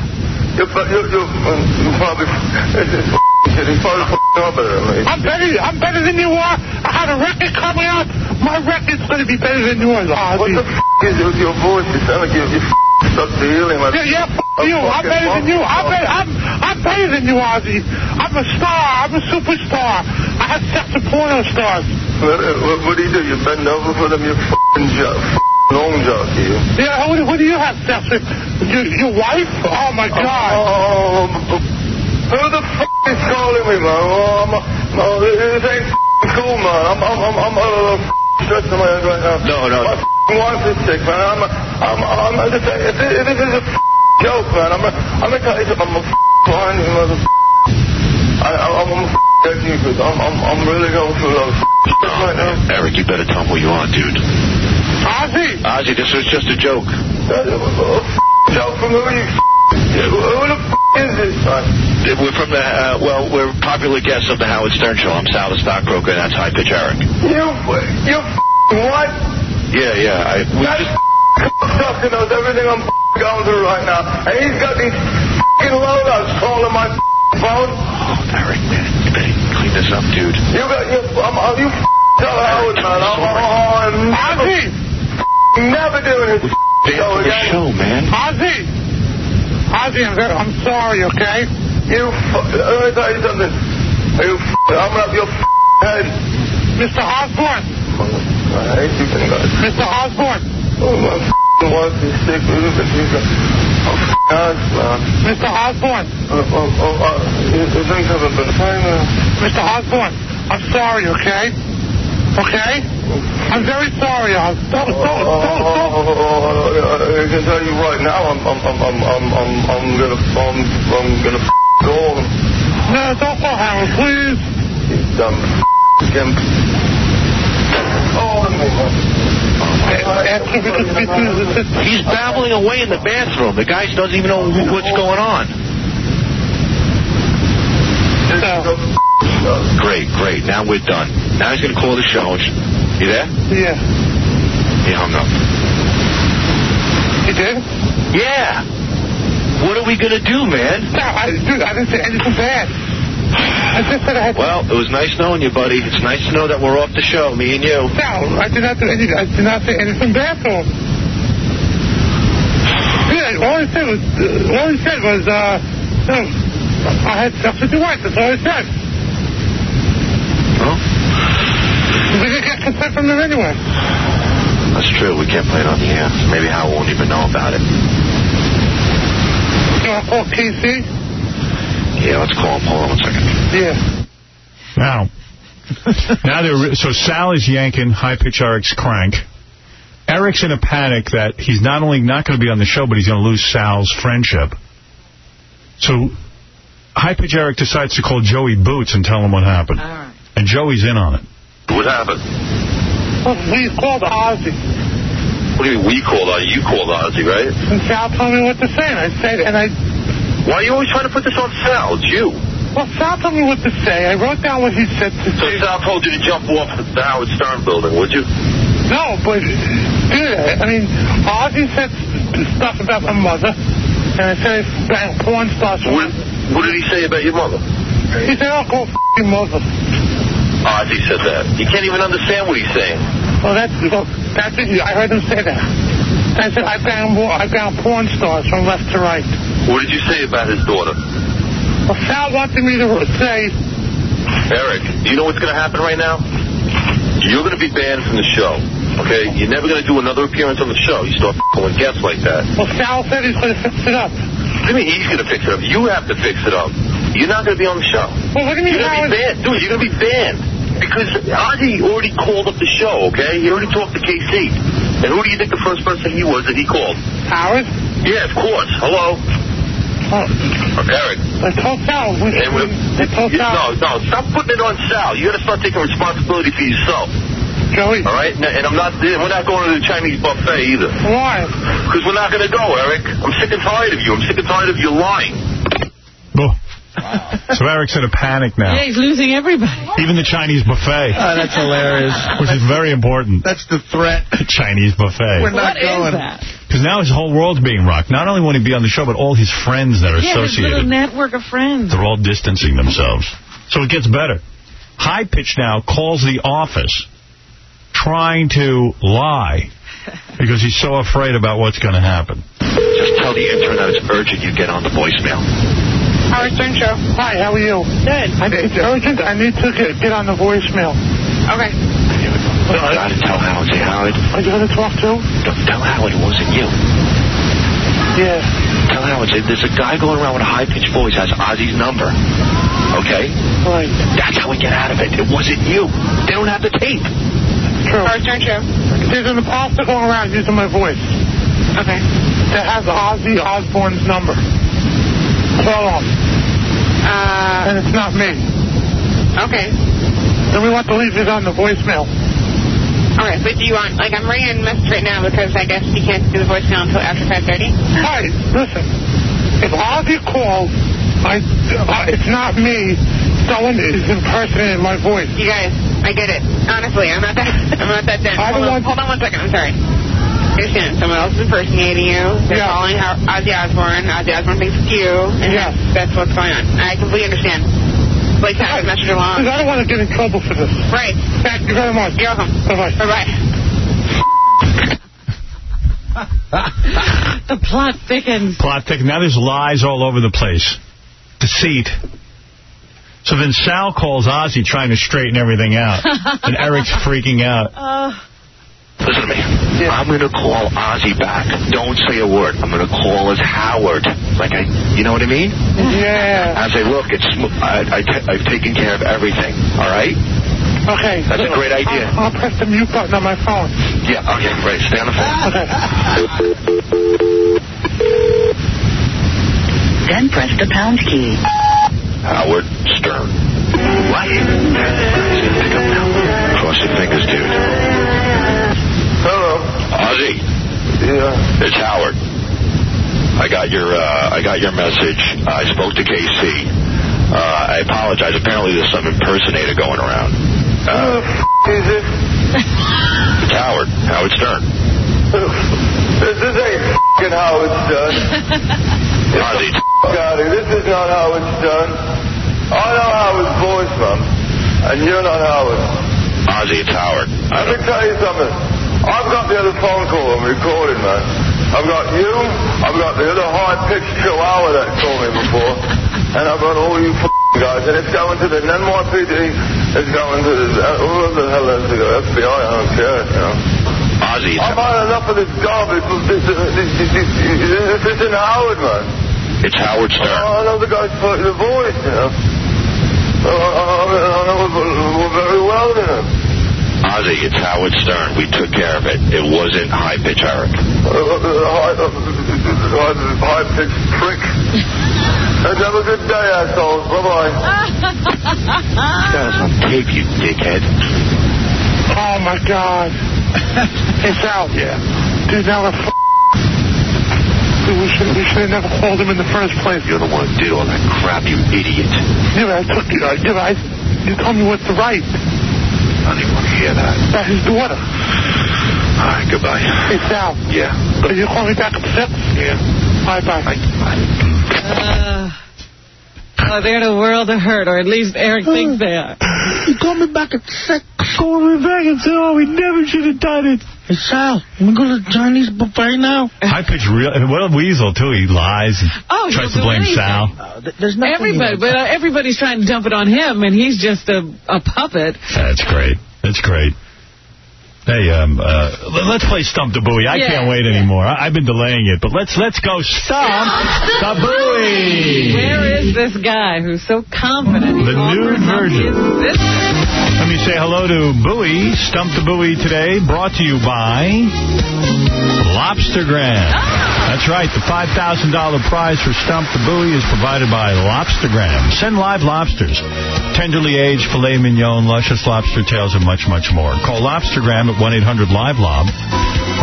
You're, fu- you're, you're, um, you're probably, you're probably f***ing up better than me. I'm better. I'm better than you are. I had a record coming out. My record's gonna be better than yours, Ozzy. Ah, What the f*** is with your voice? You sound like you're, you're f***ing stuck to helium. Yeah, yeah, f- you. I'm better than you. I'm better, I'm, I'm better than you, Ozzy. I'm a star. I'm a superstar. I have sex with porno stars. What, what, what do you do? You bend over for them? You're f***ing jo- f***ing long jockey, you. Yeah, who, who do you have sex with? Your, your wife? Oh, my God. Oh, who the f*** is calling me, man? Oh, I'm, no, this ain't f***ing cool, man. I'm, I'm, I'm, I'm a little f***ing stressed in my head right now. No, no. My f***ing wife is sick, man. I'm, I'm, I'm, I'm just, this, this is a f***ing joke, man. I'm, a, I'm a, I'm a f***ing blind mother. I, I'm a f***ing Because I'm, I'm, I'm really oh, going through those right now. Eric, you better tell him who you are, dude. Ozzy! Ozzy, this was just a joke. That is a joke from who you Who the is this, son? We're from the, uh, well, we're popular guests of the Howard Stern Show. I'm Sal the Stockbroker, and that's High Pitch Eric. You, you what? Yeah, yeah, I, we That just, Justin knows everything I'm going through right now. And he's got these loadouts calling my phone. Eric, man, you better clean this up, dude. You got you. I'm, I'm you tell Howard, man. I'm, I'm, I'm never, never doing this show again. show, man. Ozzy, Ozzy, I'm, very- I'm sorry, okay? You. f- Let me tell you something. You. f- I'm up your f- head. Mr. Osborne. I hate you, guys. Mr. Osborne. Oh my f- wife is sick. Look at this. I'm f- ass, man. Mr. Osborne. Oh, oh, oh, uh, you, you think I've been uh, fine, man? Mr. Osborne, I'm sorry, okay? Okay? I'm very sorry, Oz. Don't, don't, don't, don't. Oh, I can tell you right now, I'm, I'm, I'm, I'm, I'm, I'm, I'm gonna, I'm, I'm gonna f- go. No, don't call Harold, please. You dumb f- skimp. Oh, He's babbling away in the bathroom. The guy doesn't even know who- what's going on. uh, Great, great. Now we're done. Now he's going to call the show. You there? Yeah. He hung up. You did? Yeah. What are we going to do, man? No, I, dude, I didn't say anything bad. I just said I had Well, it was nice knowing you, buddy. It's nice to know that we're off the show, me and you. No, I did not do anything. I did not say anything bad to him. Yeah, all I said was, uh, all I said was, uh, um, I had stuff to do. Right, that's all I said. Well, We didn't get consent from them anyway. that's true. We can't play it on the air. Maybe Hal won't even know about it. You want to call KC? Yeah, let's call him. Hold on one second. Yeah. Now, now they're re- so Sal is yanking high pitch Eric's crank. Eric's in a panic that he's not only not going to be on the show, but he's going to lose Sal's friendship. So, high pitch Eric decides to call Joey Boots and tell him what happened, and Joey's in on it. What happened? Well, we called Ozzy. What do you mean we called Ozzy? You called Ozzy, right? And Sal told me what to say, and I said, and I, Why are you always trying to put this on Sal? It's you. well, Sal told me what to say. I wrote down what he said to So Sal told you to jump off the Howard Stern building, would you? No, but, dude, I mean, Ozzy said stuff about my mother, and I said about porn stars. What, what did he say about your mother? He said, oh, go f*** your mother. Ozzy said that. You can't even understand what he's saying. Well, that's, well, that's it. I heard him say that. I said, I found, more, I found porn stars from left to right. What did you say about his daughter? Well, Sal wanted me to say, Eric, you know what's going to happen right now? You're going to be banned from the show. Okay, you're never going to do another appearance on the show. You start calling guests like that. well, Sal said he's going to fix it up. I mean, he's going to fix it up. You have to fix it up. You're not going to be on the show. Well, what do you mean, You're going to be banned, dude. You're going to be banned because Ozzy already called up the show. Okay, he already talked to KC. And who do you think the first person he was that he called? Howard? Yeah, of course. Hello. Oh, Eric. I told Sal. We, I told Yeah, Sal. No, no, stop putting it on Sal. You got to start taking responsibility for yourself. Joey. All right, and and I'm not. We're not going to the Chinese buffet either. Why? Because we're not going to go, Eric. I'm sick and tired of you. I'm sick and tired of you lying. Boom. So Eric's in a panic now. Yeah, he's losing everybody. Even the Chinese buffet. Oh, that's hilarious. Which is very important. That's the threat. Chinese buffet. We're not What is going. that? Because now his whole world's being rocked. Not only won't he be on the show, but all his friends that are yeah, his little associated. network of friends. They're all distancing themselves. So it gets better. High Pitch now calls the office trying to lie because he's so afraid about what's going to happen. Just tell the intern that it's urgent you get on the voicemail. Howard Stern Show. Hi, how are you? Good. I, it's urgent. I need to get, get on the voicemail. Okay. I got to tell Howard. Say, Howard, Are you going to talk to? don't tell Howard it wasn't you. Yeah. Tell Howard, say, there's a guy going around with a high-pitched voice has Ozzy's number. Okay? Right. That's how we get out of it. It wasn't you. They don't have the tape. True. Howard Stern Show. There's an imposter going around using my voice. Okay. That has Ozzy Osbourne's number. Call him. Uh, and it's not me. Okay. Then we want to leave it on the voicemail. All right, but do you want, like, I'm ringing message right now because I guess you can't do the voicemail until after 5.30? Hi, listen. If Ozzy calls, I, uh, it's not me. Someone is impersonating my voice. You guys, I get it. Honestly, I'm not that, I'm not that dense. Hold on, hold on one second, I'm sorry. You're seeing someone else is impersonating you. They're calling Ho- Ozzy Osbourne. Ozzy Osbourne thinks it's you. And yes. That's what's going on. I completely understand. Like, pass the message along. Because I don't want to get in trouble for this. Right. Thank you very much. You're welcome. Bye-bye. Bye-bye. the plot thickens. Plot thick. Now there's lies all over the place. Deceit. So then Sal calls Ozzy trying to straighten everything out. and Eric's freaking out. Uh, Listen to me. I'm going to call Ozzy back. Don't say a word. I'm going to call as Howard. Like, I, you know what I mean? Yeah. I Uh-huh. say, look, it's, I, I t- I've taken care of everything, all right? Okay. That's a great idea. I'll, I'll press the mute button on my phone. Yeah, okay, right. Stay on the phone. Then press the pound key. Howard Stern. What? Pick up now. Cross your fingers, dude. Hello. Ozzy. Yeah. It's Howard. I got your uh, I got your message. I spoke to KC. Uh, I apologize. Apparently, there's some impersonator going around. Uh, Who the f- is this? it's Howard. Howard Stern. This is a f***ing how it's done. Get the f- out of here. This is not how it's done. I know how it's voice, man. And you're not Howard. Ozzy, it's Howard. Let me tell you something. I've got the other phone call I'm recording, man. I've got you, I've got the other high-pitched chihuahua that called me before, and I've got all you f***ing guys, and it's going to the NYPD, it's going to the, who the hell has to go, FBI, I don't care, you know. Ozzy, I've had enough of this garbage. This, this, this, this, this, this isn't Howard, man. It's Howard Stern. I know the guy's fu- the voice, you know. I, I, I know it v- very well, you know. Ozzy, it's Howard Stern. We took care of it. It wasn't high pitch Eric. Uh, uh, High high pitched prick. And have a good day, assholes. Bye bye. Oh, Got us on tape, you dickhead. Oh, my God. it's out. Yeah. Dude, now we're f- Dude, we should, we should have never called him in the first place. You're the one who did all that crap, you idiot. Dude, I took you. I, dude, I, you told me what's right. I didn't want to hear that. That's his daughter. All right, goodbye. It's out. Yeah. But you call me back upset? Yeah. Bye bye. Uh, oh, they're the world of hurt, or at least Eric thinks they are. He called me back at six. Called me back and said, "Oh, we never should have done it." Hey, Sal, we go to the Chinese buffet now. High pitch real. and Well, Weasel, too. He lies. and Oh, he'll Tries to do blame anything. Sal. There's Uh, nothing Everybody, he but uh, everybody's trying to dump it on him, and he's just a, a puppet. That's great. That's great. Hey, um, uh, l- let's play Stump the Buoy. I Yeah, can't wait anymore. I- I've been delaying it, but let's let's go Stump the Buoy. Where is this guy who's so confident? The new version. Let me say hello to Bowie, Stump the Bowie today, brought to you by Lobstergram. That's right, the $5,000 prize for Stump the Bowie is provided by Lobstergram. Send live lobsters, tenderly aged filet mignon, luscious lobster tails, and much, much more. Call Lobstergram at 1-800-LIVE-LOB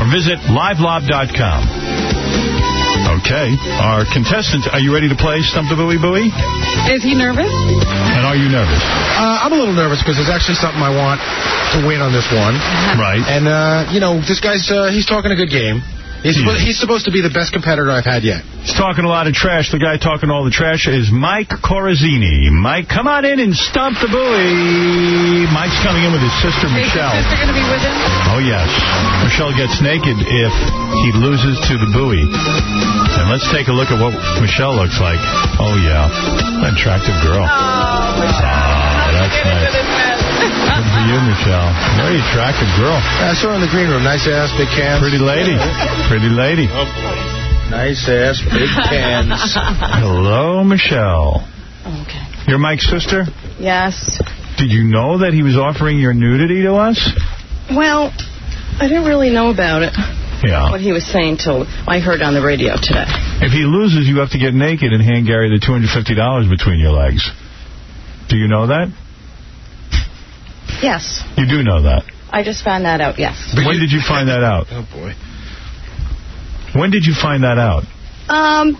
or visit livelob.com. Okay, our contestants, are you ready to play Stump the Bowie Bowie? Is he nervous? And are you nervous? Uh, I'm a little nervous because there's actually something I want to win on this one. Right. Uh-huh. And, uh, you know, this guy's, uh, he's talking a good game. He's, suppo- he's supposed to be the best competitor I've had yet. He's talking a lot of trash. The guy talking all the trash is Mike Corazzini. Mike, come on in and stomp the buoy. Mike's coming in with his sister, Michelle. They're going to be with him. Oh, yes. Michelle gets naked if he loses to the buoy. And let's take a look at what Michelle looks like. Oh, yeah. Attractive girl. Oh. Ah, that's nice. Good for you, Michelle. Very attractive girl. I saw her in the green room. Nice ass, big Oh, cans. Pretty lady. Pretty lady. Nice ass, big cans. Hello, Michelle. Oh, Okay. You're Mike's sister? Yes. Did you know that he was offering your nudity to us? Well, I didn't really know about it. Yeah. What he was saying till I heard on the radio today. If he loses, you have to get naked and hand Gary the $250 between your legs. Do you know that? Yes. You do know that. I just found that out, yes. when did you find that out? Oh, boy. When did you find that out? Um,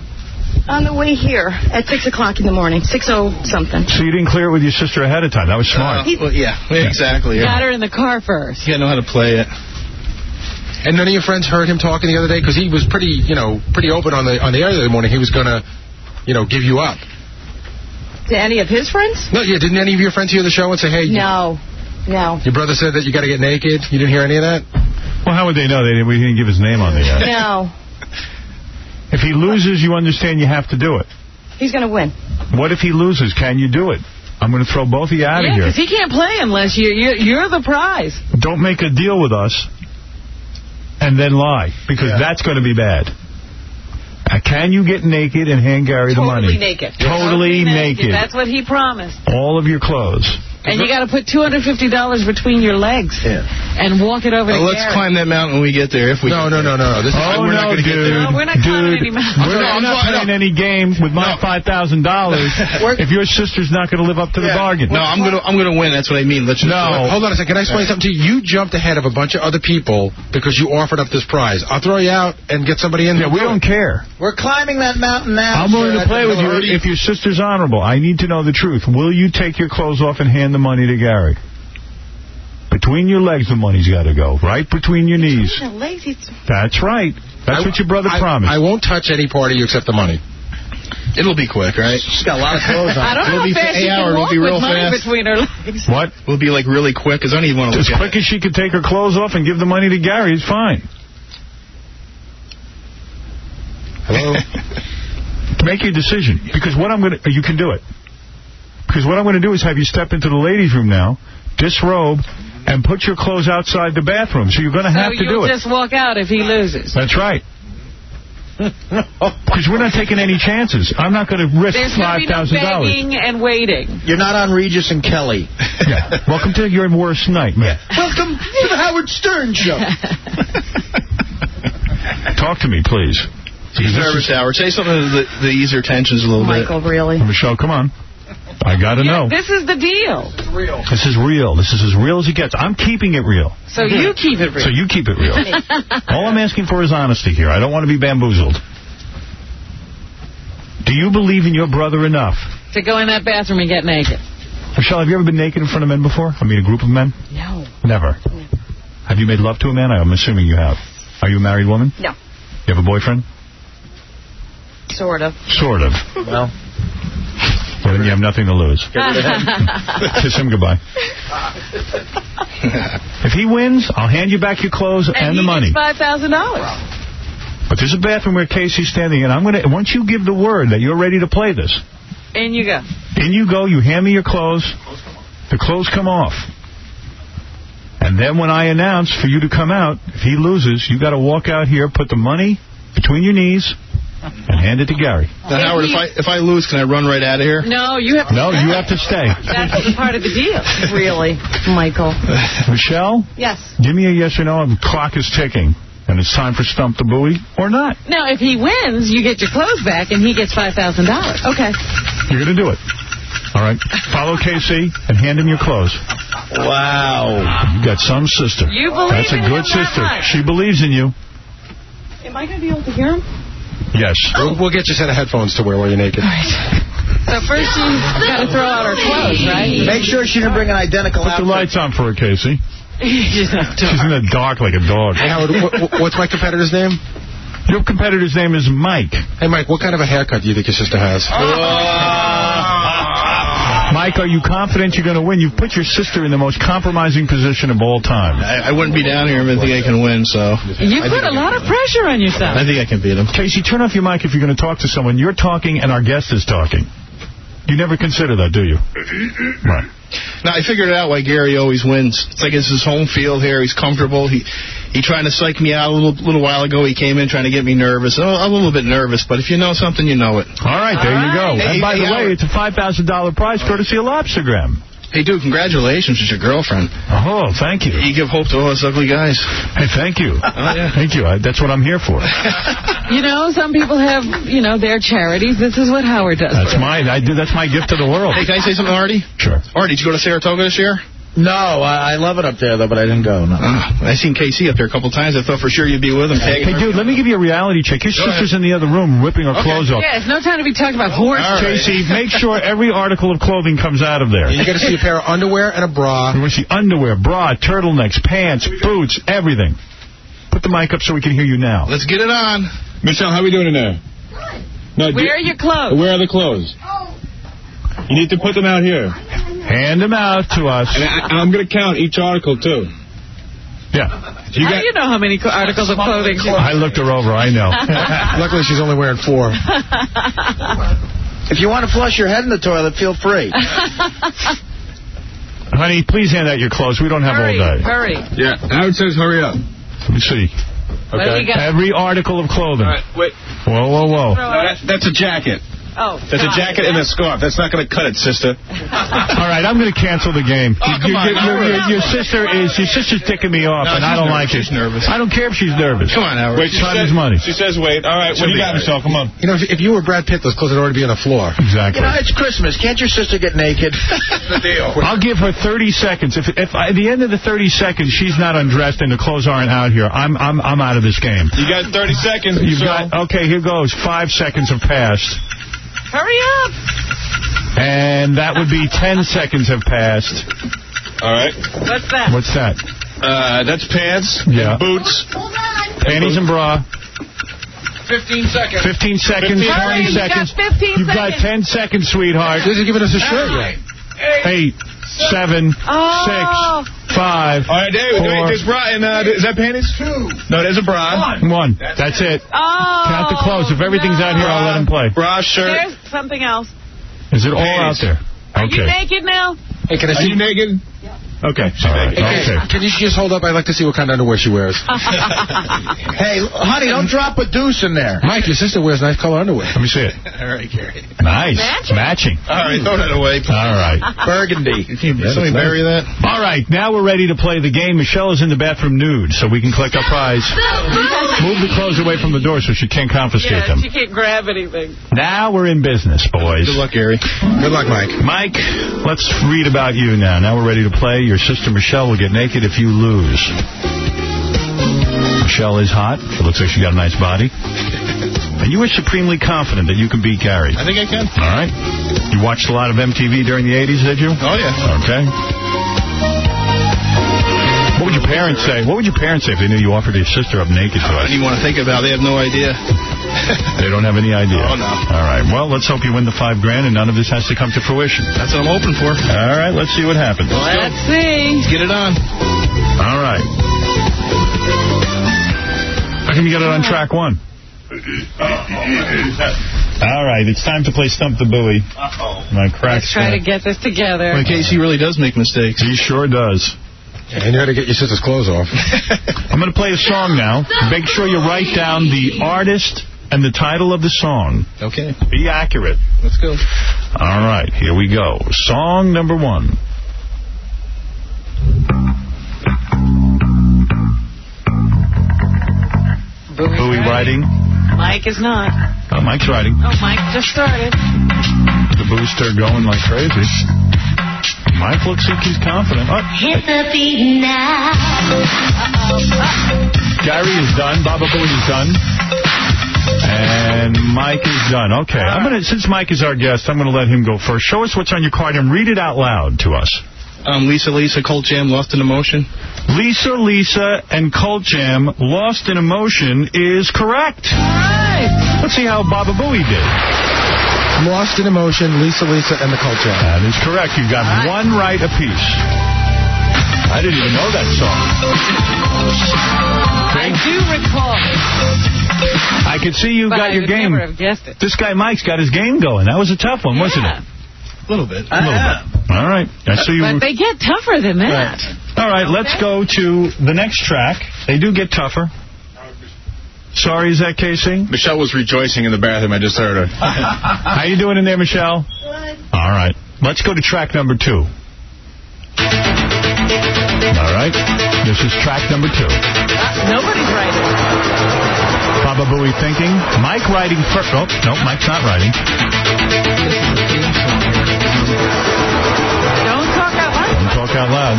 on the way here at 6 o'clock in the morning, 6.0 something. So you didn't clear it with your sister ahead of time. That was smart. Uh, well, yeah, exactly. Got her in the car first. You gotta know how to play it. And none of your friends heard him talking the other day because he was pretty, you know, pretty open on the on the air the other morning. He was gonna, you know, give you up. To any of his friends? No, yeah. Didn't any of your friends hear the show and say, "Hey, No. No. your brother said that you got to get naked"? You didn't hear any of that? Well, how would they know? They didn't, we didn't give his name on the air. No. If he loses, you understand you have to do it. He's gonna win. What if he loses? Can you do it? I'm going to throw both of you out Yeah, of here. because he can't play unless you, you, you're the prize. Don't make a deal with us and then lie, because that's going to be bad. Uh, can you get naked and hand Gary the money? Totally naked. Totally naked. That's what he promised. All of your clothes. And you got to put $250 between your legs and walk it over Well, to let's Gary. climb that mountain when we get there. If we no, no, no, no, no. This oh, is- we're no, not going to get dude. there. No, we're not climbing any mountains. We're not, I'm not playing any game with my $5,000 if your sister's not going to live up to the bargain. No, I'm gonna, I'm gonna win. That's what I mean. Let's just No. Hold on a second. Can I explain something to you? You jumped ahead of a bunch of other people because you offered up this prize. I'll throw you out and get somebody in. Yeah, we don't care. We're climbing that mountain now. I'm willing sir, to at play the with you Hillary. if your sister's honorable. I need to know the truth. Will you take your clothes off and hand the money to Gary? Between your legs, the money's got to go. Right between your knees. Lazy. That's right. That's what your brother promised. I won't touch any part of you except the money. It'll be quick, right? She's got a lot of clothes on. I don't know It'll be how fast eight she hour, can it'll walk be with real money fast. between her legs. What? We'll be like really quick because I don't even want to As look quick as she could take her clothes off and give the money to Gary, it's fine. Hello? Make your decision. Because what I'm going to... You can do it. Because what I'm going to do is have you step into the ladies' room now, disrobe, and put your clothes outside the bathroom. So you're going to So have to do you'll it. just walk out if he loses. That's right. Because we're not taking any chances. I'm not going to risk There's going to be no $5,000. begging and waiting. You're not on Regis and Kelly. yeah. Welcome to your worst nightmare. Welcome to the Howard Stern Show. Talk to me, please. He's nervous, Howard. Say something to, the, to ease your tensions a little Michael, really? Michelle, come on. I got to know. This is the deal. This is Oh. real. This is as real as it gets. I'm keeping it real. So you keep it real. So you keep it real. All I'm asking for is honesty here. I don't want to be bamboozled. Do you believe in your brother enough? to go in that bathroom and get naked. Michelle, have you ever been naked in front of men before? I mean, a group of men? No. Never. Have you made love to a man? I'm assuming you have. Are you a married woman? No. You have a boyfriend? Sort of. Sort of. Well. Well, then you have nothing to lose. Kiss him goodbye. if he wins, I'll hand you back your clothes and, the money. $5,000. But there's a bathroom where Casey's standing, and I'm gonna. Once you give the word that you're ready to play this, In you go. in you go. You hand me your clothes. The clothes come off. And then when I announce for you to come out, if he loses, you got to walk out here, put the money between your knees, and hand it to Gary. bit. Now, Howard, if I if I lose, can I run right out of here? No, you have to No, you have to stay. That's the part of the deal. Really? Michael. Michelle, Yes. give me a yes or no. The clock is ticking, and it's time for Stump the Buoy or not. Now, if he wins, you get your clothes back and he gets $5,000. Okay. You're going to do it. All right. Follow KC and hand him your clothes. Wow. You got some sister. You believe That's a in good him that sister. much. She believes in you. Am I going to be able to hear him? Yes. We'll, we'll get you a set of headphones to wear while you're naked. So first you got to throw out her clothes, right? Make sure she didn't bring an identical Put the outfit. lights on for her, Casey. She's in the dark like a dog. Hey, Howard, wh- wh- what's my competitor's name? Your competitor's name is Mike. Hey, Mike, what kind of a haircut do you think your sister has? Mike, are you confident you're going to win? You've put your sister in the most compromising position of all time. I, I wouldn't be down here if I think I can win. So You I think put a lot of pressure on yourself. I think I can beat him. Casey, turn off your mic if you're going to talk to someone. You're talking and our guest is talking. You never consider that, do you? Right. Now I figured out why Gary always wins. It's like it's his home field here. He's comfortable. He he trying to psych me out a little little while ago. He came in trying to get me nervous. Oh, I'm a little bit nervous, but if you know something, you know it. All right, there you go. Hey, and by hey, the way, Howard. it's a $5,000 prize courtesy of Lobstergram. Hey, dude, congratulations with your girlfriend. Oh, thank you. You give hope to all us ugly guys. Oh, Hey, thank you. Thank you. I, that's what I'm here for. You know, some people have, you know, their charities. This is what Howard does. That's my I do, that's my gift to the world. Hey, can I say something, Artie? Sure. Artie, did you go to Saratoga this year? No, I, I love it up there, though, but I didn't go. No. I seen KC up there a couple times. I thought for sure you'd be with him. Hey, tagging her. dude, let me give you a reality check. Your Go sister's in the other room ripping her clothes off. Yeah, it's no time to be talking about horse. Casey, make sure every article of clothing comes out of there. You gotta see a pair of underwear and a bra. You want to see underwear, bra, turtlenecks, pants, boots, everything. Put the mic up so we can hear you now. Let's get it on. Michelle, how are we doing in there? No, Where do- are your clothes? Where are the clothes? You need to put them out here. Hand them out to us. And I, I'm going to count each article, too. Yeah. How do you know how many co- articles of clothing? I looked her over. I know. Luckily, she's only wearing four. If you want to flush your head in the toilet, feel free. Honey, please hand out your clothes. We don't have Hurry, all day. hurry. Yeah. Howard says hurry up. Let me see. What do we got? Every article of clothing. All right, wait. Whoa, whoa, whoa. Oh. No, that, that's a jacket. Oh, That's a jacket and a scarf. That's not going to cut it, sister. All right, I'm going to cancel the game. Oh, come You- on, you- now your, we're- your- your sister is your sister's ticking me off, No, and I she's don't nervous. like it. She's nervous. I don't care if she's nervous. Come on, Howard. Wait, she Time is said- money. She says wait. All right, what do you got, Michelle? Come on. You know, if, if you were Brad Pitt, those clothes would already be on the floor. Exactly. You know, it's Christmas. Can't your sister get naked? the deal. I'll give her 30 seconds. If, if at the end of the 30 seconds she's not undressed and the clothes aren't out here, I'm I'm I'm out of this game. You got 30 seconds, You've Michelle. got okay. Here goes. Five seconds have passed, Hurry up. and that would be 10 seconds have passed. All right. What's that? What's that? Uh, that's pants, Yeah. and boots, Panties and bra. 15 seconds. 15 seconds. 20 Hurry, you got seconds. 15 You've got 10 seconds, sweetheart. This is giving us a shirt yet. Eight, seven, Oh. six, five, All right, Dave, four, there's bra and, uh, is that panties? Two. No, there's a bra. one. That's it. Oh. Count the clothes. If everything's out here, I'll let him play. Bra, shirt. There's something else. Is it all out Panties. there? Are you Okay. naked now? Hey, can I Are see? you naked? Okay. All right. Okay. Can you just hold up? I'd like to see what kind of underwear she wears. hey, honey, don't drop a deuce in there. Mike, your sister wears nice color underwear. Let me see it. All right, Gary. Nice. Matching? Matching. All right, throw that away. All right. Burgundy. Can somebody bury that? All right. Now we're ready to play the game. Michelle is in the bathroom nude, so we can collect our prize. Move the clothes away from the door so she can't confiscate Yeah, them. she can't grab anything. Now we're in business, boys. Good luck, Gary. Good luck, Mike. Mike, let's read about you now. Now we're ready to play. Your sister Michelle will get naked if you lose. Michelle is hot. She looks like she got a nice body. And you are supremely confident that you can beat Gary. I think I can. All right? You watched a lot of MTV during the 80s, did you? Oh, yeah. Okay. What would your parents say? What would your parents say if they knew you offered your sister up naked to I us? don't even want to think about it. They have no idea. They don't have any idea. Oh, no. All right. Well, let's hope you win the five grand and none of this has to come to fruition. That's what I'm hoping for. All right, let's see what happens. Let's see. Get it on. All right. How come you got it on track one? All right, it's time to play Stump the Buoy. Uh-oh. My Let's crack's try to gonna- get this together. Well, Casey really does make mistakes. He sure does. And you had to get your sister's clothes off. I'm going to play a song now. Make sure you write down the artist and the title of the song. Okay, Be accurate. let's go. All right, here we go. Song number one. Buoy riding. Mike is not. Oh, Mike's riding. Oh, Mike just started. The booster going like crazy. Mike looks like he's confident. Oh, Gary is done. Baba Booey is done. And Mike is done. Okay. I'm gonna since Mike is our guest, I'm gonna let him go first. Show us what's on your card and read it out loud to us. Um, Lisa, Lisa, Colt Jam, Lost in Emotion. Lisa, Lisa, and Cult Jam, Lost in Emotion is correct. Let's see how Baba Booey did. Lost in Emotion, Lisa Lisa, and the Culture. That is correct. You got one right apiece. I didn't even know that song. I do recall. I could see you but got I your would game. never have guessed it. This guy Mike's got his game going. That was a tough one, wasn't it? Yeah. A little bit. Uh-huh. A little bit. All right. I see you. But they get tougher than that. All right, let's go to the next track. They do get tougher. Sorry, is that Casey? Michelle was rejoicing in the bathroom. I just heard her. Ah, Uh-huh. How you doing in there, Michelle? All right. Let's go to track number two. All right. This is track number two. Nobody's right. Baba Booey thinking. Mike writing first. Oh, no, Mike's not writing. Don't talk out loud. Don't talk out loud.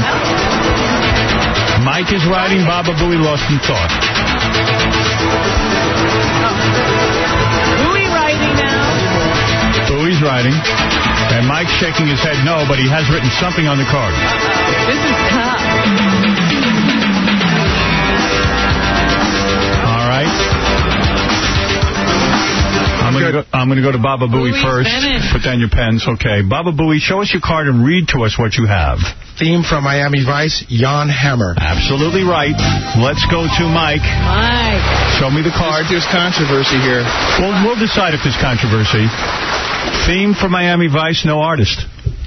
Mike is writing Baba Booey Lost in Thought. Booey writing now. Bowie's writing, and Mike's shaking his head no, but he has written something on the card. This is tough. All right. I'm gonna go. I'm gonna go to Baba Booey first. Put down your pens, okay? Baba Booey, show us your card and read to us what you have. Theme from Miami Vice, Jan Hammer. Absolutely right. Let's go to Mike. Mike. Show me the card. There's, controversy here. We'll, we'll decide if there's controversy. Theme for Miami Vice, no artist.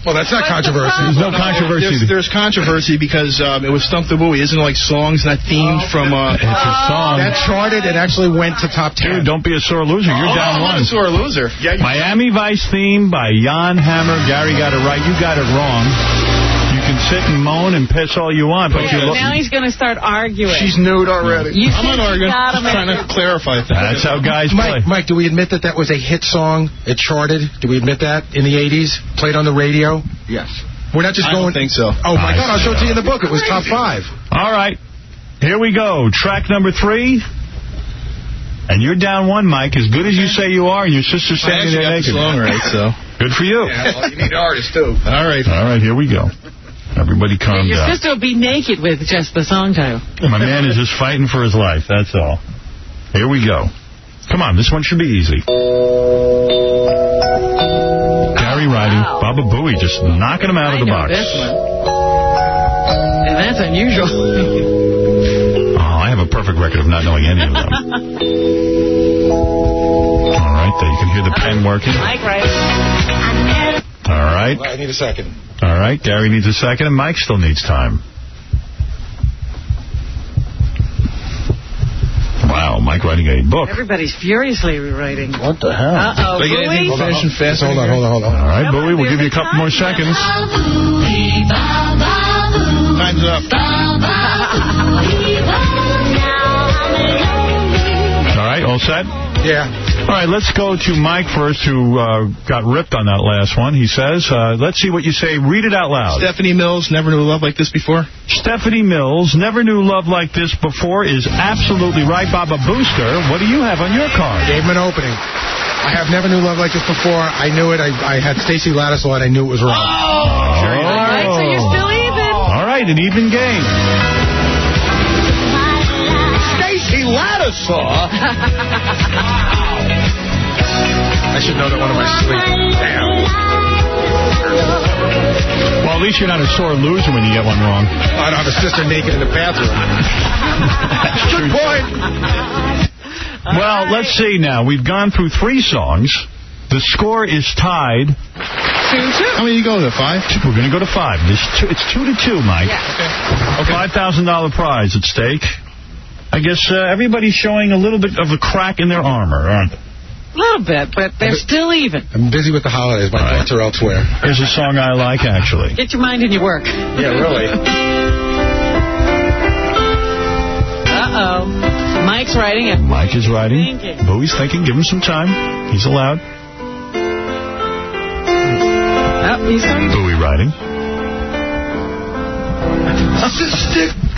Well, that's not controversy. There's no controversy. There's, there's controversy because um, it was Stump the Buoy. Isn't it like songs not themed Oh. from... Uh, it's a song. That charted and actually went to top ten. Dude, don't be a sore loser. You're Oh, down I'm not one. a sore loser. Yeah, you- Miami Vice theme by Jan Hammer. Gary got it right. You got it wrong. You can sit and moan and piss all you want, but you look. Now he's going to start arguing. nude already. You I'm not said arguing. you got him. I'm trying to clarify things. That's how guys Mike, Mike, do we admit that that was a hit song? It charted. Do we admit that in the 80s? Played on the radio? Yes. We're not just I going. don't think so. Oh I my God! I'll show it to you in the book. It was top Crazy. five. All right. Here we go. Track number three. And you're down one, Mike, as good as you say you are, and your sister's I standing actually there got this naked. long right, so. Good for you. you need artists, too. All right. All right, here we go. Everybody calm Your down. sister will be naked with just the song title. My man is just fighting for his life, that's all. Here we go. Come on, this one should be easy. Gary riding, Baba Booey just knocking him out of the know box. this one. And that's unusual. Oh, I have a perfect record of not knowing any of them. All right, there you can hear the pen working. Mike right. All right. I need a second. All right, Gary needs a second, and Mike still needs time. Wow, Mike writing a book. Everybody's furiously rewriting. What Uh-huh. the hell? Uh-oh, They get anything Booey? from Fashion Fest. Hold on, hold on, hold on. All right, Bowie, we'll give you a couple more seconds. Time's up. All right, all set? Yeah. All right, let's go to Mike first, who uh, got ripped on that last one. He says, uh, let's see what you say. Read it out loud. Stephanie Mills never knew love like this before. Stephanie Mills, never knew love like this before, is absolutely right. Baba Booster, what do you have on your card? Gave him an opening. I have never knew love like this before. I knew it. I, I had Stacy Ladislaw and I knew it was wrong. All right, so you're still even. All right, an even game. Stacy Ladisaw. I should know that one of my sleep. Damn. Well, at least you're not a sore loser when you get one wrong. I don't have a sister naked in the bathroom. Good point. Well, let's see now. We've gone through three songs. The score is tied. How many you go to? Five? We're going to go to five. This two, it's two to two, Mike. A $5,000 prize at stake. I guess uh, everybody's showing a little bit of a crack in their armor, aren't they? A little bit, but they're still even. I'm busy with the holidays. My thoughts are elsewhere. Here's a song I like, actually. Get your mind in your work. Yeah, really. Uh-oh. Mike's writing it. Mike is writing. Thinking. Bowie's thinking. Give him some time. He's allowed. Oh, he's writing. Bowie writing.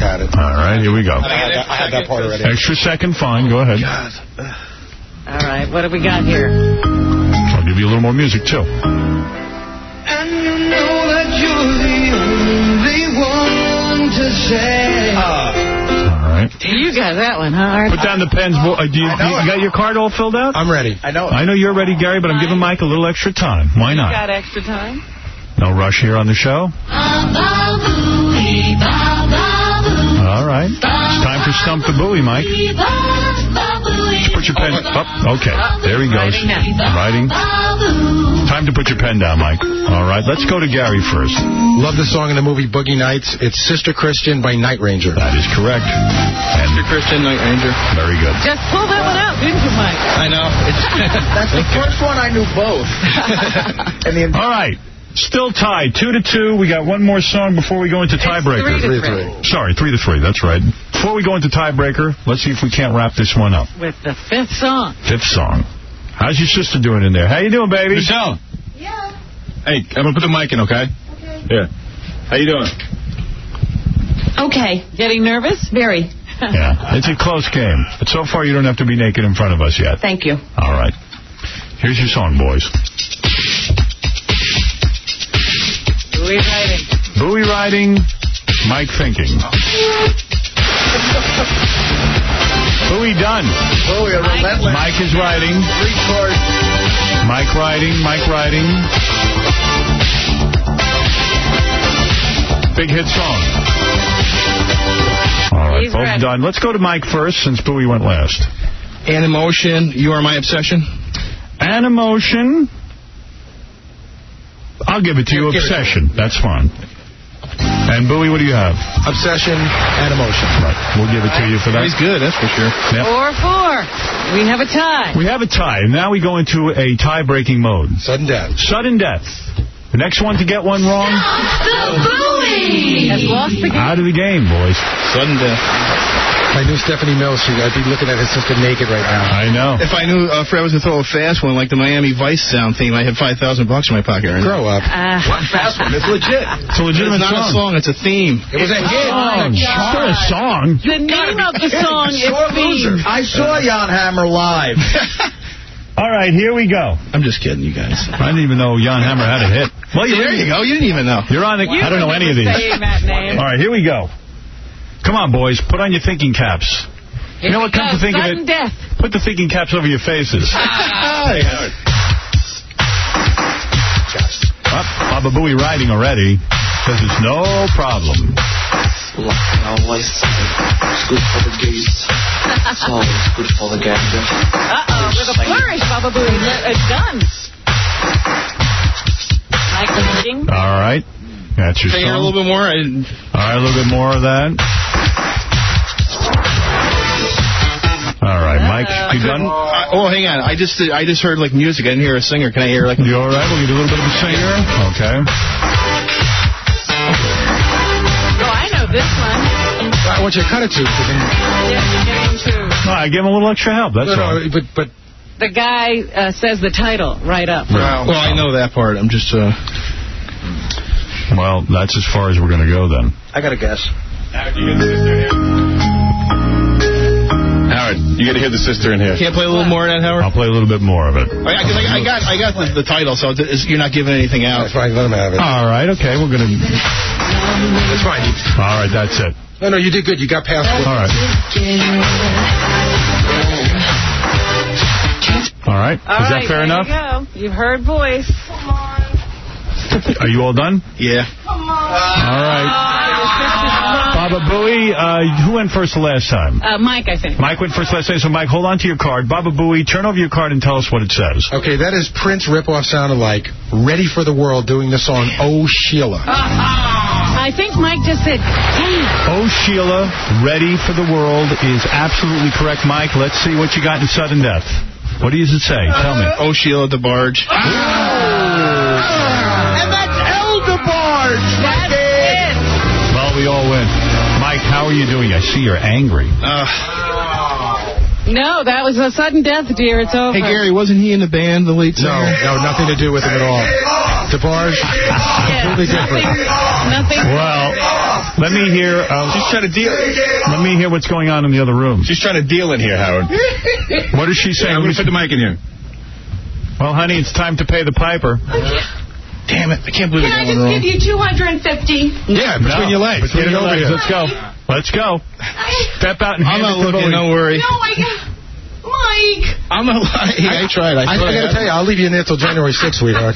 Got it. All right, here we go. I had, that, I had that part already. Extra second, fine. Go ahead. All right, what have we got here? I'll give you a little more music, too. All right. Uh. You got that one, huh? Put down the pens. Bo- uh, do you, know you it. got your card all filled out? I'm ready. I know. I know you're ready, Gary, but I'm giving Mike a little extra time. Why You not? got extra time? No rush here on the show. All right. It's time for Stump the Buoy, Mike. Put your pen Oh, up. Okay. There he goes. Writing. Time to put your pen down, Mike. All right. Let's go to Gary first. Love the song in the movie Boogie Nights. It's Sister Christian by Night Ranger. That is correct. And Christian uh, Night Ranger. very good. Just pull that one out, didn't you, Mike? I know. That's the first one I knew both. and the All right. Still tied. Two to two. We got one more song before we go into tiebreaker. three to Three to three. Sorry, three to three. That's right. Before we go into tiebreaker, let's see if we can't wrap this one up. With the fifth song. Fifth song. How's your sister doing in there? How you doing, baby? Michelle. Yeah. Hey, I'm gonna put the mic in, okay? Okay. Yeah. How you doing? Okay. Getting nervous? Very. Yeah, it's a close game. But so far, you don't have to be naked in front of us yet. Thank you. All right. Here's your song, boys. Buoy riding. Buoy riding, Mike thinking. Bowie done. Bowie, a relentless. Mike is riding. Record. Mike riding, Mike riding. Big hit song. All right, He's both ready. done. Let's go to Mike first since Bowie went last. Animotion, You Are My Obsession. Animotion. Hmm? I'll give it to you. Give it to Obsession. That's fine. And Bowie, what do you have? Obsession and emotion. Right. We'll give it to you for that. He's good, that's for sure. Yep. Four four. We have a tie. We have a tie. Now we go into a tie-breaking mode. Sudden death. Sudden death. The next one to get one wrong. Has lost the game. Out of the game, boys. Sudden death. I knew Stephanie Mills. She, I'd be looking at her sister naked right now. I know. If I knew uh, if I was to throw a fast one like the Miami Vice sound theme, I had 5,000 bucks in my pocket right Grow up. What fast one? It's legit. It's a legitimate not a song. song, it's a theme. It was a It's Oh, hit. Oh, song. Still a song. The name of the song is Sore loser. Fiend. I saw Jan Hammer live. All right, here we go. I'm just kidding, you guys. I didn't even know Jan Hammer had a hit. Well, you There you go. You didn't even know. You're on. The, You I don't know any of these. remember saying that name. All right, here we go. Come on, boys, put on your thinking caps. you know what? Come to think Sudden of it, death. Ah. put the thinking caps over your faces. Hey, Howard. Up, Baba Booey riding already. Because it's no problem. Locking our lights. It's good for the gays. It's always good for the gander. Uh-oh. With a flourish, Baba Booey. It's done. Mike thinking. All right. That's your Say it a song. little bit more. I didn't- All right, a little bit more of that. All right, Mike, you done? I- oh, hang on. I just I just heard like music. I didn't hear a singer. Can I hear like? You all right? We'll get a little bit of a singer. Okay. Oh, I know this one. I want you to cut it to. 'cause then- Yeah, you're getting to- No, I gave him a little extra help. That's No, no, all. but but The guy uh, says the title right up. Wow. Well, I know Oh, that part. I'm just. Uh, Well, that's as far as we're going to go then. I got a guess. Howard, you got to hear the sister in here. can't play a little more of that, Howard. I'll play a little bit more of it. Oh, yeah, 'cause I, I got I got the, the title, so it's, you're not giving anything out. that's fine. Let him have it. All right, okay, we're going to... That's fine. You- All right, that's it. No, no, you did good. You got past. it. All right. All right, All is right, that fair there enough? You go. You've heard voice. Are you all done? Yeah. Uh, All right. Baba Booey, uh, who went first the last time? Uh, Mike, I think. Mike went first last time, so Mike, hold on to your card. Baba Booey, turn over your card and tell us what it says. Okay, that is Prince ripoff sounded like "Ready for the World" doing the song "Oh Sheila." I think Mike just said, hey. Oh, Sheila, ready for the world is absolutely correct, Mike. Let's see what you got in sudden death. What does it say? Tell me. Oh, Sheila DeBarge. And that's Eldebarge. That's it. Well, we all win. Mike, how are you doing? I see you're angry. Uh, No, that was a sudden death, dear. It's Oh, over. hey, Gary, wasn't he in the band, the lead No, singer? no, nothing to do with him at all. DeBarge, completely different. Nothing. Well, let me hear. Uh, She's trying to deal. Let me hear what's going on in the other room. She's trying to deal in here, Howard. What is she saying? I'm going to put the mic in here. well, honey, it's time to pay the piper. Damn it. I can't believe Can I I got one just wrong. give you 250? Yeah, between No, your legs. between Get it your over legs. here. Let's go. Let's go. Step out and I'm hand not it to looking, Bowie. don't worry. No, I got... Mike! I'm not lying. I tried. I, I, I thought I gotta had tell you, I'll leave you in there till January 6th, sweetheart.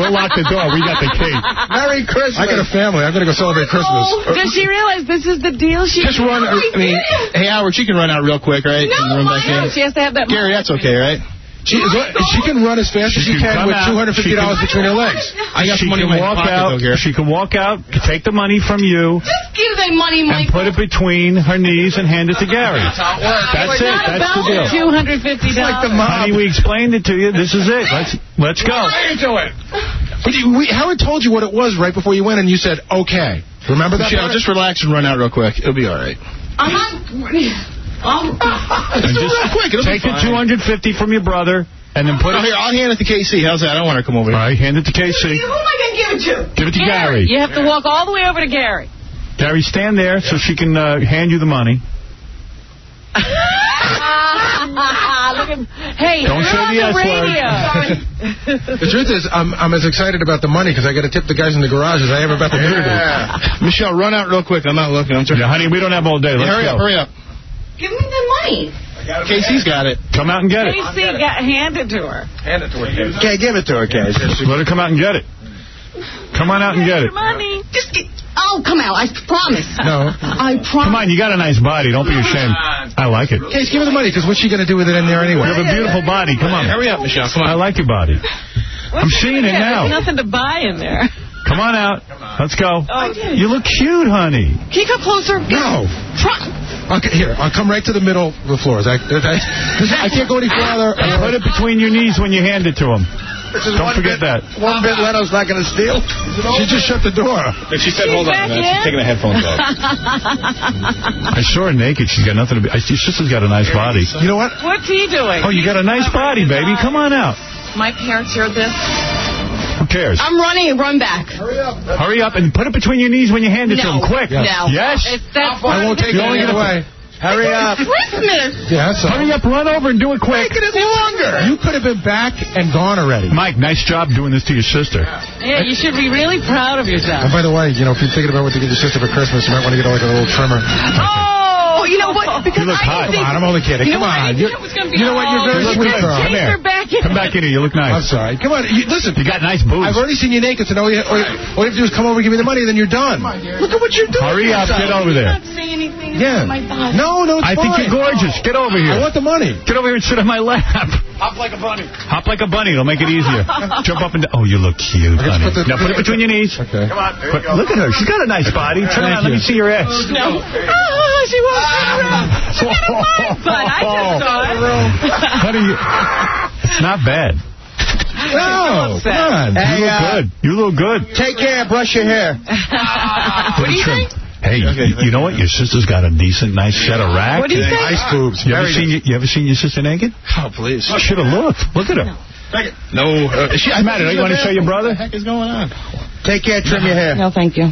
We'll lock the door. We got the key. Merry Christmas. I got a family. I'm gonna go celebrate Christmas. Does she realize this is the deal? She Just run. I mean, hey, Howard, she can run out real quick, right? and run back No, in. she has to have that. Gary, that's okay, right? She, is what- she can run as fast as She she can come can with out. She $250 can- between her legs. I got she some money can in my walk pocket, out. though, Gary. She can walk out, take the money from you, Just give them money, and Mike. put it between her knees and hand it to Gary. That's it. That's Not the deal. about two hundred fifty dollars. Honey, we explained it to you. This is it. Let's let's go. into it. But you, we, Howard told you what it was right before you went, and you said, okay. Remember that? Michelle, part? just relax and run out real quick. It'll be all right. I'm not... And I'm... just real quick. It'll be take the fine. 250 from your brother and then put Oh, it. here, I'll hand it to KC. How's that? I don't want her to come over All here. right, hand it to Oh, my Casey. God. gonna give it to? Give it to Gary. You have to walk all the way over to Gary. Gary, stand there so she can uh, hand you the money. Look at, hey, Don't you're say on the S the word. radio. The truth is, I'm, I'm as excited about the money because I got to tip the guys in the garage as I am about the nudity. Michelle, run out real quick. I'm not looking. I'm trying. Yeah, honey, we don't have all day. Let's hurry go. up. Hurry up. Give me the money. Casey's got it. Come out and get it. Casey got handed to her. Hand it to her. Can't give it to her, Casey. Let her come out and get it. Come on out and get it. Money. Just get. I'll Oh, come out. I promise. No. I Come promise. on, you got a nice body. Don't be ashamed. I like it. Case, give her the money because what's she going to do with it in there anyway? You have a beautiful body. Come on. Hurry up, Michelle. Come on. I like your body. I'm seeing it Yeah, now. There's nothing to buy in there. Come on out. Let's go. You look cute, honey. Can you come closer? No. Okay, here, I'll come right to the middle of the floors. I, I, this- I can't go any farther. And put it between your knees when you hand it to him. Don't forget that. One bit Leto's not going to steal. She just shut the door. And she said, "Hold on a minute." She's taking the headphones off. I saw her naked. She's got nothing to be. I, your sister's got a nice body. You know what? What's he doing? Oh, you got a nice body, baby. Come on out. My parents hear this. Who cares? I'm running and run back. Hurry up. Hurry up and put it between your knees when you hand it to No. him. Quick. No. Yes. It's that I won't take You're it only gonna- away. Hurry up. Christmas. Hurry up, run over and do it quick. Take it longer. You could have been back and gone already. Mike, nice job doing this to your sister. Yeah, you should be really proud of And yourself. by the way, you know, if you're thinking about what to get your sister for Christmas, you might want to get like a little trimmer. Oh, you know what? Because You look I hot. didn't think- Come on, I'm only kidding. You know Come what? I didn't on. You're- think it was gonna be you know what? You're all- very You look sweet good. girl. Come here. Come back in here. You look nice. I'm sorry. Come on. You, listen. You got nice boobs. I've already seen you naked, so now all you, all you all you have to do is come over and give me the money, then you're done. Look at what you're doing. Hurry up. Get over there. Say anything. Yeah. No, no, it's I think fine. you're gorgeous. Get over here. I want the money. Get over here and sit on my lap. Hop like a bunny. Hop like a bunny. It'll make it easier. Jump up and down. Oh, you look cute, honey. put the- now put it between your knees. Okay. Come on. Put, look at her. She's got a nice body. Turn Thank around. Let you. me see your ass. No. Ah, she walked around. She got a wide butt. I just saw it. Honey, you- it's not bad. No. Come on. you look good. You look good. uh, Take care. Brush your hair. What do you think? Hey, you, you know what? Your sister's got a decent, nice set of racks. What do you and think? Nice boobs. You ever, Very seen, your- you ever seen your sister naked? Oh, please. You should have looked. Look at her. No. Uh, she, What's the matter? Don't you want to show your What brother? the heck is going on? Take care. Trim your hair. No, thank you.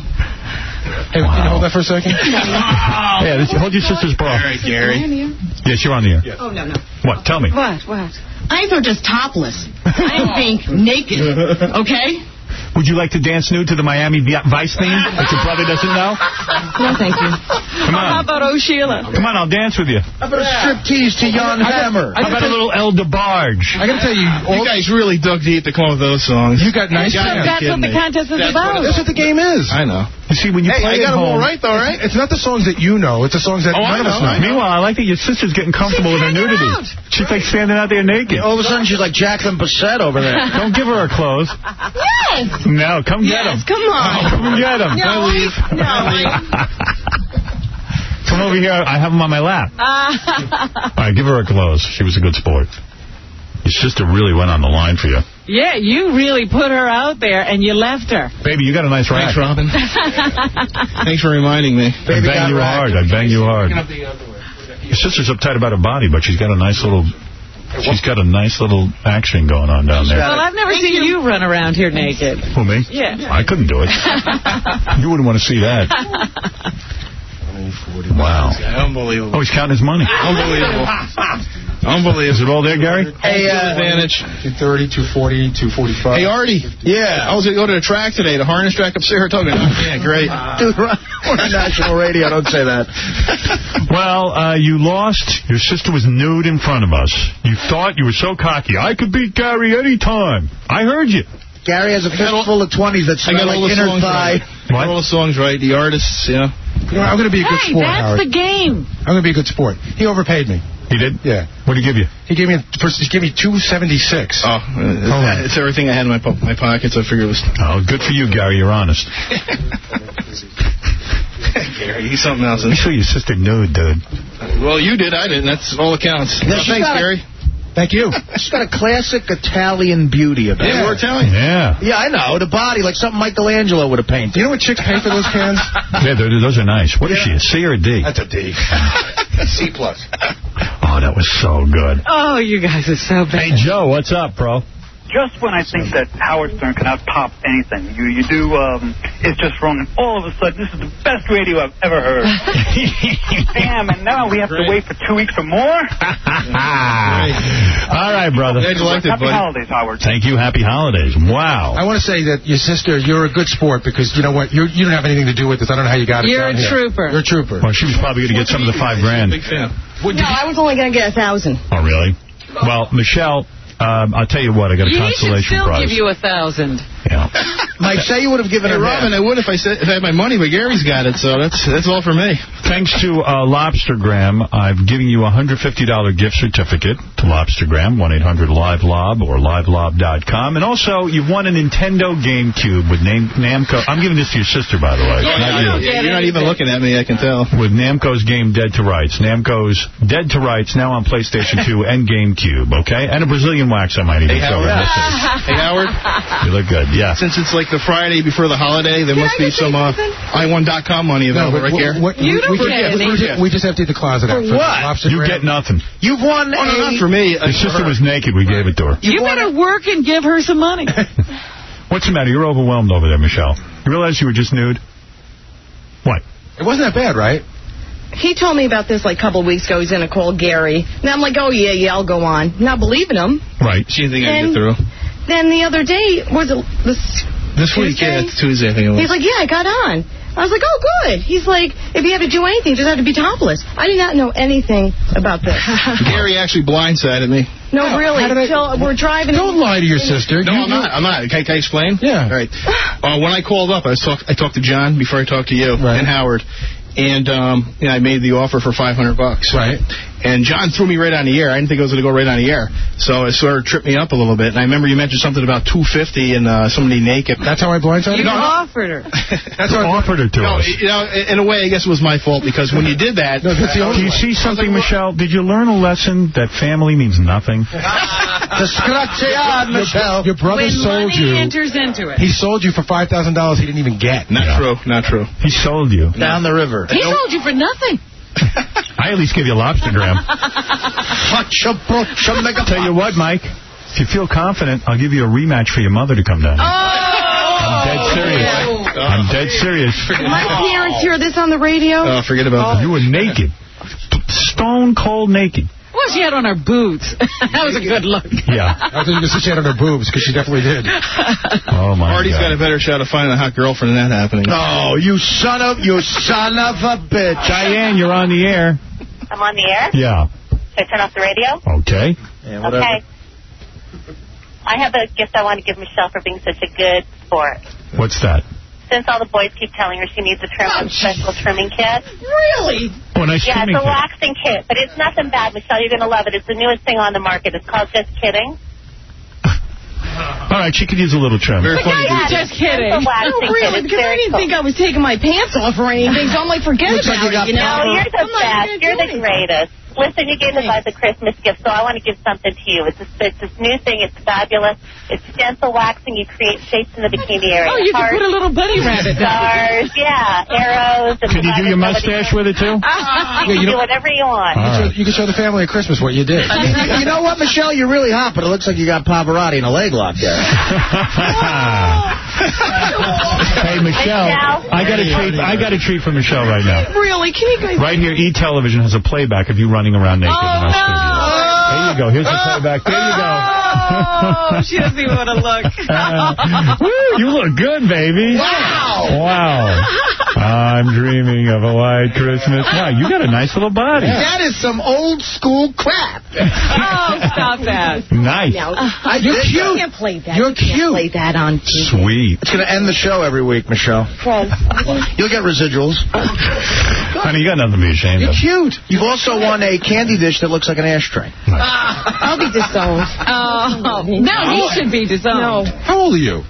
Hey, can you hold that for a second? Yeah, this, hold your sister's bra. All Am right, I on the air? Yes, you're on the air. Oh, no, no. What? Tell me. What? What? I am just topless. I am being naked. Okay? Would you like to dance nude to the Miami Vi- Vice theme that your brother doesn't know? No, thank you. Come on. How about O'Sheila? Come on, I'll dance with you. How about a strip tease to Jan Hammer? How about a little El DeBarge? I gotta tell you, You all, guys really dug deep to come up with those songs. you got nice You gotta be hands. That's what kidding me. the contest is That's what about. That's what the game is. I know. You see, when you Hey, play at I got 'em home, all right, though, right? It's not the songs that you know. It's the songs that Oh, I none of us know, I know. know. Meanwhile, I like that your sister's getting comfortable with her hanging nudity. out. She's like standing out there naked. All of a sudden, she's like Jacqueline Bissett over there. Don't give her her clothes. Yes! No, come get him. Yes, come on. Come get him. No, I- no, I- Come over here. I have him on my lap. Uh, All right, give her her clothes. She was a good sport. Your sister really went on the line for you. Yeah, you really put her out there and you left her. Baby, you got a nice rack. Thanks, Robin. Thanks for reminding me. I bang you hard. I bang you hard. Your sister's uptight about her body, but she's got a nice little... She's got a nice little action going on down there. Well, I've never seen you. run around here naked. Who, me? Yeah. I couldn't do it. You wouldn't want to see that. Wow. Unbelievable. Oh, he's counting his money. Unbelievable. Is Unbelievable. it all there, Gary? Hey, uh, Advantage. 230, 240, 245. Hey, Artie. yeah. I was going to go to the track today, the harness track up Saratoga. Oh, Yeah, great. Dude, we're on national radio. Don't say that. Well, uh, you lost. Your sister was nude in front of us. You thought you were so cocky. I could beat Gary anytime. I heard you. Gary has a got all- fistful of 20s that I got all smell like the inner songs thigh. right. I got all the songs right. The artists, yeah. You know, I'm going to be a good Hey, sport, that's Howard. the game. I'm going to be a good sport. He overpaid me. He did? Yeah. What did he give you? He gave me first, he gave me 276. Oh, on. it's everything I had in my po- my pockets. I figured it was. Oh, good for you, Gary. You're honest. Gary, he's something else. I saw your sister nude, dude. Well, you did. I didn't. That's all that counts. Yeah, Well, she thanks, got it. Gary. Thank you. She's got a classic Italian beauty about Yeah, her. we're Italian. Yeah. Yeah, I know. The body, like something Michelangelo would have painted. You know what chicks pay for those cans? Yeah, those those are nice. What is she, a C or a D? a D. C plus. Oh, that was so good. Oh, you guys are so Hey, bad. Joe, what's up, bro? just when I think that Howard Stern cannot top anything, you you do um, it's just wrong, and all of a sudden this is the best radio I've ever heard. Damn, and now we have to wait for two weeks or All more. right, brother. Glad you liked it, Happy buddy. holidays, Howard. Thank you. Happy holidays. Wow. I want to say that your sister, you're a good sport because you know what? You're, you don't have anything to do with this. I don't know how you got it. You're down a here. trooper. You're a trooper. Well, she was probably going to get some of the five grand. no, I was only going to get a thousand. Oh, really? Well, Michelle, um, I'll tell you what. I got a You should consolation still prize. give you a thousand. Mike, say you would have given hey, her Robin, I that. would if I said if I had my money, but Gary's got it, so that's that's all for me. Thanks to uh, Lobstergram, I've given you a $150 gift certificate to Lobstergram, 1-800-LIVE-LOB or livelob.com. And also, you've won a Nintendo GameCube with Nam- Namco. I'm giving this to your sister, by the way. not you. You're not even looking at me. I can tell. With Namco's game Dead to Rights. Namco's Dead to Rights now on PlayStation 2 and GameCube, okay? And a Brazilian wax I might even Hey, throw in. Howard. That's it. Hey, Howard. You look good, yeah. Since it's like the Friday before the holiday, there must be some uh, i1.com money No, available but right what- here. what- we, we, just, we, just, we just emptied the closet out. For the what? lobster You grab. Get nothing. You've won Oh, no, not for me. Your sister was naked. We gave it to uh, her. You, better work and give her some money. What's the matter? You're overwhelmed over there, Michelle. You realize you were just nude? What? It wasn't that bad, right? He told me about this like a couple of weeks ago. He's going to call Gary. And I'm like, oh, yeah, yeah, I'll go on. Not believing him. Right. She didn't think I And- could get through. Then the other day, was it this This week, yeah, it's Tuesday, I think it was. He's like, yeah, I got on. I was like, oh, good. He's like, if you have to do anything, you just have to be topless. I did not know anything about this. Gary actually blindsided me. no, really. Till we're driving. Don't lie to your sister. No, I'm not. I'm not. Can, can I explain? Yeah. All right. Uh, when I called up, I was talk, I talked to John before I talked to you and Howard, and um, you know, I made the offer for 500 bucks. Right. And John threw me right on the air. I didn't think it was going to go right on the air, so it sort of tripped me up a little bit. And I remember you mentioned something about 250 and uh, somebody naked. That's how I blindsided You No, no, offered her. That's what offered her to no, us. you know, in a way, I guess it was my fault because when you did that, Do you see something, Michelle? Did you learn a lesson that family means nothing? Your- Your brother when sold you. money enters into it. He sold you for $5,000 he didn't even get. Not true. Not true. He sold you. Down the river. He sold you for nothing. I at least give you a lobstergram. Tell you what, Mike. If you feel confident, I'll give you a rematch for your mother to come down. Oh, here. I'm dead serious. I'm dead serious. My parents hear this on the radio. Oh, forget about that. You were naked. Stone cold naked. Well, she had on her boots. that was a good look. Yeah. I thought you could see she had on her boobs because she definitely did. Oh, my Marty's got a better shot of finding a hot girlfriend than that happening. Oh, you son of you son of a bitch. Diane, you're on the air. I'm on the air. Yeah. Should I turn off the radio? Okay. Okay. I have a gift I want to give Michelle for being such a good sport. What's that? Since all the boys keep telling her she needs a trim, a special trimming kit. Really? Oh, a nice yeah, trimming it's kit. a waxing kit, but it's nothing bad, Michelle. You're going to love it. It's the newest thing on the market. It's called Just Kidding. All right, she could use a little trim. Very funny. Yeah, Just it's kidding. a waxing kit. No, It's really, because I very didn't cool. think I was taking my pants off or anything, so I'm like, forget Looks like about it. You you got know? No, you're the best. You're the greatest. Listen, you gave us as a Christmas gift, so I want to give something to you. It's this, it's this new thing. It's fabulous. It's stencil waxing. You create shapes in the bikini area. Oh, you could put a little bunny rabbit down. Stars, yeah, arrows. and "Ah, Can you do your mustache with it, too? You Yeah, can you do don't- whatever you want. You, can show, you can show the family at Christmas what you did. I mean, you- you know what, Michelle? You're really hot, but it looks like you got Pavarotti and a leg lock there. hey, Michelle, Ah, I got a treat. I got a treat for Michelle right now. Really? Can you guys... Right here, E Television has a playback of you running around Oh, naked. in our studio. There you go. Here's the playback. There you go. Oh, she doesn't even want to look. Woo, you look good, baby. Wow. Wow. I'm dreaming of a white Christmas. Wow, you got a nice little body. That is some old school crap. Oh, stop that. Nice. I- you you're cute. can't play that. You're You can't cute. play that on TV. Sweet. It's going to end the show every week, Michelle. You'll get residuals. Honey, you got nothing to be ashamed You're of. cute. You've also won a candy dish that looks like an ashtray. I'll be disowned. Oh, no, he should be disowned. How old are you?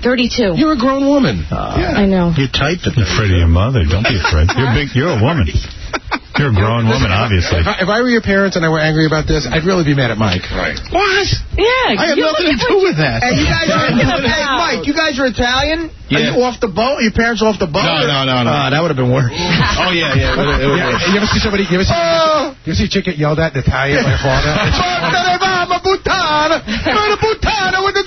32. You're a grown woman. I know. You typed it. You're afraid of your mother. Don't be afraid. You're big. You're a woman. You're a grown woman, obviously. If I, if I were your parents and I were angry about this, I'd really be mad at Mike. Right. What? Yeah. I have you nothing to look at do what- with that. Hey, you guys are Talking about- Hey, Mike, you guys are Italian? Yeah. Are you off the boat? Your parents off the boat? No, no, no, no. Uh, that would have been worse. oh yeah, yeah. It, it, it, Yeah, you ever see somebody? You ever see, Oh. you ever see a chick get yelled at in Italian by a father? Porta le mama puttana, per puttana with the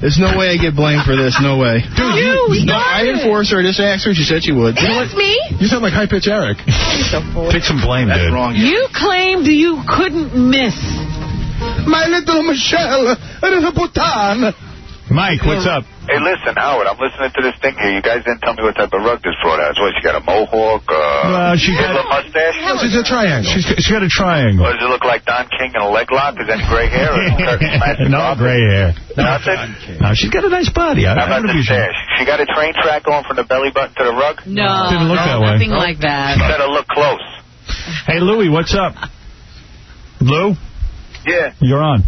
There's no way I get blamed for this. No way. Dude, you no, I didn't force her. I just asked her. She said she would. It's me. You sound like high pitch Eric. Take some blame, That's dude. Wrong. You claimed you couldn't miss. My little Michelle, Bhutan. Mike, what's up? Hey, listen, Howard, I'm listening to this thing here. You guys didn't tell me what type of rug this broad has. What, she got a mohawk? Uh, Well, she Hitler got- mustache? She's a triangle. She's, she's got a triangle. Or does it look like Don King in a leg lock? Is any gray hair? Or Kirk Classic? no gray hair. Nothing? No, she's got a nice body. I, How I about would the be sure. stash? She got a train track going from the belly button to the rug? No, Didn't look that way. nothing like that. You better look close. Hey, Louie, what's up? Lou, Yeah, you're on.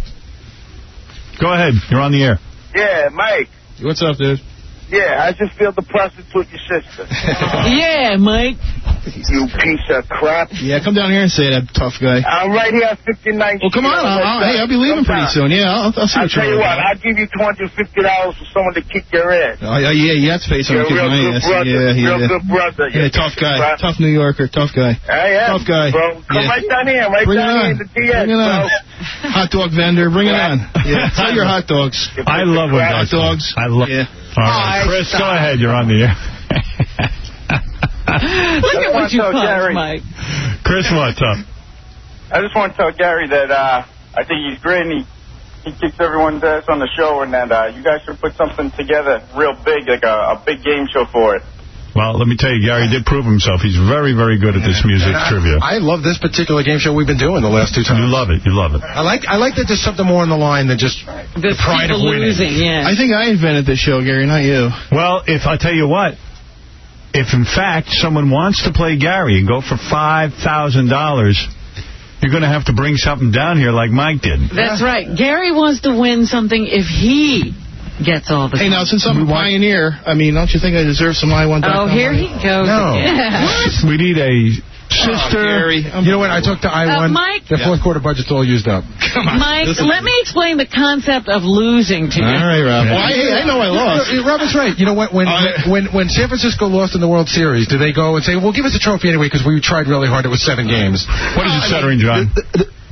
Go ahead. You're on the air. yeah, Mike. What's up, dude? Yeah, I just feel the prostitute your sister. yeah, Mike. You piece of crap. Yeah, come down here and say that, tough guy. I'm right here at 59. Well, come on. I'll, I'll- hey, I'll be leaving pretty soon. Yeah, I'll, I'll see I'll what tell you you're what, about. I'll give you $250 for someone to kick your ass. Oh, yeah, yeah, you have to pay someone You're because a real my good ass. brother, Yeah, yeah. real good brother, you Yeah, tough guy. bro. Tough New Yorker. Tough guy. I am, Tough guy. Bro. Come Yeah. right down here, right Bring it down here on. in the DS, Bring it bro. on. Hot dog vendor. Bring it on. Yeah. Sell your hot dogs. I love when guys hot dogs. I love. Yeah. All right, Hi, Chris, stop. go ahead. You're on the air. Look at what you That's caused, Jerry. Mike. Chris, what's up? I just want to tell Gary that uh, I think he's great and he, he kicks everyone's ass on the show and that uh, you guys should put something together real big, like a, a big game show for it. Well, let me tell you, Gary did prove himself. He's very, very good at this music And I- trivia. I love this particular game show we've been doing the last two times. You love it. You love it. I like I like that there's something more on the line than just the pride of winning. I think I invented this show, Gary, not you. Well, if I tell you what, if in fact someone wants to play Gary and go for five thousand dollars, you're going to have to bring something down here like Mike did. That's right. Gary wants to win something if he gets all the. Hey, now, since I'm a pioneer, I mean, don't you think I deserve some I-1? Oh, here he goes No. again. We need a sister. Oh, You know what? I talked to I1. Uh, Mike? The fourth quarter budget's all used up. Mike, This is- let me explain the concept of losing to you. Well, No, no, Robin's right. You know what? When, when when San Francisco lost in the World Series, do they go and say, "Well, give us a trophy anyway because we tried really hard. It was seven games." What is it, stuttering, John?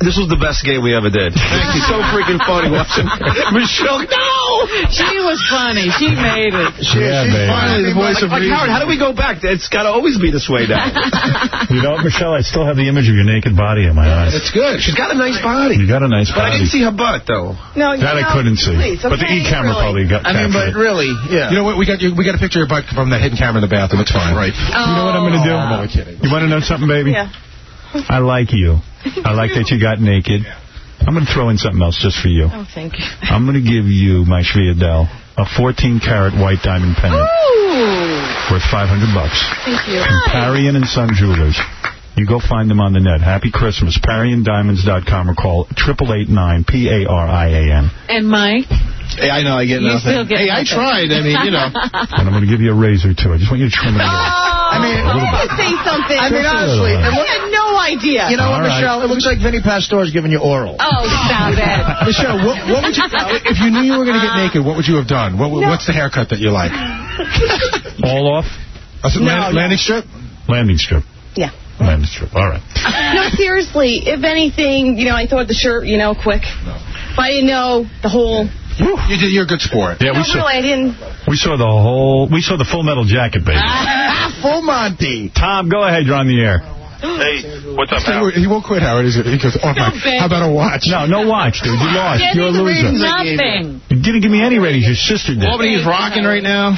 This was the best game we ever did. Thank you. So freaking funny watching Michelle. No! She was funny. She made it. Yeah, baby. Finally, the voice Like- of like, reason. Howard, how do we go back? It's got to always be this way now. You know, Michelle, I still have the image of your naked body in my eyes. It's good. She's got a nice body. You got a nice But I body. didn't see her butt, though. No, That I couldn't see. But the E camera probably got I mean, captured. but really, yeah. You know what? We got you, we got a picture of your butt from that hidden camera in the bathroom. It's fine. Right. You know what I'm going to do? I'm only kidding. You want to know something, baby? Yeah. I like you. I like that you got naked. I'm going to throw in something else just for you. Oh, thank you. I'm going to give you, my Shviadel, a 14-carat white diamond pendant Ooh, worth 500 bucks. thank you. From Parian and Son Jewelers. You go find them on the net. Happy Christmas. ParianDiamonds.com or call 888-9-P-A-R-I-A-N. And Mike, Hey, I know I get you nothing. still get hey, I nothing. tried. I mean, you know. And I'm going to give you a razor, too. I just want you to trim it a little. I mean, say something. I mean, honestly, it I had no idea. You know All what, right. Michelle? It looks like Vinny Pastore's giving you oral. Oh, stop it. Michelle, what, what would you if you knew you were going to get naked? What would you have done? What, What's the haircut that you like? All off? That's No, land- no. Landing strip. Landing strip. Yeah. Landing strip. All right. No, seriously, if anything, you know, I thought the shirt, you know, quick. No. If I didn't know the whole... You did. You're a good sport. Yeah, no, we saw, really, I didn't... we saw the whole, we saw the full metal jacket, baby. Full Monty. Tom, go ahead. You're on the air. Hey, what's up, He won't- He won't quit, Howard. He's, he goes, oh, my. bitch. How about a watch? No, no watch, dude. You lost. Give me You're a the loser. ratings I gave Nothing. You didn't give me any ratings. Your sister did. Albany is rocking right now.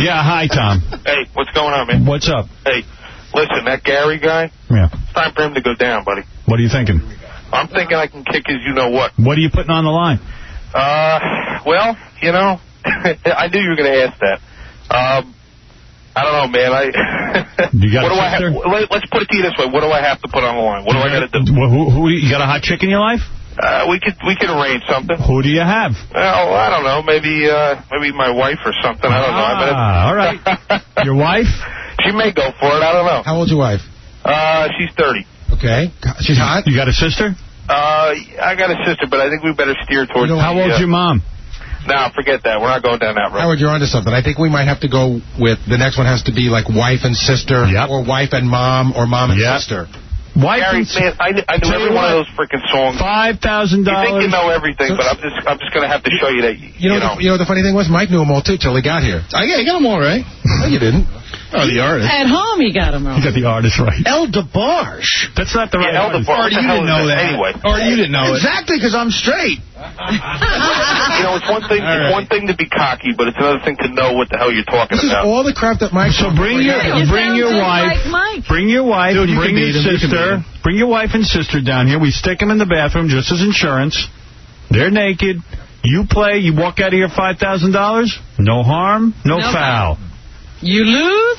Yeah, hi, Tom. Hey, what's going on, man? What's up? Hey, listen, that Gary guy, Yeah. it's time for him to go down, buddy. What are you thinking? I'm thinking I can kick his you-know-what. What are you putting on the line? Uh, well, you know, I knew you were going to ask that. Um, I don't know, man. I. You got a what do I have? sister? Let, let's put it to you this way. What do I have to put on the line? What do I got to do? Wh- Who, who, you got a hot chick in your life? Uh, we could we could arrange something. Who do you have? Well, I don't know. Maybe uh, maybe my wife or something. I don't know. I mean, it's- Ah, all right. Your wife? she may go for it. I don't know. How old's your wife? Uh, she's 30. Okay. She's hot. You got a sister? Uh, I got a sister, but I think we better steer towards. know, the, how uh, old's your mom? Nah, forget that. We're not going down that road. Howard, you're onto something. I think we might have to go with the next one has to be like wife and sister, or wife and mom, or mom and sister. Why Gary, cons- man, I, kn- I knew Tell you every one of what. those freaking songs. Five thousand You think you know everything, but I'm just I'm just gonna have to show you that You know, what the- you know what the funny thing was? Mike knew them all too till he got here. I got, I got them all right. No, you didn't. Oh, the artist. At home, he got them all. You got the artist right. El DeBarge. That's not the right El artist. DeBarge. What the hell is that anyway? Or you didn't know it. Exactly, because I'm straight. you know, it's one thing it's one thing to be cocky, but it's another thing to know what the hell you're talking This is about. all the crap that Mike. So bring your bring your wife, bring your wife, Dude, you bring your can beat him, you can beat sister, him. bring your wife and sister down here. We stick them in the bathroom just as insurance. They're naked. You play. You walk out of here five thousand dollars. No harm, no, No foul. You lose?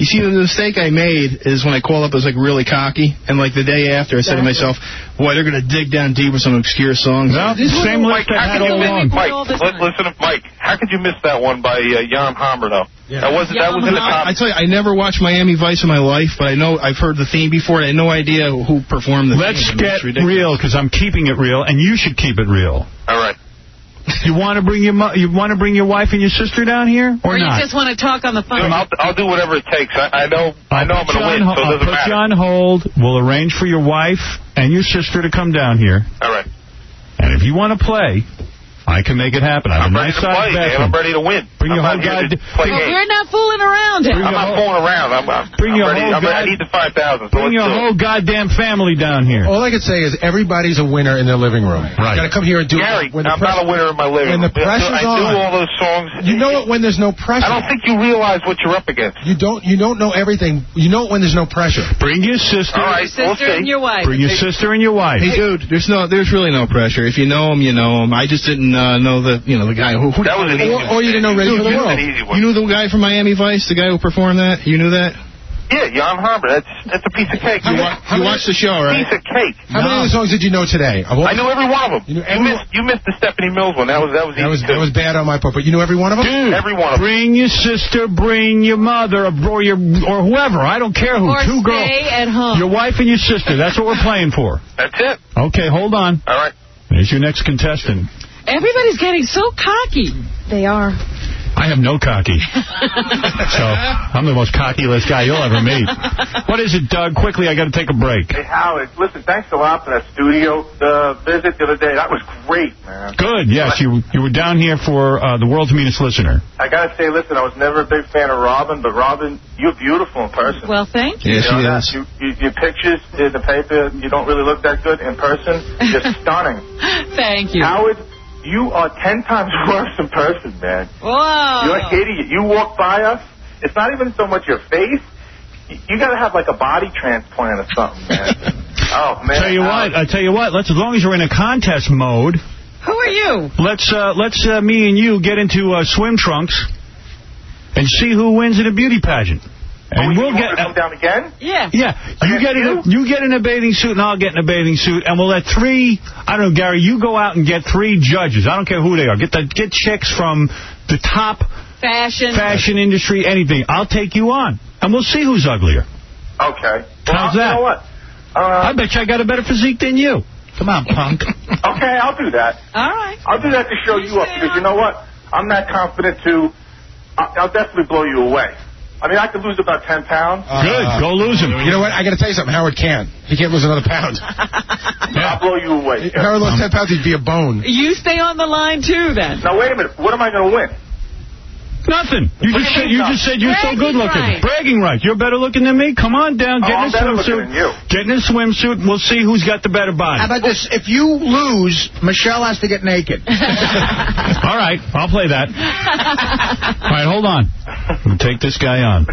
You see, the mistake I made is when I called up, I was like really cocky. And like the day after, I said to myself, boy, they're going to dig down deep with some obscure songs. Mike, how could you miss- Mike, li- listen to Mike. How could you miss that one by uh, Jan Hammer though? That was that was in the top. I tell you, I never watched Miami Vice in my life, but I know I've heard the theme before. And I had no idea who performed the Let's theme. get real because I'm keeping it real, and you should keep it real. All right. You want to bring your mo- you want to bring your wife and your sister down here, or, Or you not? just want to talk on the phone. Dude, I'll, I'll do whatever it takes. I, I know I know I'm Put you on gonna win, ho- so it I'll doesn't put you matter. on hold. We'll arrange for your wife and your sister to come down here. All right. And if you want to play, I can make it happen. I have a ready nice to size play, man. I'm bathroom. ready to win. Bring your I'm not whole here guy- to play Well, games. we're not fooling around. here. I'm not fooling around. I'm, I'm, Bring I'm your ready. whole I'm ready. guy- I need the 5,000. So Bring let's your do it. whole goddamn family down here. All I could say is everybody's a winner in their living room. Right. You got to come here and do Gary, it. when the I'm press- not a winner in my living When room. the I pressure's do on. all those songs. You know it when there's no pressure. I don't think you realize what you're up against. You don't. You don't know everything. You know it when there's no pressure. Bring your sister. All right, we'll see. Bring your sister and your wife. Hey, dude, there's no, there's really no pressure. If you know him, you know him. I just didn't uh, know the, you know, the guy who. who That was an easy or, or one. you didn't know Ready for Dude, the that World. was an easy one. You knew the guy from Miami Vice, the guy who performed that. You knew that. Yeah, Jan Hammer. That's that's a piece of cake. You wa- you watched the show, right? Piece of cake. How many of the songs did you know today? Of all- I knew every one of them. You, missed you missed the Stephanie Mills one. That was that was That was easy that was bad on my part, but you knew every one of them. too. Every one of them. Bring your sister, bring your mother, or your or whoever. I don't care who. Or Two girls. stay at home. Your wife and your sister. That's what we're playing for. That's it. Okay, hold on. All right. There's your next contestant. Everybody's getting so cocky. They are. I have no cocky. so I'm the most cockyless guy you'll ever meet. What is it, Doug? Quickly, I got to take a break. Hey, Howard, listen, thanks a lot for that studio uh, visit the other day. That was great, man. Good. Yes, you you were down here for uh, the world's meanest listener. I gotta say, listen, I was never a big fan of Robin, but Robin, you're beautiful in person. Well, thank you. Yes, know she that? is. You, you, your pictures in the paper, you don't really look that good in person. You're stunning. Thank you. Howard, you are ten times worse in person, man. Whoa. You're an idiot. You walk by us, it's not even so much your face. You, you gotta have like a body transplant or something, man. oh, man. tell you Howard. what, I tell you what. Let's as long as we're in a contest mode. Who are you? Let's uh, let's uh, me and you get into uh, swim trunks and see who wins in a beauty pageant. And we'll Oh, You want get me to come down again? yeah yeah. You get in a, you get in a bathing suit and I'll get in a bathing suit and we'll let three. I don't know, Gary. You go out and get three judges. I don't care who they are. Get the get chicks from the top Fashion. fashion industry, anything. I'll take you on and we'll see who's uglier. Okay. How's that? well, You know what? Uh, I bet you I got a better physique than you. Come on, punk. okay, I'll do that. All right. I'll do that to show you up because you know what? I'm not confident to. I- I'll definitely blow you away. I mean, I could lose about 10 pounds. Uh, Go lose him. You know what? I got to tell you something. Howard can. He can't lose another pound. I'll blow you away. If Howard lost ten pounds, he'd be a bone. You stay on the line, too, then. Now, wait a minute. What am I going to win? Nothing. You What just do said, you mean you just said you're so nothing? good looking. Bragging rights. Bragging right. You're better looking than me. Come on down. Get Oh, in a I'm better looking swimsuit. than you. Get in a swimsuit. We'll see who's got the better body. How about this? If you lose, Michelle has to get naked. All right. I'll play that. All right. Hold on. We'll take this guy on.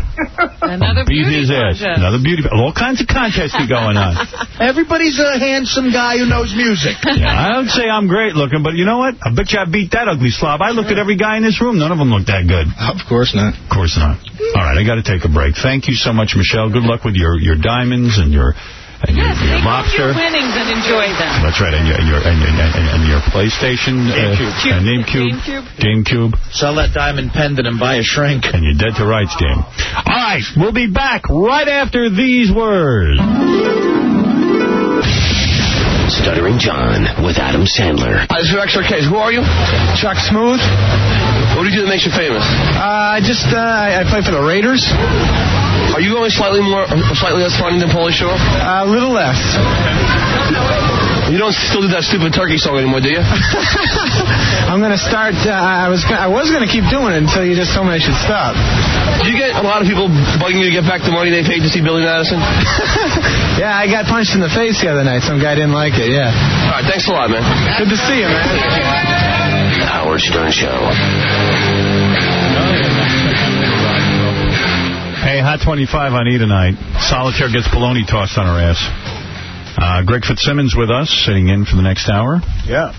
Another Beat beauty his ass. contest. Another beauty. All kinds of contests be going on. Everybody's a handsome guy who knows music. Yeah, I don't say I'm great looking, but you know what? I bet you I beat that ugly slob. I looked at every guy in this room. None of them looked that good. Of course not. Of course not. All right, I got to take a break. Thank you so much, Michelle. Good luck with your, your diamonds and your and your, your lobster. Your winnings and enjoy them. That's right, and your and your and your, and, and your PlayStation, GameCube. uh, and GameCube, GameCube, Sell that diamond pendant and buy a shrink. and your Dead to Rights game. All Ah. right, we'll be back right after these words. Stuttering John with Adam Sandler. Hi, this is Rex Arquez. Who are you? Chuck Smooth. What do you do that makes you famous? Uh, I just, uh, I play for the Raiders. Are you going slightly more, slightly less funny than Pauly Shore? A little less. You don't still do that stupid turkey song anymore, do you? I'm gonna start. Uh, I was gonna, I was gonna keep doing it until you just told me I should stop. Do you get a lot of people bugging you to get back the money they paid to see Billy Madison? Yeah, I got punched in the face the other night. Some guy didn't like it. Yeah. All right, thanks a lot, man. Good to see you, man. Howard Stern Show. Hey, Hot 25 on E tonight. Solitaire gets bologna tossed on her ass. Uh, Greg Fitzsimmons with us, sitting in for the next hour. Yeah.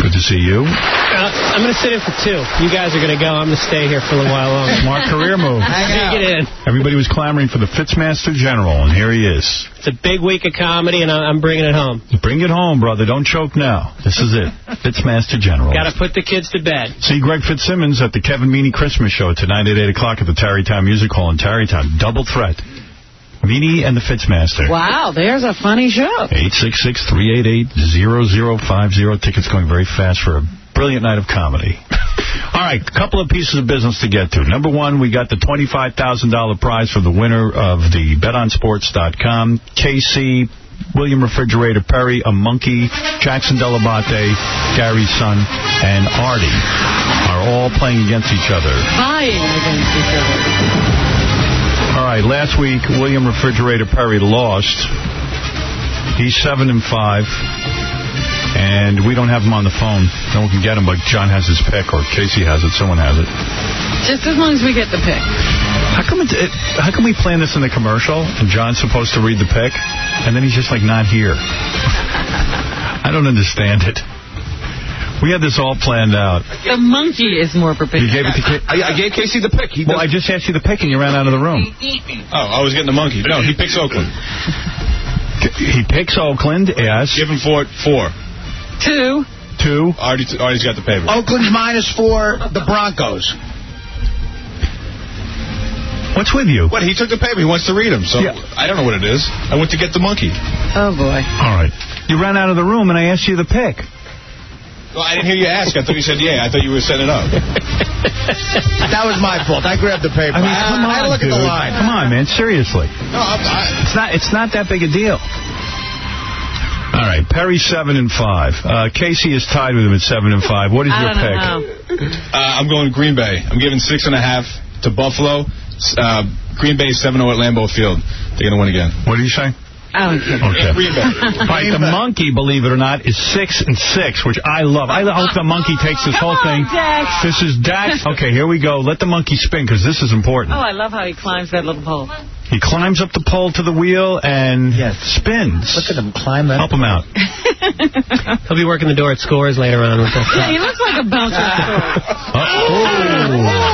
Good to see you. Uh, I'm going to sit in for two. You guys are going to go. I'm going to stay here for a little while longer. Smart career move. Sneak it in. Everybody was clamoring for the Fitzmaster General, and here he is. It's a big week of comedy, and I- I'm bringing it home. Bring it home, brother. Don't choke now. This is it. Fitzmaster General. Got to put the kids to bed. See Greg Fitzsimmons at the Kevin Meaney Christmas show tonight at 8 o'clock at the Tarrytown Music Hall in Tarrytown. Double threat. Meaney and the Fitzmaster. Wow, there's a funny show. 866-388-0050. Tickets going very fast for a brilliant night of comedy. All right, a couple of pieces of business to get to. Number one, we got the $25,000 prize for the winner of the betonsports.com. KC, William Refrigerator Perry, A Monkey, Jackson Delabate, Gary's son, and Artie are all playing against each other. Vying against each other. All right, last week, William Refrigerator Perry lost. He's 7 and 5. And we don't have him on the phone. No one can get him, but John has his pick, or Casey has it. Someone has it. Just as long as we get the pick. How come it, it How come we plan this in the commercial, and John's supposed to read the pick, and then he's just, like, not here? I don't understand it. We had this all planned out. The monkey is more prepared. You gave it to Casey? I, I gave Casey the pick. He Well, I just asked you the pick, and you ran out of the room. Oh, I was getting the monkey. No, he picks Oakland. He picks Oakland, yes. Give him four. four. Two. Two. Already, already's got the paper. Oakland's minus four, the Broncos. What's with you? What? He took the paper. He wants to read him. So I don't know what it is. I went to get the monkey. Oh, boy. All right. You ran out of the room, and I asked you the pick. Well, I didn't hear you ask. I thought you said yeah. I thought you were setting it up. That was my fault. I grabbed the I paper. mean, come on, I look dude. at the line. Come on, man. Seriously. No, I'm not. It's not. It's not that big a deal. All right, Perry seven and five. Uh, Casey is tied with him at seven and five. What is your pick? Uh, I'm going Green Bay. I'm giving six and a half to Buffalo. S- Uh, Green Bay 7-0 at Lambeau Field. They're going to win again. What do you say? Okay. Green Bay. All right, the monkey, believe it or not, is six and six, which I love. I hope the monkey takes this whole thing. Dax. This is Dax. Okay, here we go. Let the monkey spin because this is important. Oh, I love how he climbs that little pole. He climbs up the pole to the wheel and spins. Look at him climb that. Help him out. He'll be working the door at Scores later on with this. Yeah, he looks like a bouncer. oh.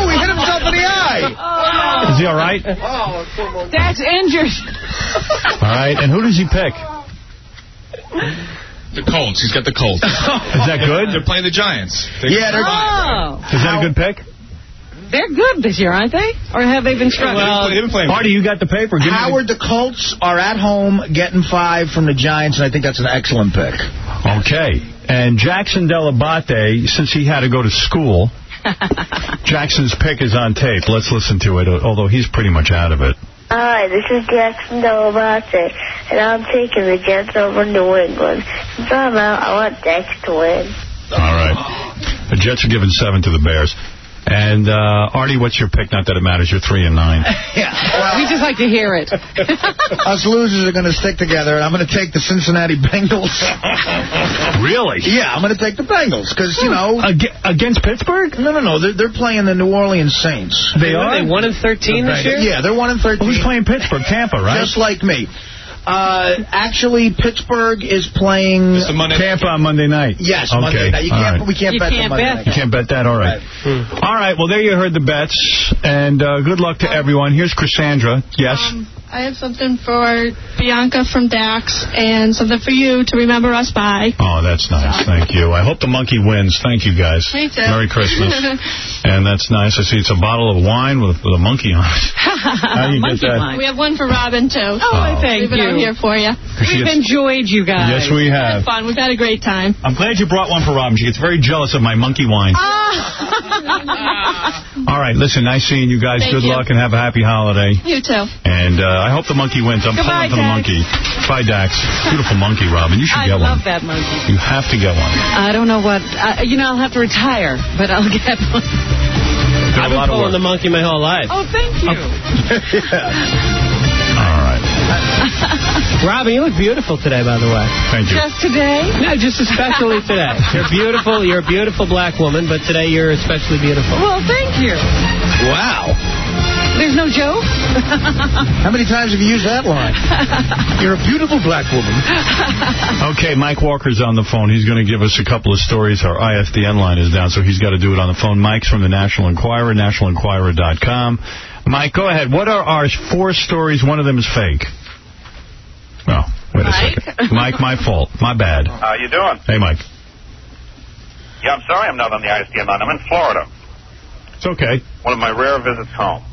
he hit himself in the eye. Oh, Is he all right? Dax injured. All right, and who does he pick? The Colts. He's got the Colts. Is that good? They're playing the Giants. They're Yeah, they're- Oh. Is that a good pick? They're good this year, aren't they? Or have they been struggling? Marty, you got the paper. Give me the- Howard, the Colts are at home getting five from the Giants, and I think that's an excellent pick. Okay. And Jackson Delabate, since he had to go to school, Jackson's pick is on tape. Let's listen to it, although he's pretty much out of it. Hi, this is Jackson Delabate, and I'm taking the Jets over New England. Since I'm out, I want Dex to win. All right. The Jets are giving seven to the Bears. And uh, Artie, what's your pick? Not that it matters. You're three and nine. Yeah. we just like to hear it. Us losers are going to stick together, and I'm going to take the Cincinnati Bengals. really? Yeah, I'm going to take the Bengals because you know against Pittsburgh. No, no, no. They're they're playing the New Orleans Saints. They What are are? they, one and 13 this year? Yeah, they're one and thirteen. Who's playing Pittsburgh? Tampa, right? Just like me. Uh, actually, Pittsburgh is playing Tampa on Monday night. Yes, okay. Monday night. You All can't, right. We can't bet the Monday night. Mm. You can't bet that. All right. All right. Well, there you heard the bets, and uh, good luck to everyone. Here's Cassandra. Yes. I have something for Bianca from Dax and something for you to remember us by. Oh, that's nice. Thank you. I hope the monkey wins. Thank you, guys. Me too. Merry Christmas. and that's nice. I see it's a bottle of wine with, with a monkey on it. How do you get that? We have one for Robin, too. Oh, thank We've been you. out here for you. She We've gets- enjoyed you guys. Yes, we have. Had fun. We've had a great time. ah. I'm glad you brought one for Robin. She gets very jealous of my monkey wine. All right, listen, nice seeing you guys. Um, Thank Good you. luck and have a happy holiday. You too. And uh, I hope the monkey wins. I'm Goodbye, pulling for the Dax. monkey. Bye, Dax. Beautiful monkey, Robin. You should I get love one. that monkey. You have to get one. I don't know what. I, you know, I'll have to retire, but I'll get one. I've been pulling the monkey my whole life. Oh, thank you. Robin, you look beautiful today, by the way. Thank Just today? No, just especially today. You're beautiful. You're a beautiful black woman, but today you're especially beautiful. Well, thank you. Wow. There's no joke? How many times have you used that line? You're a beautiful black woman. okay, Mike Walker's on the phone. He's going to give us a couple of stories. Our ISDN line is down, so he's got to do it on the phone. Mike's from the National Enquirer, nationalenquirer.com. Mike, go ahead. What are our four stories? One of them is fake. Oh, wait a second. Mike, my fault. My bad. How you doing? Hey, Mike. Yeah, I'm sorry I'm not on the ISDN line. I'm in Florida. It's okay. One of my rare visits home.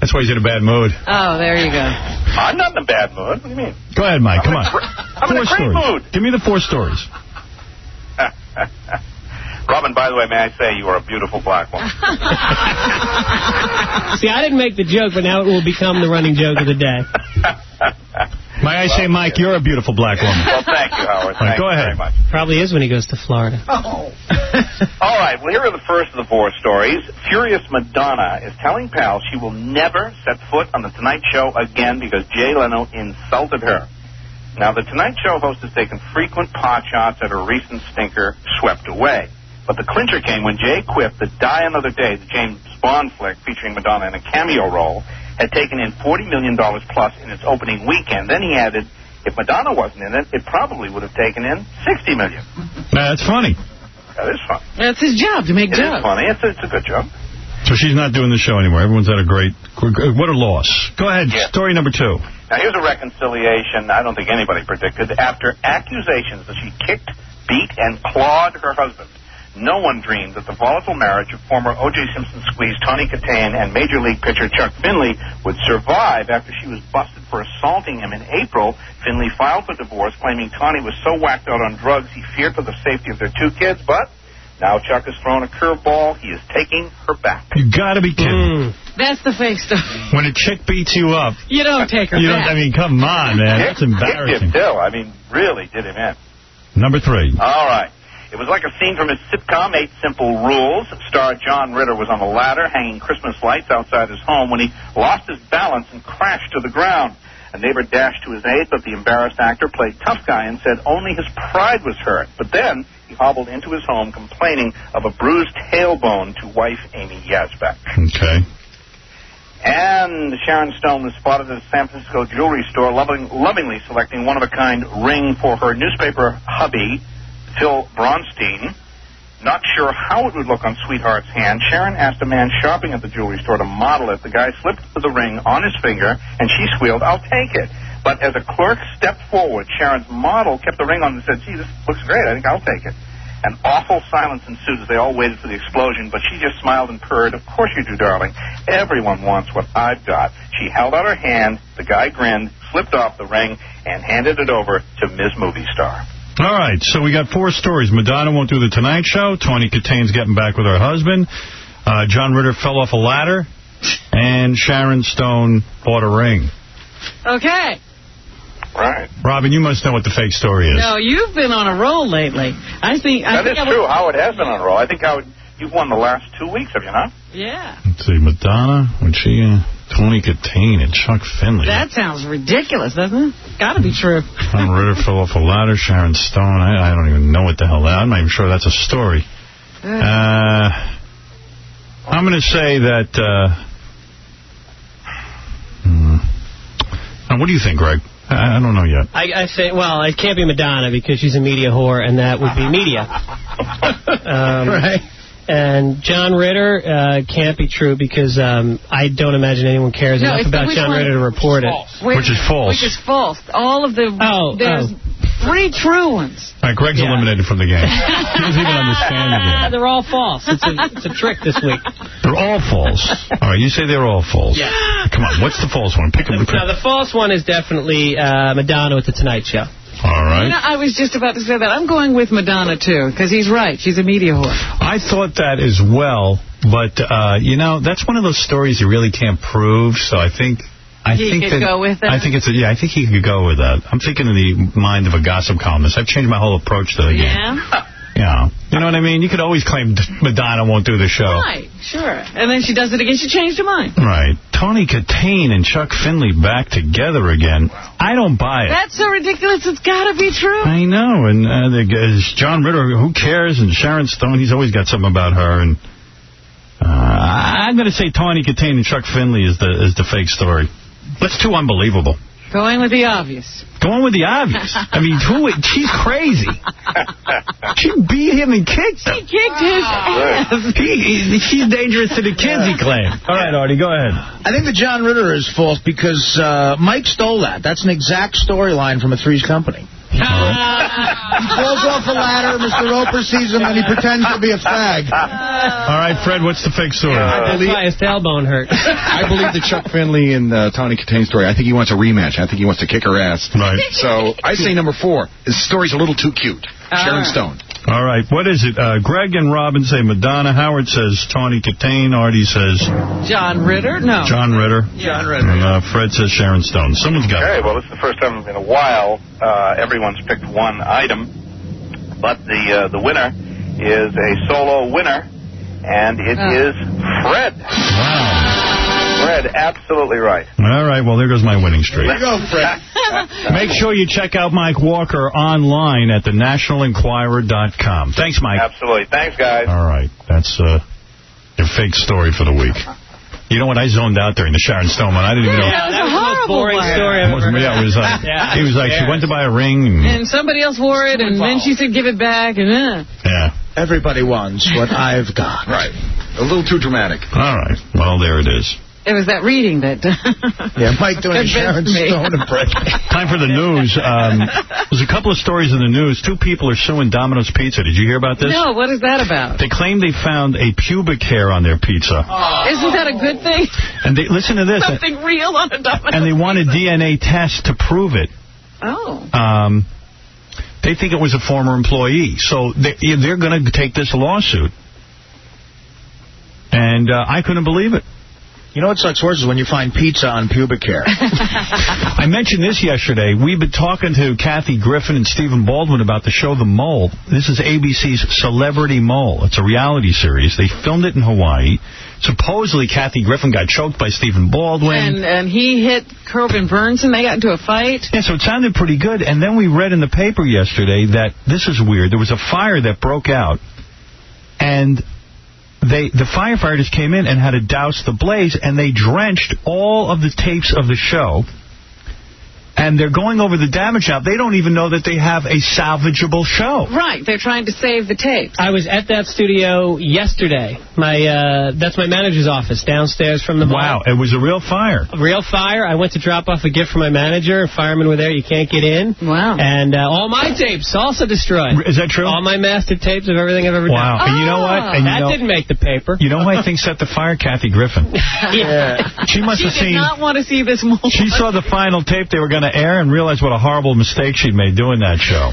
That's why he's in a bad mood. Oh, there you go. I'm not in a bad mood. What do you mean? Go ahead, Mike. Come on. I'm in a four great stories. mood. Give me the four stories. Robin, by the way, may I say you are a beautiful black woman. See, I didn't make the joke, but now it will become the running joke of the day. May I say, Mike, you're a beautiful black woman. Well, Oh, thank you, Howard. All right, Thank go you ahead. very much. Oh. Probably is when he goes to Florida. All right, well, here are the first of the four stories. Furious Madonna is telling pals she will never set foot on The Tonight Show again because Jay Leno insulted her. Now, The Tonight Show host has taken frequent pot shots at her recent stinker, Swept Away. But the clincher came when Jay quipped that Die Another Day, the James Bond flick featuring Madonna in a cameo role, had taken in $40 million plus in its opening weekend. Then he added, if Madonna wasn't in it, it probably would have taken in $60 million. Now, that's funny. That is fun. That's his job to make It is jokes. funny. It's a, it's a good job. So she's not doing the show anymore. Everyone's had a great, what a loss. Go ahead, story number two. Now, here's a reconciliation I don't think anybody predicted. After accusations that she kicked, beat, and clawed her husband, no one dreamed that the volatile marriage of former O.J. Simpson squeeze Tony Katane and Major League pitcher Chuck Finley would survive after she was busted for assaulting him in April. Finley filed for divorce, claiming Tony was so whacked out on drugs he feared for the safety of their two kids, but now Chuck has thrown a curveball. He is taking her back. You gotta be Mm. kidding. That's the fake stuff. When a chick beats you up, You don't take her you don't, I back. mean, come on, man. That's Kicked- Kicked embarrassing. him, too. I mean, really did him in. Number three. All right. It was like a scene from his sitcom, Eight Simple Rules. Star John Ritter was on a ladder hanging Christmas lights outside his home when he lost his balance and crashed to the ground. A neighbor dashed to his aid, but the embarrassed actor played tough guy and said only his pride was hurt. But then he hobbled into his home complaining of a bruised tailbone to wife Amy Yazbek. Okay. And Sharon Stone was spotted at a San Francisco jewelry store, loving, lovingly selecting one of a kind ring for her newspaper hubby, Phil Bronstein. Not sure how it would look on Sweetheart's hand, Sharon asked a man shopping at the jewelry store to model it. The guy slipped the ring on his finger, and she squealed, I'll take it. But as a clerk stepped forward, Sharon's model kept the ring on and said, Gee, this looks great. I think I'll take it. An awful silence ensued as they all waited for the explosion, but she just smiled and purred, Of course you do, darling. Everyone wants what I've got. She held out her hand, the guy grinned, slipped off the ring, and handed it over to Ms. Movie Star. All right, so we got four stories. Madonna won't do the Tonight Show. Tony Katane's getting back with her husband. Uh, John Ritter fell off a ladder. And Sharon Stone bought a ring. Okay. Right. Robin, you must know what the fake story is. No, you've been on a roll lately. I think. I That is think I was- true. Howard has been on a roll. I think Howard, you've won the last two weeks, have you not? Yeah. Let's see, Madonna, when she, uh, Tony Katane and Chuck Finley. That sounds ridiculous, doesn't it? Gotta be true. Tom Ritter fell off a ladder. Sharon Stone. I, I don't even know what the hell that. I'm not even sure that's a story. Uh, I'm going to say that. Uh, hmm. Now, what do you think, Greg? I, I don't know yet. I, I say, well, it can't be Madonna because she's a media whore, and that would be media. um, right. And John Ritter uh, can't be true because um, I don't imagine anyone cares No, enough it's- about which John one- Ritter to report Wait it. a minute. Which is false. All of the. Oh, There's three true ones. All right, Greg's eliminated from the game. He doesn't even understand the game. Uh, They're all false. It's a, it's a trick this week. They're all false. All right, you say they're all false. Yeah. Come on, what's the false one? Pick up the. Now, the false one is definitely uh, Madonna with The Tonight Show. All You right. know, I was just about to say that. I'm going with Madonna, too, because he's right. She's a media whore. I thought that as well But uh, you know, that's one of those stories you really can't prove. So I think. I He think that, could go with that? I think it's a, yeah. I think he could go with that. I'm thinking in the mind of a gossip columnist. I've changed my whole approach to the game. Yeah? Yeah. You know what I mean? You could always claim Madonna won't do the show. Right, sure. And then she does it again. She changed her mind. Right. Tony Katane and Chuck Finley back together again. I don't buy it. That's so ridiculous. It's got to be true. I know. And uh, the, guys- John Ritter, who cares? And Sharon Stone, he's always got something about her. And uh, I'm going to say Tawny Katane and Chuck Finley is the is the fake story. That's too unbelievable. Going with the obvious. Going with the obvious. I mean, who? would- She's crazy. She beat him and kicked him. She kicked his ass. He, she's dangerous to the kids, he claimed. All right, Artie, go ahead. I think the John Ritter is false because uh, Mike stole that. That's an exact storyline from a Three's Company. he falls off a ladder, Mr. Roper sees him, and he pretends to be a fag. All right, Fred, what's the fake story? That's why his tailbone hurt. I believe the Chuck Finley and uh, Tony Katane story. I think he wants a rematch. I think he wants to kick her ass. Right. So I say number four. The story's a little too cute. Ah. Sharon Stone. All right, what is it? Uh, Greg and Robin say Madonna. Howard says Tawny Katane. Artie says John Ritter? No. John Ritter. John Ritter. And, uh, Fred says Sharon Stone. Someone's got Okay, well, this is the first time in a while uh, everyone's picked one item, but the uh, the winner is a solo winner, and it Oh. is Fred. Wow. Fred, absolutely right. All right, well, there goes my winning streak. go, Fred. Make sure you check out Mike Walker online at thenationalenquirer.com. Thanks, Mike. Absolutely. Thanks, guys. All right, that's uh, your fake story for the week. You know what? I zoned out during the Sharon Stone one. I didn't even know. Yeah, that was a horrible boring one. story It wasn't- yeah, it was like, it was like she went to buy a ring. And, And somebody else wore it, and then she said, give it back, and uh. yeah. Everybody wants what I've got. Right. A little too dramatic. All right. Well, there it is. It was that reading that... Yeah, Mike doing a Convinced Sharon me. Stone impression. Time for the news. Um, there's a couple of stories in the news. Two people are suing Domino's Pizza. Did you hear about this? No, what is that about? They claim they found a pubic hair on their pizza. Isn't that a good thing? And they listen to this. Something real on a domino. And they want a DNA test to prove it. Oh. Um, they think it was a former employee. So they, they're going to take this lawsuit. And uh, I couldn't believe it. You know what sucks worse is when you find pizza on pubic hair. I mentioned this yesterday. We've been talking to Kathy Griffin and Stephen Baldwin about the show The Mole. This is ABC's Celebrity Mole. It's a reality series. They filmed it in Hawaii. Supposedly, Kathy Griffin got choked by Stephen Baldwin. And, and he hit Corbin Burns, and they got into a fight. Yeah, so it sounded pretty good. And then we read in the paper yesterday that this is weird. There was a fire that broke out, and they the firefighters came in and had to douse the blaze, and they drenched all of the tapes of the show. And they're going over the damage now. They don't even know that they have a salvageable show. Right, they're trying to save the tapes. I was at that studio yesterday. My uh, that's my manager's office downstairs from the mall. Wow, it was a real fire. Real fire. I went to drop off a gift for my manager. Firemen were there. You can't get in. Wow. And uh, all my tapes also destroyed. Is that true? All my master tapes of everything I've ever Wow. done. And you know what? And you that know- didn't make the paper. You know who I think set the fire? Kathy Griffin. Yeah. She must She have did seen. not want to see this mole. She saw the final tape they were going to air and realized what a horrible mistake she'd made doing that show.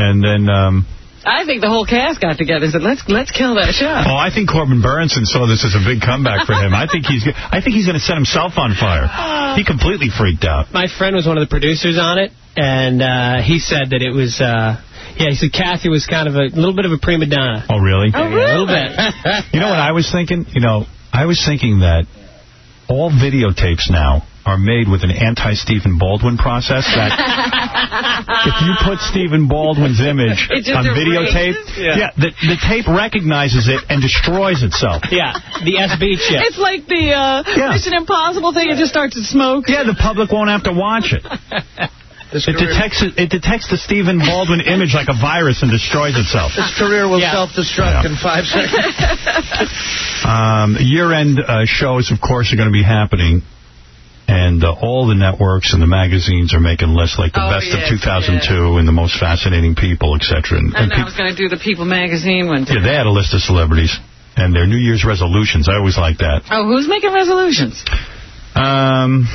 and then, um, I think the whole cast got together and said, let's let's kill that show. oh, I think Corbin Burnson saw this as a big comeback for him. I think he's, I think he's going to set himself on fire. He completely freaked out. My friend was one of the producers on it, and uh, he said that it was. Uh, yeah, he said Kathy was kind of a little bit of a prima donna. Oh, really? Oh, really? A little bit. You know what I was thinking? You know, I was thinking that all videotapes now are made with an anti-Stephen Baldwin process that if you put Stephen Baldwin's image It just on erases? videotape, Yeah. the, the tape recognizes it and destroys itself. Yeah, the SB chip. It's like the uh, Mission Impossible thing. It just starts to smoke. Yeah, the public won't have to watch it. It detects it detects the Stephen Baldwin image like a virus and destroys itself. His career will Yeah. self-destruct in five seconds. Um, year-end uh, shows, of course, are going to be happening, and uh, all the networks and the magazines are making lists like the Oh, best yes, of 2002 and the most fascinating people, etc. And, And and I was going to do the People magazine one. yeah, they had a list of celebrities and their New Year's resolutions. I always like that. Oh, who's making resolutions? Um,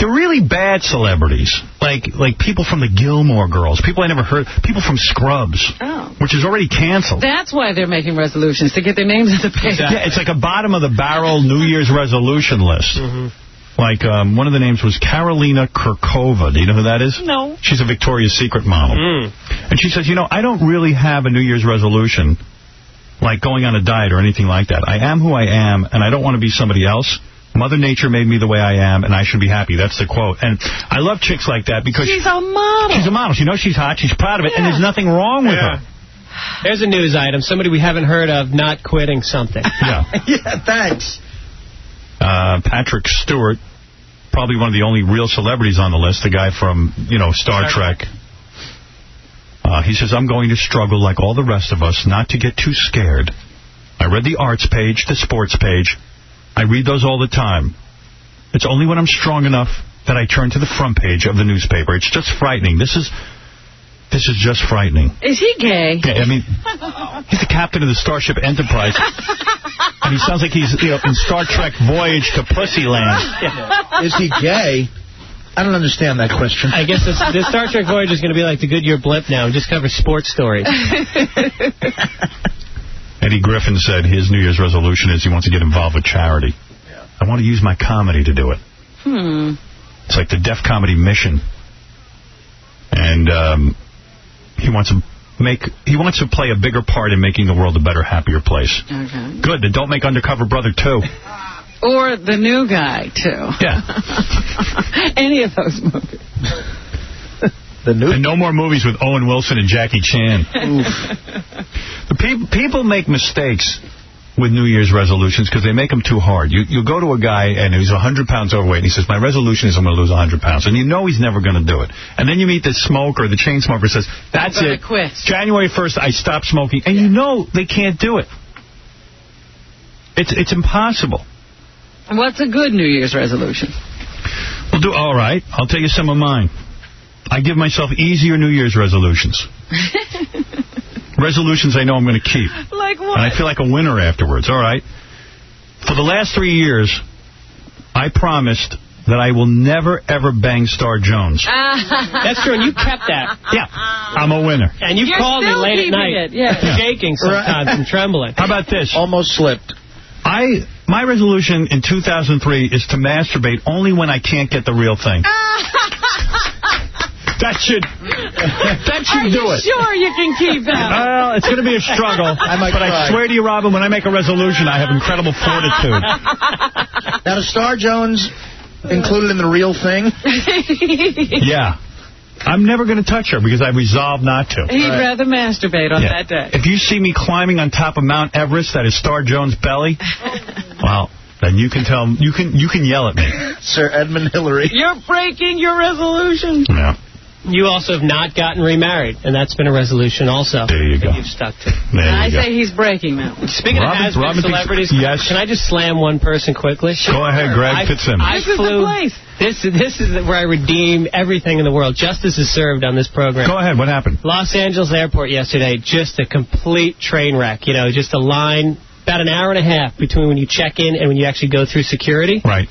They're really bad celebrities, like like people from the Gilmore Girls, people I never heard, people from Scrubs, Oh. which is already canceled. That's why they're making resolutions to get their names in the paper. Yeah, it's like a bottom of the barrel New Year's resolution list. Like um, one of the names was Carolina Kirkova. Do you know who that is? No. She's a Victoria's Secret model, and she says, you know, I don't really have a New Year's resolution, Mm-hmm. like going on a diet or anything like that. I am who I am, and I don't want to be somebody else. Mother Nature made me the way I am, and I should be happy. That's the quote. And I love chicks like that because She's a model. She's a model. She knows she's hot. She's proud of it, and there's nothing wrong with her. There's a news item. Somebody we haven't heard of not quitting something. Yeah. yeah, thanks. uh, Patrick Stewart, probably one of the only real celebrities on the list, the guy from, you know, Star Trek. Uh, he says, I'm going to struggle like all the rest of us not to get too scared. I read the arts page, the sports page. I read those all the time. It's only when I'm strong enough that I turn to the front page of the newspaper. It's just frightening. This is this is just frightening. Is he gay? Yeah, I mean, he's the captain of the Starship Enterprise, and he sounds like he's you know, in Star Trek Voyage to Pussyland. Is he gay? I don't understand that question. I guess this, this Star Trek Voyage is going to be like the Goodyear blip now and just cover sports stories. Eddie Griffin said his New Year's resolution is he wants to get involved with charity. I want to use my comedy to do it. Hmm. It's like the Deaf Comedy Mission, and um, he wants to make he wants to play a bigger part in making the world a better, happier place. Okay. Good. Then don't make Undercover Brother two. Or the new guy, too. Yeah. Any of those movies. The new and no more movies with Owen Wilson and Jackie Chan. The peop people make mistakes with New Year's resolutions because they make them too hard. You you go to a guy and he's 100 pounds overweight and he says, my resolution is I'm going to lose 100 pounds. And you know he's never going to do it. And then you meet the smoker, the chain smoker says, that's I'm it. gonna January 1st, I stop smoking. And you know they can't do it. It's, it's impossible. What's a good New Year's resolution? Well, do all right. I'll tell you some of mine. I give myself easier New Year's resolutions. resolutions I know I'm going to keep. Like And I feel like a winner afterwards. All right. For the last three years, I promised that I will never, ever bang Star Jones. That's true, and you kept that. Yeah. I'm a winner. And you Uh, You're called me still late at keeping night, it, yeah. shaking sometimes and trembling. How about this? Almost slipped. I My resolution in 2003 is to masturbate only when I can't get the real thing. that should that should Are do you it. sure you can keep that? Well, it's going to be a struggle. but I swear to you, Robin, when I make a resolution, I have incredible fortitude. Now, does Star Jones included in the real thing? yeah. I'm never going to touch her because I resolved not to. He'd rather masturbate on Yeah. that day. If you see me climbing on top of Mount Everest, that is Star Jones' belly. well, then you can tell you can you can yell at me, Sir Edmund Hillary. You're breaking your resolution. Yeah. You also have not gotten remarried, and that's been a resolution also. There you go. You've stuck to. I say he's breaking that one. Speaking Robin- of has-been Robin thinks- celebrities, can I just slam one person quickly? Go ahead, Greg I, Fitzsimmons. I This is the flew, place. This, this is where I redeem everything in the world. Justice is served on this program. Go ahead. What happened? Los Angeles Airport yesterday, just a complete train wreck. You know, just a line about an hour and a half between when you check in and when you actually go through security. Right.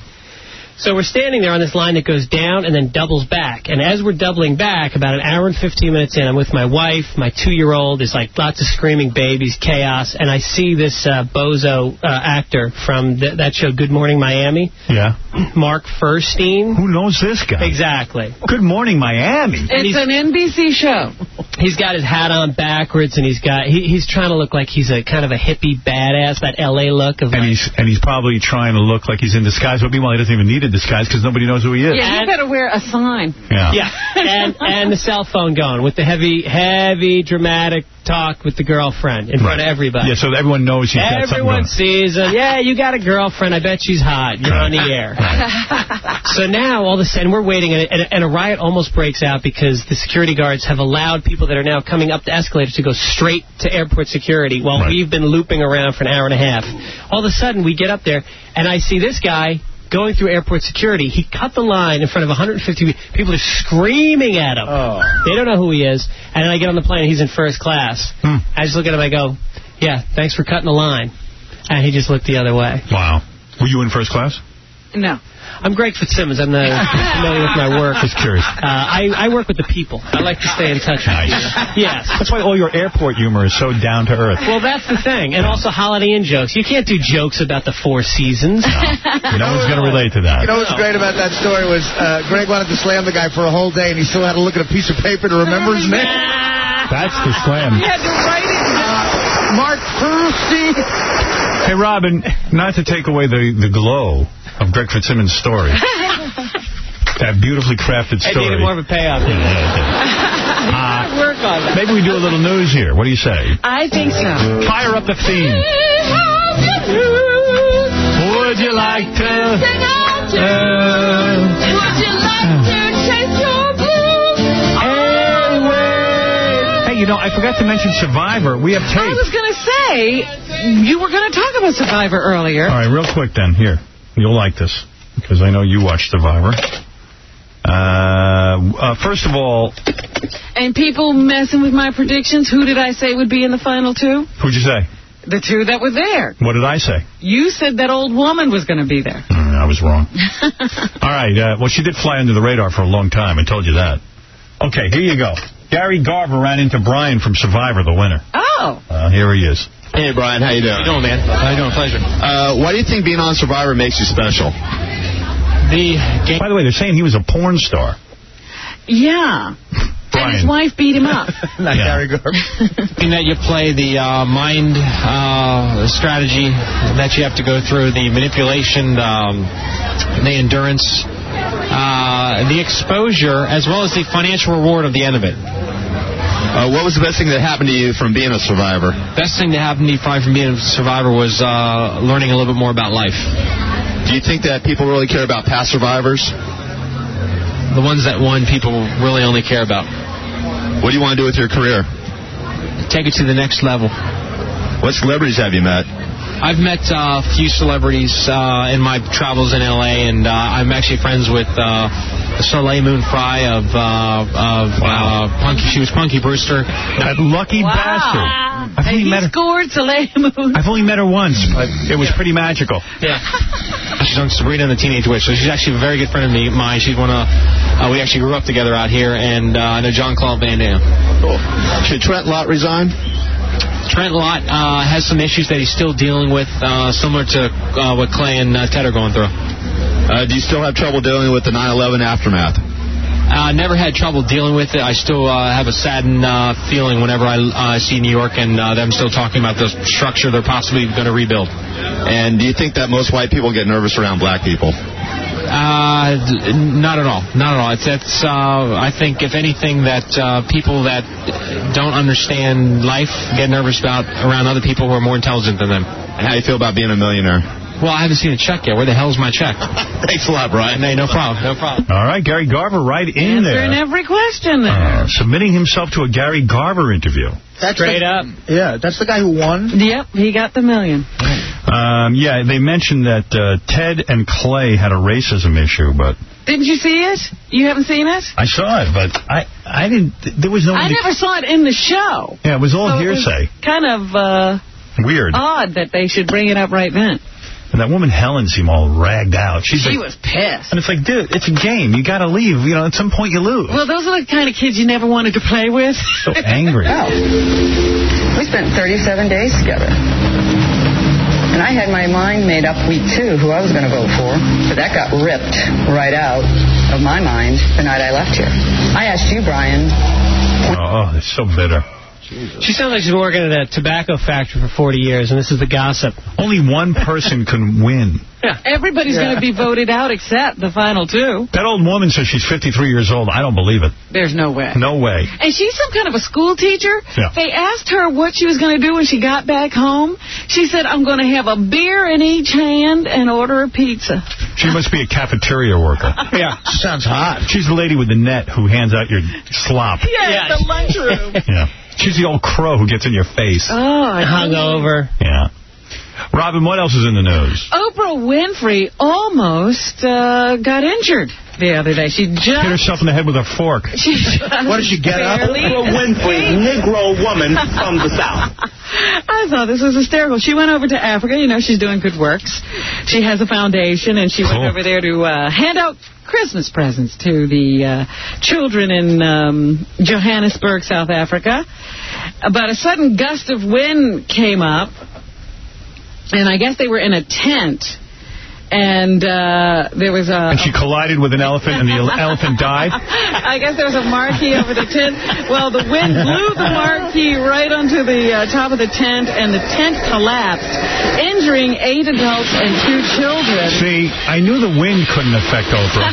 So we're standing there on this line that goes down and then doubles back. And as we're doubling back, about an hour and 15 minutes in, I'm with my wife, my two-year-old. There's like lots of screaming babies, chaos. And I see this uh, bozo uh, actor from th- that show, Good Morning Miami, Yeah. Mark Furstein. Who knows this guy? Exactly. Good morning, Miami. And It's he's- an NBC show. He's got his hat on backwards, and he's got he, he's trying to look like he's a kind of a hippie badass, that L.A. look of. And he's and he's probably trying to look like he's in disguise, but meanwhile he doesn't even need a disguise because nobody knows who he is. Yeah, you better wear a sign. Yeah. Yeah, and and the cell phone going with the heavy, heavy, dramatic talk with the girlfriend in front of everybody. Yeah, so everyone knows he's got something Everyone going. sees him. Yeah, you got a girlfriend. I bet she's hot. You're on the air. so now all of a sudden we're waiting, and, and, and a riot almost breaks out because the security guards have allowed people that are now coming up the escalators to go straight to airport security while we've been looping around for an hour and a half. All of a sudden we get up there, and I see this guy. Going through airport security, he cut the line in front of 150 people. Are screaming at him. They don't know who he is. And then I get on the plane. and He's in first class. I just look at him. I go, "Yeah, thanks for cutting the line." And he just looked the other way. Wow. Were you in first class? No. I'm Greg Fitzsimmons. I'm not familiar with my work. Just curious. Uh, I, I work with the people. I like to stay in touch with Nice. people. Yes. That's why all your airport humor is so down to earth. Well, that's the thing. And also Holiday Inn jokes. You can't do jokes about the Four Seasons. No one's going to relate to that. You know what's great about that story was uh, Greg wanted to slam the guy for a whole day, and he still had to look at a piece of paper to remember his name. That's the slam. Mark Percy. Hey, Robin, not to take away the, the glow of Greg Fitzsimmons' story, that beautifully crafted I story. needed more of a payoff. Yeah, yeah, I work yeah. on that. Maybe we do a little news here. What do you say? I think so. Fire up the theme. Would you like to? Hey, you know, I forgot to mention Survivor. We have I tape. was going to say, you were going to talk about Survivor earlier. All right, real quick then. Here, you'll like this because I know you watch Survivor. Uh, uh, first of all, And people messing with my predictions. Who did I say would be in the final two? who'd you say? The two that were there. What did I say? You said that old woman was going to be there. Mm, I was wrong. All right. Uh, well, she did fly under the radar for a long time. I told you that. Okay, here you go. Gary Garver ran into Brian from Survivor, the winner. Oh. Uh, here he is. Hey, Brian, how you doing? How you doing, man? How you doing? Pleasure. Uh, why do you think being on Survivor makes you special? The game. By the way, they're saying he was a porn star. Yeah. And his wife beat him up. Not Gary Garb. that you play the uh, mind uh, strategy that you have to go through, the manipulation, um, the endurance, uh, the exposure, as well as the financial reward of the end of it. Uh, what was the best thing that happened to you from being a survivor? Best thing that happened to me probably from being a survivor was uh, learning a little bit more about life. Do you think that people really care about past survivors? The ones that won, people really only care about. What do you want to do with your career? Take it to the next level. What celebrities have you met? I've met uh, a few celebrities uh, in my travels in LA, and uh, I'm actually friends with uh, Soleil Moon Frye of uh, of uh, Punky. She was Punky Brewster. That lucky bastard. I've only met her. Scored Soleil Moon. I've only met her once, but it was pretty magical. Yeah. She's on Sabrina and the Teenage Witch, so she's actually a very good friend of me, mine. She's one of uh, we actually grew up together out here, and uh, I know John Claude Van Damme. Cool. Should Trent Lott resign? Trent Lott uh, has some issues that he's still dealing with, uh, similar to uh, what Clay and uh, Ted are going through. Uh, do you still have trouble dealing with the 9/11 aftermath? I Uh, never had trouble dealing with it. I still uh, have a saddened uh, feeling whenever I uh, see New York and uh, them still talking about the structure they're possibly going to rebuild. And do you think that most white people get nervous around black people? Uh, d- not at all. Not at all. It's, it's uh, I think if anything that uh, people that don't understand life get nervous about around other people who are more intelligent than them. And how do you feel about being a millionaire? Well, I haven't seen a check yet. Where the hell's my check? Thanks a lot, Brian. Hey, no problem. No problem. All right, Gary Garver right in Answering there. every question. Uh, submitting himself to a Gary Garver interview. That's Straight the, up. Yeah, that's the guy who won. Yep, he got the million. Um, yeah, they mentioned that uh, Ted and Clay had a racism issue, but Didn't you see it? You haven't seen it? I saw it, but I, I didn't. There was no. I indi- never saw it in the show. Yeah, it was all So it was hearsay. Kind of uh, Weird. odd that they should bring it up right then. And that woman Helen seemed all ragged out. She's She like, was pissed. And it's like, dude, it's a game. You got to leave. You know, at some point you lose. Well, those are the kind of kids you never wanted to play with. So angry. We spent 37 days together. And I had my mind made up week two who I was going to vote for, but that got ripped right out of my mind the night I left here. I asked you, Brian. Oh, it's so bitter. She sounds like she's been working at a tobacco factory for 40 years, and this is the gossip. Only one person can win. Everybody's Yeah. going to be voted out except the final two. That old woman says she's 53 years old. I don't believe it. There's no way. No way. And she's some kind of a school teacher. Yeah. They asked her what she was going to do when she got back home. She said, I'm going to have a beer in each hand and order a pizza. She must be a cafeteria worker. Yeah. She sounds hot. She's the lady with the net who hands out your slop. Yeah, the lunchroom. Yeah. She's the old crow who gets in your face. Oh, hungover. Yeah. Robin, what else is in the news? Oprah Winfrey almost uh, got injured the other day. She just Hit herself in the head with a fork. She just What, did she get up? barely- Oprah Winfrey, Negro woman from the South. I I thought this was hysterical. She went over to Africa. You know, she's doing good works. She has a foundation, and she went over there to uh, hand out Christmas presents to the uh, children in um, Johannesburg, South Africa. But a sudden gust of wind came up, and I guess they were in a tent. And uh, there was a, And she collided with an elephant, and the elephant died. I guess there was a marquee over the tent. Well, the wind blew the marquee right onto the uh, top of the tent, and the tent collapsed, injuring eight adults and two children. See, I knew the wind couldn't affect Oprah.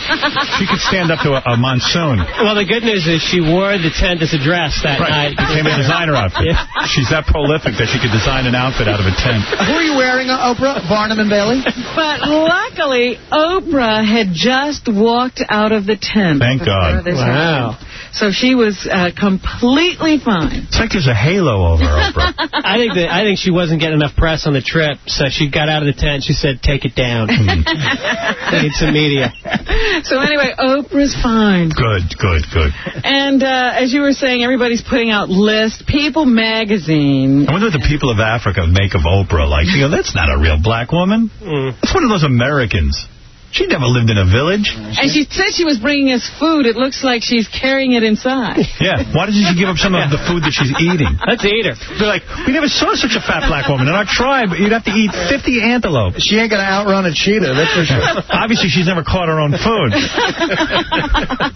She could stand up to a, a monsoon. Well, the good news is she wore the tent as a dress that Right, night. became a designer outfit. Yeah. She's that prolific that she could design an outfit out of a tent. Who are you wearing, uh, Oprah? Barnum and Bailey? But luckily, Oprah had just walked out of the tent. Thank before God. this Wow. happened. So she was uh, completely fine. It's like there's a halo over her. I think that I think she wasn't getting enough press on the trip, so she got out of the tent. She said, "Take it down, Mm-hmm. take it to media." So anyway, Oprah's fine. Good, good, good. And uh, as you were saying, everybody's putting out lists. People magazine. I wonder what the people of Africa make of Oprah. Like, you know, that's not a real black woman. Mm. That's one of those Americans. She never lived in a village. And she said she was bringing us food. It looks like she's carrying it inside. Yeah, why doesn't she give up some of the food that she's eating? Let's eat her. They're like, we never saw such a fat black woman in our tribe. You'd have to eat 50 antelope. She ain't going to outrun a cheetah, that's for sure. Obviously, she's never caught her own food.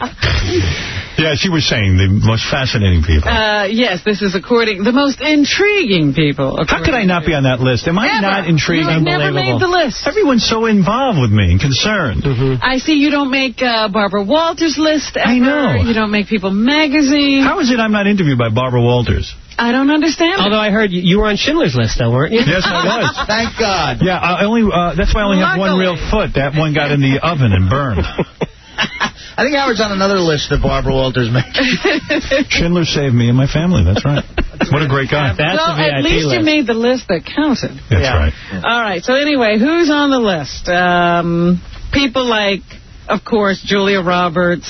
yeah, she was saying the most fascinating people. Uh, yes, this is according the most intriguing people. How could I not be on that list? Am I Never. not intrigued? No, I never made the list. Everyone's so involved with me and concerned. Mm-hmm. I see you don't make uh, Barbara Walters list. Ever. I know. You don't make People magazine. How is it I'm not interviewed by Barbara Walters? I don't understand. Although I heard you, you were on Schindler's List, though, weren't you? Yes, I was. Thank God. Yeah, I only uh, that's why I only have one real foot. That one got in the oven and burned. I think Howard's on another list that Barbara Walters made. Schindler saved me and my family. That's right. What a great guy. well, at least you made the list that counted. That's right. All right. So anyway, who's on the list? Um, people like, of course, Julia Roberts,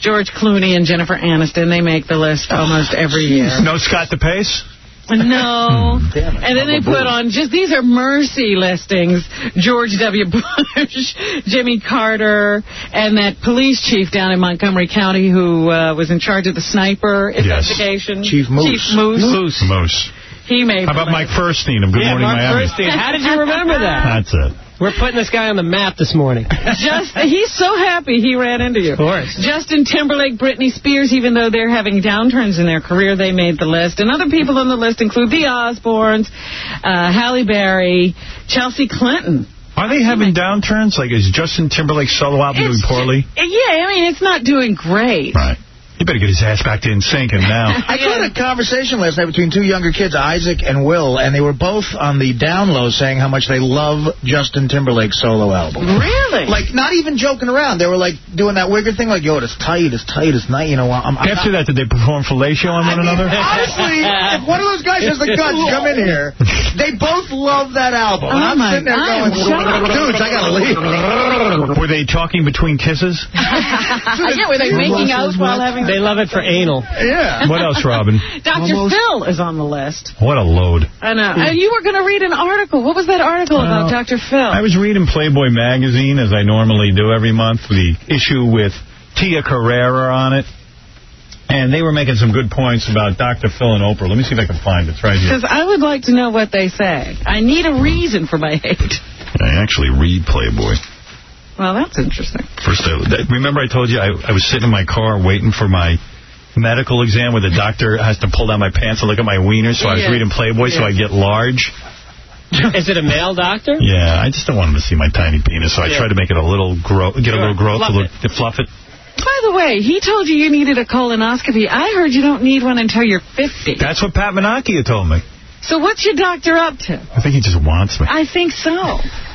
George Clooney, and Jennifer Aniston. They make the list almost every year. No Scott the Pace. No. Hmm. and then they put on just these are mercy listings. George W. Bush, Jimmy Carter, and that police chief down in Montgomery County who uh, was in charge of the sniper investigation. Chief Moose. Moose. Moose. He made. How about Mike Furstein of Good Yeah, Morning Mark Miami? Furstein. How did you remember that? That's it. We're putting this guy on the map this morning. Just he's so happy he ran into you. Of course. Justin Timberlake, Britney Spears, even though they're having downturns in their career, they made the list. And other people on the list include the Osbournes, uh, Halle Berry, Chelsea Clinton. Are they having downturns? Like, is Justin Timberlake's solo album doing poorly? Uh, Yeah, I mean it's not doing great. Right. You better get his ass back to in sync and now. I had a conversation last night between two younger kids, Isaac and Will, and they were both on the down low saying how much they love Justin Timberlake's solo album. Really? Like, not even joking around. They were, like, doing that wigger thing, like, yo, it's tight, it's tight, it's night, you know. I'm, I'm After not- that, did they perform fellatio on one another? Honestly, if one of those guys has the guts to come in here, they both love that album. and Oh, I'm my sitting there God, going, dudes, I gotta leave. Were they talking between kisses? yeah, were they making out while having? They love it for anal. Yeah. What else, Robin? Dr. Phil is on the list. What a load. I know. And you were going to read an article. What was that article about Dr. Phil? I was reading Playboy magazine, as I normally do every month, the issue with Tia Carrera on it. And they were making some good points about Dr. Phil and Oprah. Let me see if I can find it. It's right here. Because I would like to know what they say. I need a reason for my hate. I actually read Playboy. Well, that's interesting. First, I, that, remember I told you I, I was sitting in my car waiting for my medical exam where the doctor has to pull down my pants and look at my wiener, so I was Yeah. reading Playboy so I Yeah. get large. Is it a male doctor? Yeah, I just don't want him to see my tiny penis, so I Yeah. try to make it a little grow, get a little growth, Fluff a little, to fluff it. By the way, he told you you needed a colonoscopy. I heard you don't need one until you're 50. That's what Pat Menachie had told me. So what's your doctor up to? I think he just wants me. I think so.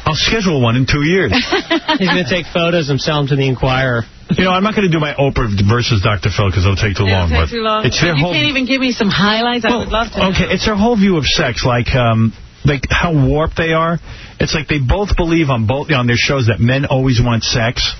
I'll schedule one in two years. He's going to take photos and sell them to the Inquirer. you know, I'm not going to do my Oprah versus Dr. Phil because it'll take too long. It'll but take too long. It's their And you whole can't even give me some highlights. I would love to. know. Okay, it's their whole view of sex, like um, like how warped they are. It's like they both believe on both on their shows that men always want sex,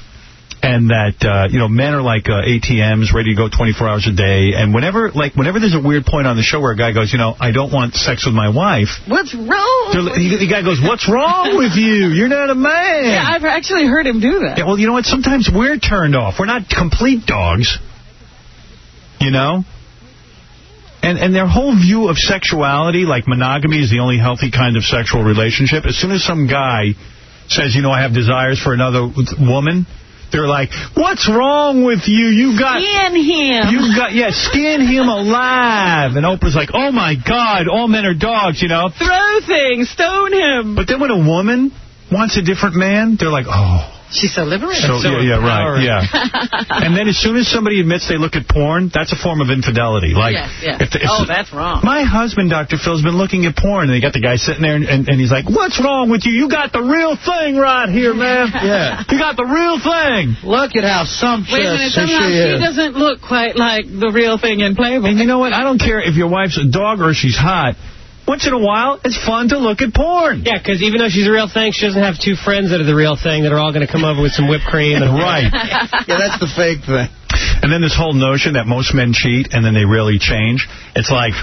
and that uh, you know men are like uh, ATMs, ready to go 24 hours a day. And whenever like whenever there's a weird point on the show where a guy goes, you know, I don't want sex with my wife. What's wrong? they're li- The guy goes, "What's wrong with you? You're not a man." Yeah, I've actually heard him do that. Yeah, well, you know what? Sometimes we're turned off. We're not complete dogs. You know? And and their whole view of sexuality, like monogamy is the only healthy kind of sexual relationship, as soon as some guy says, you know, I have desires for another woman, they're like, what's wrong with you? You got... Skin him. You got, yeah, skin him alive. And Oprah's like, oh, my God, all men are dogs, you know? Throw things, stone him. But then when a woman wants a different man, they're like, oh... She's so liberated. So, yeah, yeah, right, yeah. and then as soon as somebody admits they look at porn, that's a form of infidelity. Like, yes, yes. if the- if oh, the- that's wrong. my husband, Dr. Phil's been looking at porn, and they got the guy sitting there, and, and, and he's like, what's wrong with you? You got the real thing right here, man. Yeah. You got the real thing. Look at how Wait a sumptuous minute, somehow she doesn't look quite like the real thing in Playboy. And you know what? I don't care if your wife's a dog or she's hot. Once in a while, it's fun to look at porn. Yeah, because even though she's the real thing, she doesn't have two friends that are the real thing that are all going to come over with some whipped cream. And Right. yeah, that's the fake thing. And then this whole notion that most men cheat and then they really change. It's like,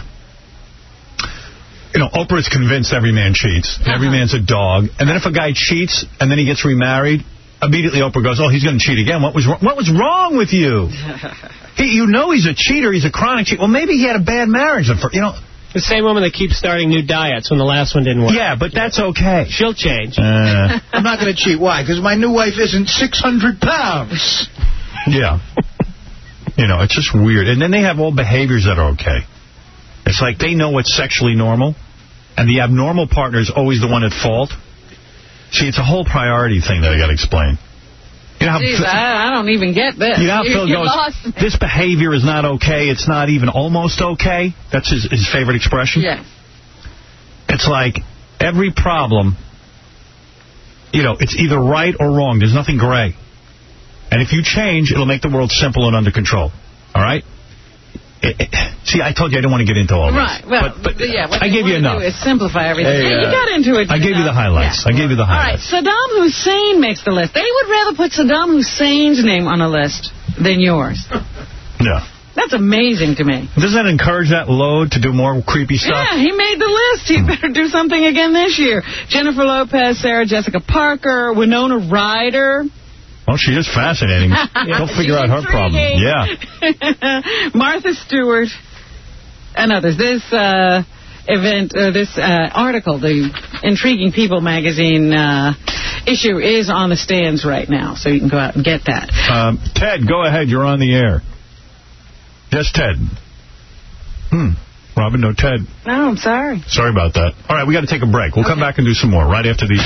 you know, Oprah's convinced every man cheats. and Every man's a dog. And then if a guy cheats and then he gets remarried, immediately Oprah goes, oh, he's going to cheat again. What was wrong? What was wrong with you? he, you know he's a cheater. He's a chronic cheat. Well, maybe he had a bad marriage. the fir- You know, The same woman that keeps starting new diets when the last one didn't work. Yeah, but that's okay. Uh. She'll change. I'm not going to cheat. Why? Because my new wife isn't 600 pounds. Yeah. you know, it's just weird. And then they have all behaviors that are okay. It's like they know what's sexually normal, and the abnormal partner is always the one at fault. See, it's a whole priority thing that I got to explain. You know how Jeez, I, I don't even get this. you know how You- Phil you goes, lost. this behavior is not okay, it's not even almost okay? That's his, his favorite expression? Yeah. It's like every problem, you know, it's either right or wrong. There's nothing gray. And if you change, it'll make the world simple and under control. All right? It- it- see, I told you I didn't want to get into all this. Right. Well, but, yeah. What I they gave you enough. wanna Do is simplify everything. Hey, Yeah, you uh, got into it. I gave you the enough. highlights. I gave you the All right. highlights. Saddam Hussein makes the list. They would rather put Saddam Hussein's name on a list than yours. Yeah. That's amazing to me. Doesn't that encourage that load to do more creepy stuff? Yeah, he made the list. He better do something again this year. Jennifer Lopez, Sarah Jessica Parker, Winona Ryder. Well, she is fascinating. Don't figure out her problem. Yeah. Martha Stewart and others. This uh, event, uh, this uh, article, the Intriguing People magazine uh, issue is on the stands right now, so you can go out and get that. Um, Ted, go ahead. You're on the air. Yes, Ted. Hmm. Robin, no Ted. No, Oh, I'm sorry. Sorry about that. All right, we got to take a break. We'll come back and do some more right after these.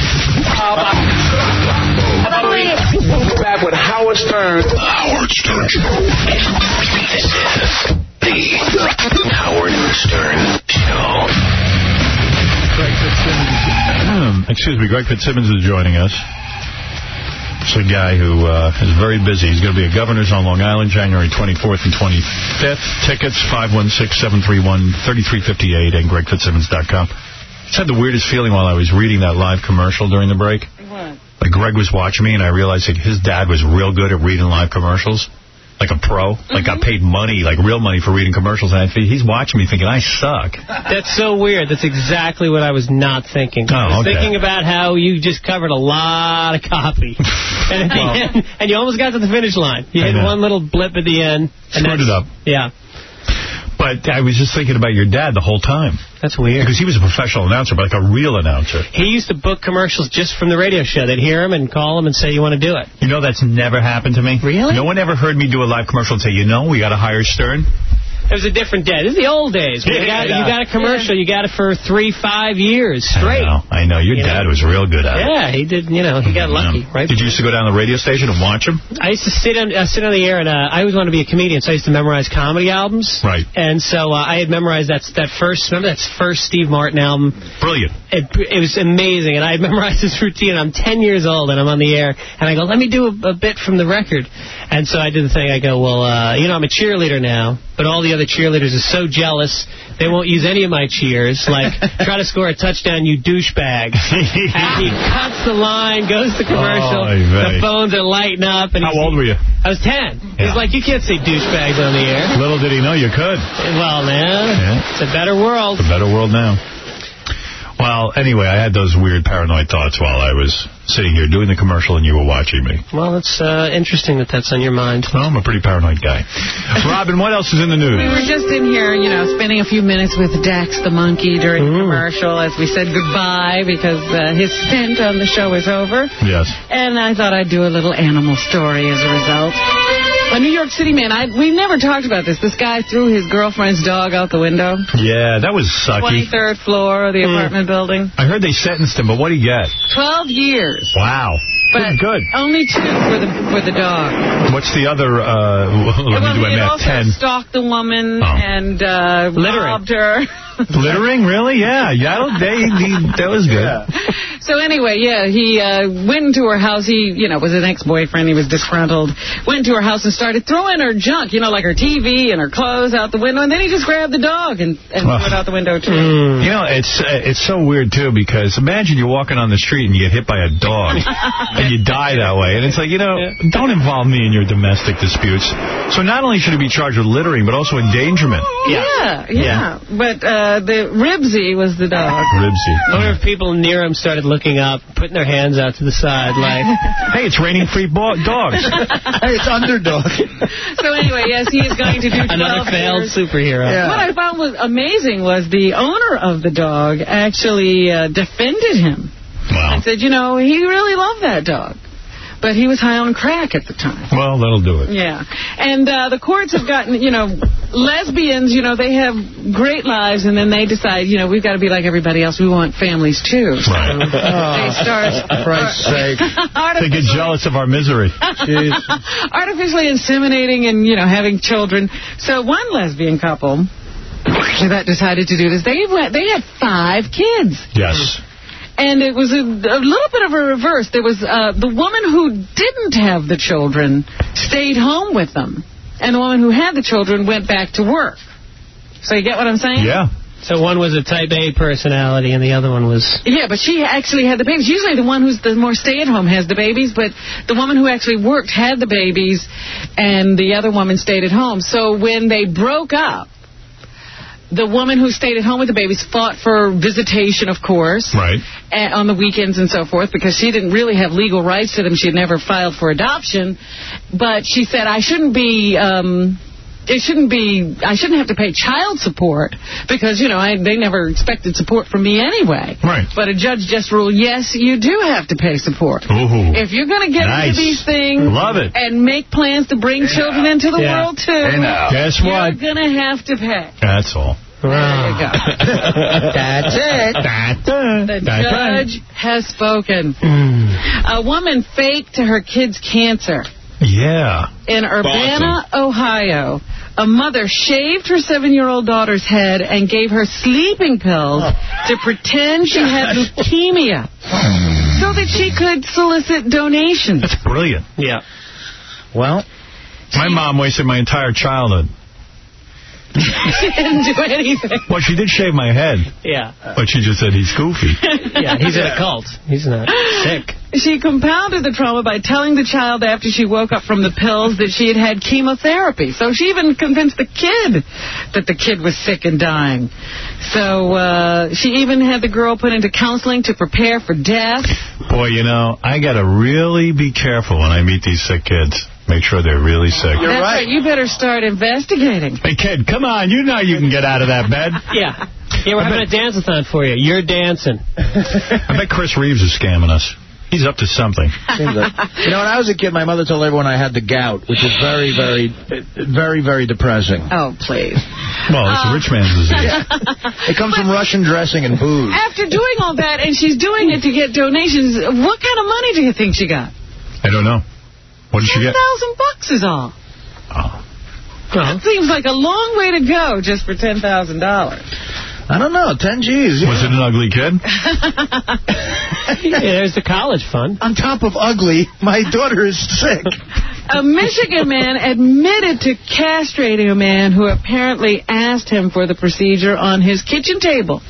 We're back with Howard Stern. Howard Stern This is the Howard Stern Show. Um, excuse me, Greg Fitzsimmons is joining us. It's a guy who uh, is very busy. He's going to be at Governor's on Long Island January 24th and 25th. Tickets, 516-731-3358 and gregfitzsimmons.com. Just had the weirdest feeling while I was reading that live commercial during the break. Like, Greg was watching me, and I realized that his dad was real good at reading live commercials. Like a pro. Like, got paid money, like real money for reading commercials. And I, think- he's watching me thinking, I suck. That's so weird. That's exactly what I was not thinking. I Oh, was okay. thinking about how you just covered a lot of copy. and, at the Oh. end, and you almost got to the finish line. You I hit know. one little blip at the end. And Screwed it up. that's- Yeah. But I was just thinking about your dad the whole time. That's weird. Because he was a professional announcer, but like a real announcer. He used to book commercials just from the radio show. They'd hear him and call him and say, you want to do it. You know that's never happened to me. Really? No one ever heard me do a live commercial and say, you know, we got to hire Stern. It was a different day. This is the old days. When you, Yeah, got, yeah. you got a commercial. You got it for three, five years straight. I know. I know. Your dad was real good at it. Um, Yeah, he did. You know, he got lucky, right? Did you used to go down to the radio station and watch him? I used to sit on uh, sit on the air, and uh, I always wanted to be a comedian, so I used to memorize comedy albums. Right. And so uh, I had memorized that that first remember that first Steve Martin album. Brilliant. It, it was amazing, and I had memorized his routine. I'm 10 years old, and I'm on the air, and I go, "Let me do a, a bit from the record." And so I did the thing. I go, "Well, uh, you know, I'm a cheerleader now, but all the other cheerleaders are so jealous they won't use any of my cheers. Like, try to score a touchdown, you douchebag. and he cuts the line, goes to commercial. Oy vey. the phones are lighting up. And How he's- old were you? I was 10. He's like, you can't say douchebags on the air. Little did he know you could. Well, man, it's a better world. It's a better world now. Well, anyway, I had those weird paranoid thoughts while I was sitting here doing the commercial and you were watching me. Well, it's uh, interesting that that's on your mind. Well, I'm a pretty paranoid guy. Robin, what else is in the We news? were just in here, you know, spending a few minutes with Dax the monkey during the commercial as we said goodbye because uh, his stint on the show is over. Yes. And I thought I'd do a little animal story as a result. A New York City man, I, we never talked about this. This guy threw his girlfriend's dog out the window. Yeah, that was sucky. 23rd floor of the Hmm. apartment building. I heard they sentenced him, but what did he get? 12 years. Wow. But good. Only two for the, for the dog. What's the other, uh, let me do my He math, Oh. 10. also stalked the woman and uh, Littering. robbed her. Littering, really? Yeah. yeah I don't, they, they- that was good. So anyway, yeah, he uh, went into her house. He, you know, was an ex-boyfriend. He was disgruntled. Went to her house and started throwing her junk, you know, like her TV and her clothes out the window. And then he just grabbed the dog and, and threw it out the window too. You know, it's uh, it's so weird too because imagine you're walking on the street and you get hit by a dog and you die that way, and it's like you know, don't involve me in your domestic disputes. So not only should he be charged with littering, but also endangerment. Yeah, yeah. But uh, the Ribsy was the dog. Ribsy. I wonder if people near him started looking up, putting their hands out to the side, like, hey, it's raining free bo- dogs. hey, it's underdog. So anyway, yes, he is going to do 12 Another failed years. superhero. What I found was amazing was the owner of the dog actually uh, defended him. Wow. And said, you know, he really loved that dog. But he was high on crack at the time. Well, that'll do it. Yeah. And uh, the courts have gotten, you know, lesbians, you know, they have great lives, and then they decide, you know, we've got to be like everybody else. We want families, too. Right. they start Christ's sake. They artificially, get jealous of our misery. artificially inseminating and, you know, having children. So one lesbian couple that decided to do this, they, went, they had five kids. Yes. And it was a, a little bit of a reverse. There was uh, the woman who didn't have the children stayed home with them, and the woman who had the children went back to work. So you get what I'm saying? So one was a type A personality, and the other one was. Yeah, but she actually had the babies. Usually the one who's the more stay-at-home has the babies, but the woman who actually worked had the babies, and the other woman stayed at home. So when they broke up, the woman who stayed at home with the babies fought for visitation, of course, right, and, on the weekends and so forth, because she didn't really have legal rights to them. She had never filed for adoption, but she said, "I shouldn't be." Um, it shouldn't be. I shouldn't have to pay child support because you know I, they never expected support from me anyway. Right. But a judge just ruled, yes, you do have to pay support. Ooh. If you're going to get Nice. into these things Love it. and make plans to bring children into the Yeah. world too, Hey, now. Guess what? You're going to have to pay. That's all. There you go. That's it. That's The it. judge has spoken. Hmm. A woman faked her kid's cancer. Yeah. In Urbana, Ohio, a mother shaved her seven-year-old daughter's head and gave her sleeping pills Oh. to pretend she had leukemia so that she could solicit donations. That's brilliant. Yeah. Well, my mom wasted my entire childhood. she didn't do anything. Well, she did shave my head, Yeah. but she just said he's goofy. Yeah, he's in a cult. He's not sick. She compounded the trauma by telling the child after she woke up from the pills that she had had chemotherapy. So she even convinced the kid that the kid was sick and dying. So uh, she even had the girl put into counseling to prepare for death. Boy, you know, I got to really be careful when I meet these sick kids. Make sure they're really sick. That's right. You better start investigating. Hey, kid, come on. You know you can get out of that bed. Yeah. Yeah, we're having a dance-a-thon for you. You're dancing. I bet Chris Reeves is scamming us. He's up to something. Seems like- you know, when I was a kid, my mother told everyone I had the gout, which is very, very, very, very depressing. Oh, please. Well, it's a rich man's disease. It comes from Russian dressing and booze. After doing all that, and she's doing it to get donations, what kind of money do you think she got? I don't know. What did you get? Thousand bucks is all. That seems like a long way to go just for ten thousand dollars. I don't know, 10 G's. Was it an ugly kid? there's the college fund. On top of ugly, my daughter is sick. A Michigan man admitted to castrating a man who apparently asked him for the procedure on his kitchen table.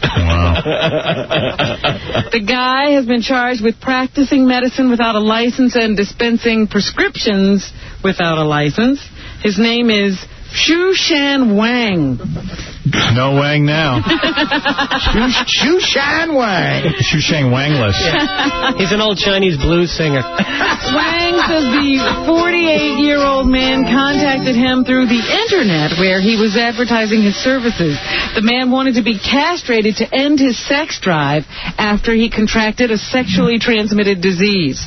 The guy has been charged with practicing medicine without a license and dispensing prescriptions without a license. His name is Shu Shan Wang. No Wang now. Shu Shan Wang. Shu Shang Wangless. He's an old Chinese blues singer. Uh, Wang says the 48-year-old man contacted him through the internet where he was advertising his services. The man wanted to be castrated to end his sex drive after he contracted a sexually transmitted disease.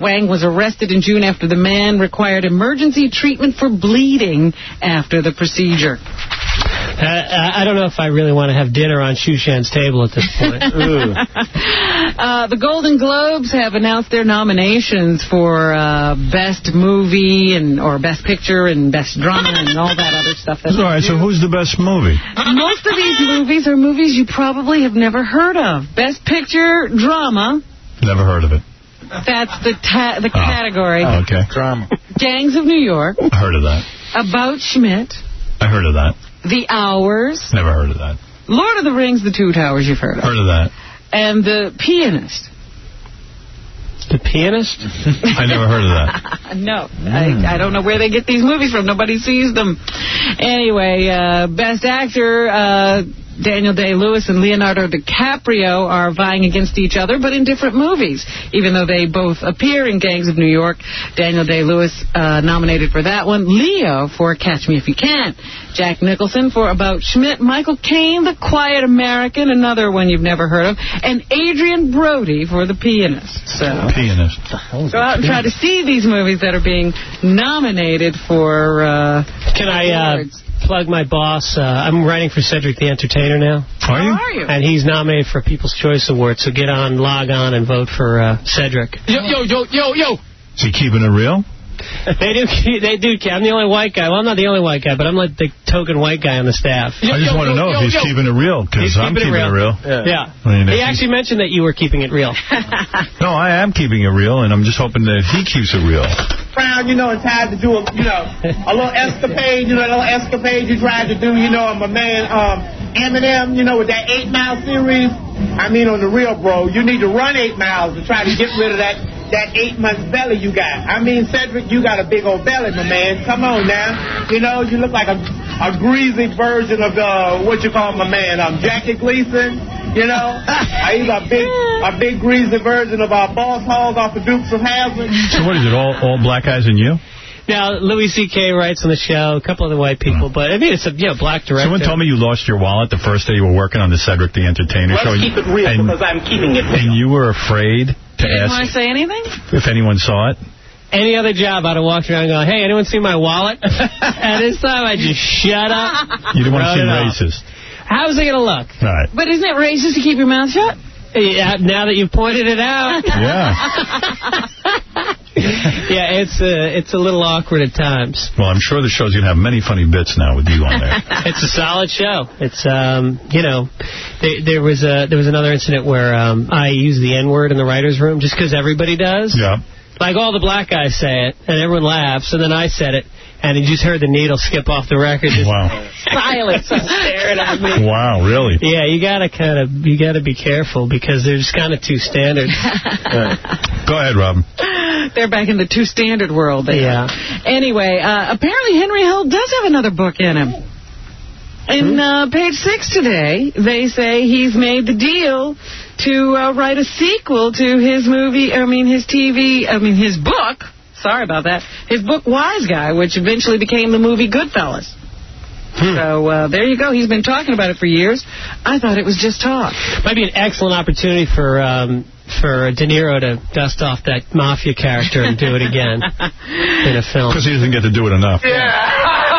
Wang was arrested in June after the man required emergency treatment for bleeding after the procedure. uh, I, I don't know if I really want to have dinner on Shushan's table at this point. Uh, the Golden Globes have announced their nominations for uh, Best Movie and or Best Picture and Best Drama and all that other stuff. That All right, so who's the best movie? Most of these movies are movies you probably have never heard of. Best Picture Drama, Never heard of it. that's the ta- the category. Oh, okay. Drama. Gangs of New York, I heard of that. About Schmidt, I heard of that. The Hours, Never heard of that. Lord of the Rings, The Two Towers you've heard of, Heard of that. and The Pianist. The Pianist? I never heard of that. No, I, I don't know where they get these movies from. Nobody sees them. Anyway, uh, Best Actor, uh, Daniel Day-Lewis and Leonardo DiCaprio are vying against each other, but in different movies. Even though they both appear in Gangs of New York, Daniel Day-Lewis uh, nominated for that one, Leo for Catch Me If You Can, Jack Nicholson for About Schmidt, Michael Caine, The Quiet American, another one you've never heard of, and Adrian Brody for The Pianist. So. Pianist. Go out and try to see these movies that are being nominated for. Uh, Can I uh, plug my boss? Uh, I'm writing for Cedric the Entertainer now. Are you? Are you? And he's nominated for a People's Choice Award, so get on, log on, and vote for uh, Cedric. Yo, yo, yo, yo, yo. Is he keeping it real? they do. They do. I'm the only white guy. Well, I'm not the only white guy, but I'm like the token white guy on the staff. I just want to know if he's keeping it real, because He's I'm keeping it real. Yeah. I mean, he if actually mentioned that you were keeping it real. No, I am keeping it real, and I'm just hoping that he keeps it real. Crown, you know, it's time to do a, you know, a little escapade, you know, that little escapade you tried to do, you know, and my man um, Eminem, you know, with that Eight Mile series. I mean, on the real, bro, you need to run eight miles to try to get rid of that that eight month belly you got. I mean, Cedric, you got a big old belly, my man. Come on now, you know, you look like a a greasy version of uh, what you call my man, um, Jackie Gleason. You know, I he's a big a big greasy version of our boss hog off the Dukes of Hazzard. So what is it, all, all black guys and you? Now, Louis C.K. writes on the show, a couple other white people, but I mean, it's a you know, black director. Hmm. Someone told me you lost your wallet the first day you were working on the Cedric the Entertainer Let's show. keep it real and, because I'm keeping it real. and you were afraid to didn't want ask to say anything? if anyone saw it? Any other job, I'd have walked around going, hey, anyone see my wallet? At this time, I just shut up. You didn't want to wrote seem it off. racist. How's it going to look? All right. But isn't it racist to keep your mouth shut? Yeah, now that you've pointed it out. Yeah. yeah, it's a, it's a little awkward at times. Well, I'm sure the show's going to have many funny bits now with you on there. It's a solid show. It's um, you know, there, there was a there was another incident where um, I used the N word in the writers' room just because everybody does. Yeah. Like all the black guys say it, and everyone laughs, and then I said it, and you just heard the needle skip off the record. Just Wow. Silence. staring at me. Wow, really? Yeah, you gotta kind of you gotta be careful because there's kind of two standards. Go ahead, Robin. They're back in the two standard world. They yeah. Anyway, uh, apparently Henry Hill does have another book in him. In uh, page six today, they say he's made the deal to uh, write a sequel to his movie. I mean, his TV. I mean, his book. Sorry about that. His book, Wise Guy, which eventually became the movie Goodfellas. So uh, there you go. He's been talking about it for years. I thought it was just talk. Might be an excellent opportunity for um, for De Niro to dust off that mafia character and do it again in a film. Because he doesn't get to do it enough.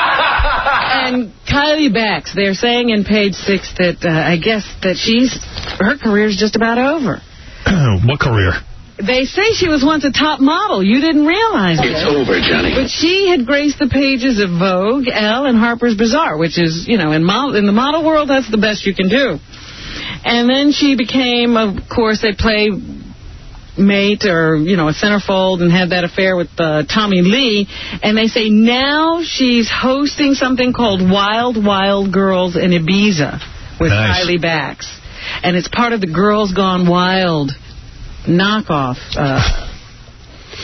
and Kylie Bax, they're saying in page six that uh, I guess that she's her career's just about over. what career? They say she was once a top model. You didn't realize it. It's over, Johnny. But she had graced the pages of Vogue, Elle, and Harper's Bazaar, which is, you know, in, model, in the model world, that's the best you can do. And then she became, of course, they play mate or, you know, a centerfold and had that affair with uh, Tommy Lee. And they say now she's hosting something called Wild Wild Girls in Ibiza with Nice. Kylie Bax. And it's part of the Girls Gone Wild knockoff uh,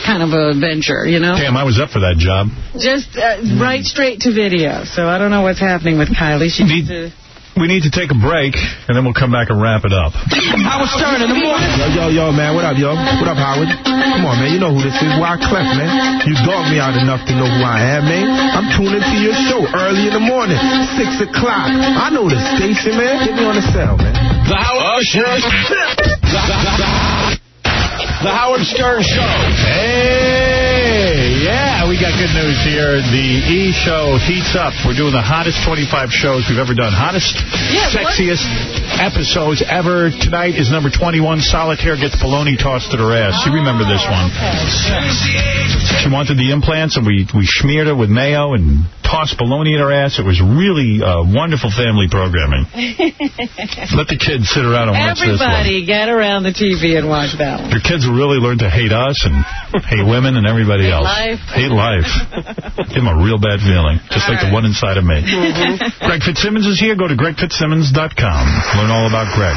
kind of a venture, you know? Damn, I was up for that job. Just uh, right straight to video. So I don't know what's happening with Kylie. She needs to... We need to take a break, and then we'll come back and wrap it up. Howard Stern in the morning. Yo, yo, yo, man, what up, yo? What up, Howard? Come on, man, you know who this is. Why Clef, man? You dogged me out enough to know who I am, man. I'm tuning to your show early in the morning, 6 o'clock. I know the station, man. Get me on the cell, man. The Howard Stern. The Howard Stern Show. Hey, yeah, we got good news here. The E Show heats up. We're doing the hottest 25 shows we've ever done. Hottest, sexiest episodes ever. Tonight is number 21. Solitaire gets baloney tossed to her ass. She remembered this one. She wanted the implants, and we, we smeared her with mayo and tossed baloney in her ass. It was really uh, wonderful family programming. Let the kids sit around and watch this one. Everybody get around the TV and watch that one. Your kids will really learn to hate us and hate women and everybody else. life. Hate life. Give them a real bad feeling, just like the one inside of me. Mm-hmm. Greg Fitzsimmons is here. Go to gregfitzsimmons.com. Learn all about Greg.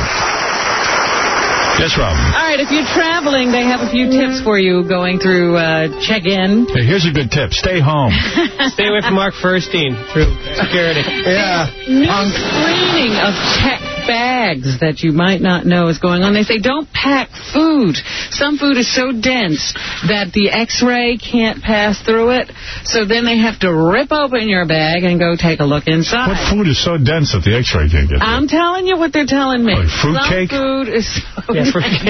Yes, Rob. All right, if you're traveling, they have a few tips for you going through uh, check-in. Hey, here's a good tip. Stay home. Stay away from Mark Furstein through security. Yeah. New screening of checked bags that you might not know is going on. They say don't pack food. Some food is so dense that the X-ray can't pass through it. So then they have to rip open your bag and go take a look inside. What food is so dense that the x-ray can't get I'm telling you what they're telling me. Like fruitcake? Some food is so dense.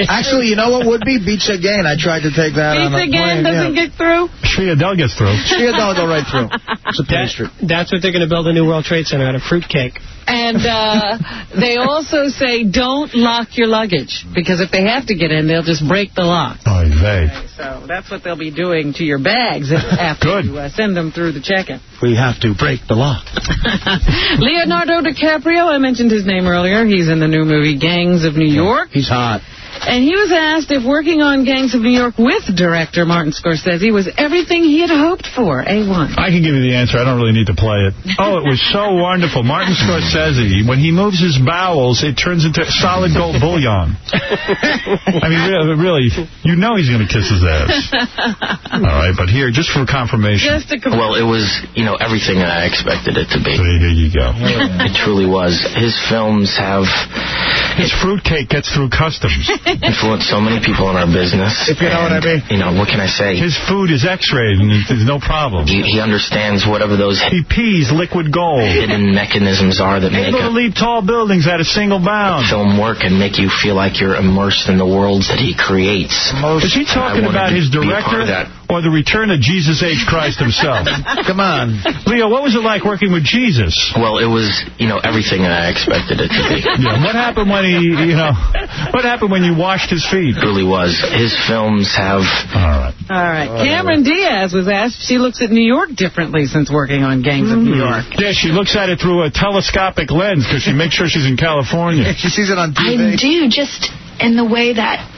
Actually, you know what would be Beach Again. I tried to take that on a Pizza again plane. doesn't yeah. get through. Shriadel gets through. Shriadel go right through. It's a pastry. that's what they're going to build a new World Trade Center out of fruitcake. And uh, they also say don't lock your luggage because if they have to get in, they'll just break the lock. Oy vey. So that's what they'll be doing to your bags after you uh, send them through the check-in. We have to break the law. Leonardo DiCaprio, I mentioned his name earlier. He's in the new movie Gangs of New York. He's hot. And he was asked if working on Gangs of New York with director Martin Scorsese was everything he had hoped for. A1. I can give you the answer. I don't really need to play it. Oh, it was so wonderful. Martin Scorsese, when he moves his bowels, it turns into solid gold bullion. I mean, really, really you know he's going to kiss his ass. All right, but here, just for confirmation. Just to Well, it was, you know, everything that I expected it to be. There you go. It truly was. His films have His fruitcake gets through customs. influenced so many people in our business. If you know what I mean. You know, what can I say? His food is x-rayed, and there's no problem. He, he understands whatever those He pees liquid gold. hidden mechanisms are that make Able a to leap tall buildings at a single bound. film work and make you feel like you're immersed in the worlds that he creates. Is he talking And I wanted about to his be a part director of that. or the return of Jesus H. Christ himself? Come on. Leo, what was it like working with Jesus? Well, it was, you know, everything that I expected it to be. Yeah, what happened when he, you know, what happened when you washed his feet? It really was. His films have... All Oh, right. Cameron Diaz was asked if she looks at New York differently since working on Gangs of New Hmm. York. Yeah, she looks at it through a telescopic lens because she makes sure she's in California. she sees it on I do, just in the way that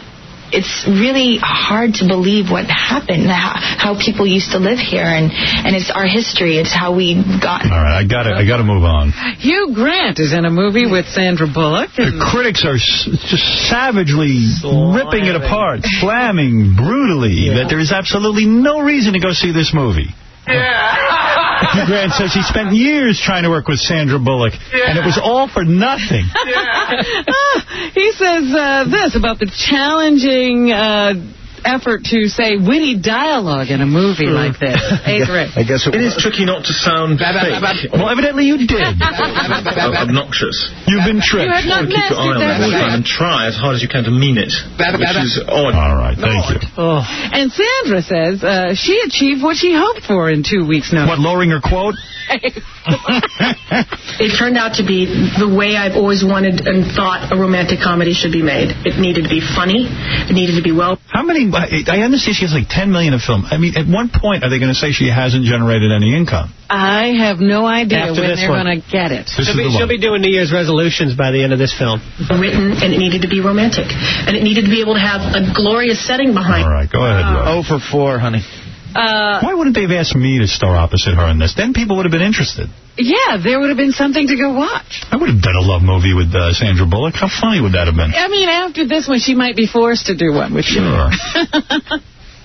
it's really hard to believe what happened, how, how people used to live here, and, and it's our history, it's how we got. All right, I got it. I got to move on. Hugh Grant is in a movie with Sandra Bullock. The critics are s- just savagely ripping it apart, slamming brutally that there is absolutely no reason to go see this movie. Hugh Grant says he spent years trying to work with Sandra Bullock, and it was all for nothing. he says uh, this about the challenging uh, effort to say witty dialogue in a movie like this. Eighth grade. I guess it, it is tricky not to sound fake. Well, evidently you did. Ob- obnoxious. You've been tricked. You have to keep your eye on that all the time and try as hard as you can to mean it, which is odd. All right, thank you. And Sandra says uh, she achieved what she hoped for in two weeks' notice. What, lowering her quote? grave. It turned out to be the way I've always wanted and thought a romantic comedy should be made. It needed to be funny. It needed to be well. How many? I I understand she has like 10 million a film. I mean, at one point, are they going to say she hasn't generated any income? I have no idea After when this they're one. going to get it. This is she'll, be, the she'll be doing New Year's resolutions by the end of this film. Written and it needed to be romantic. And it needed to be able to have a glorious setting behind All right, go ahead. Oh for four, honey. Uh, Why wouldn't they have asked me to star opposite her in this? Then people would have been interested. yeah, there would have been something to go watch. I would have done a love movie with uh, Sandra Bullock. How funny would that have been? I mean, after this one, she might be forced to do one with you. Sure.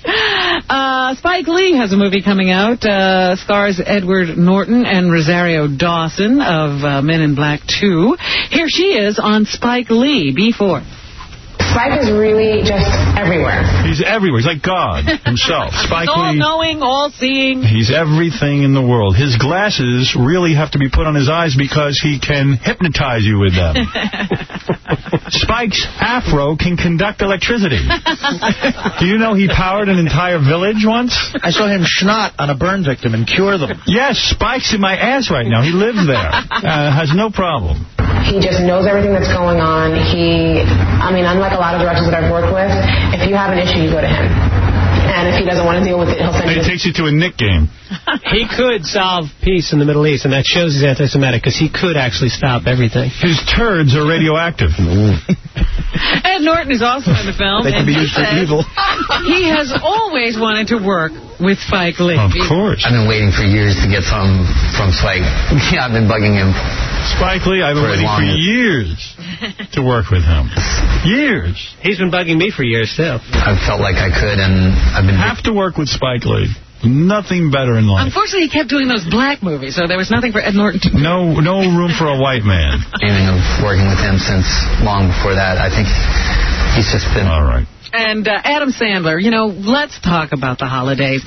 Uh, Spike Lee has a movie coming out. Uh, stars Edward Norton and Rosario Dawson of uh, Men in Black 2. Here she is on Spike Lee, B4. Spike is really just everywhere. He's everywhere. He's like God himself. Spike all Lee. knowing, all seeing. He's everything in the world. His glasses really have to be put on his eyes because he can hypnotize you with them. Spike's afro can conduct electricity. Do you know he powered an entire village once? I saw him schnot on a burn victim and cure them. Yes, Spike's in my ass right now. He lives there. Uh, has no problem. He just knows everything that's going on. He, I mean, unlike a lot of directors that I've worked with, if you have an issue, you go to him. And if he doesn't want to deal with it, he'll send you. It takes you to a Nick game. he could solve peace in the Middle East, and that shows he's anti-Semitic because he could actually stop everything. His turds are radioactive. Ed Norton is also in the film. They can and be he used for says evil. He has always wanted to work with Spike Lee. course. I've been waiting for years to get something from Spike. Yeah, I've been bugging him. Spike Lee, I've been waiting for years to work with him. Years. He's been bugging me for years, too. I felt like I could, and I've been. Have to work with Spike Lee. Nothing better in life. Unfortunately, he kept doing those black movies, so there was nothing for Ed Norton to No, no room for a white man. Dreaming of working with him since long before that. I think he's just been. All right. And uh, Adam Sandler, you know, let's talk about the holidays.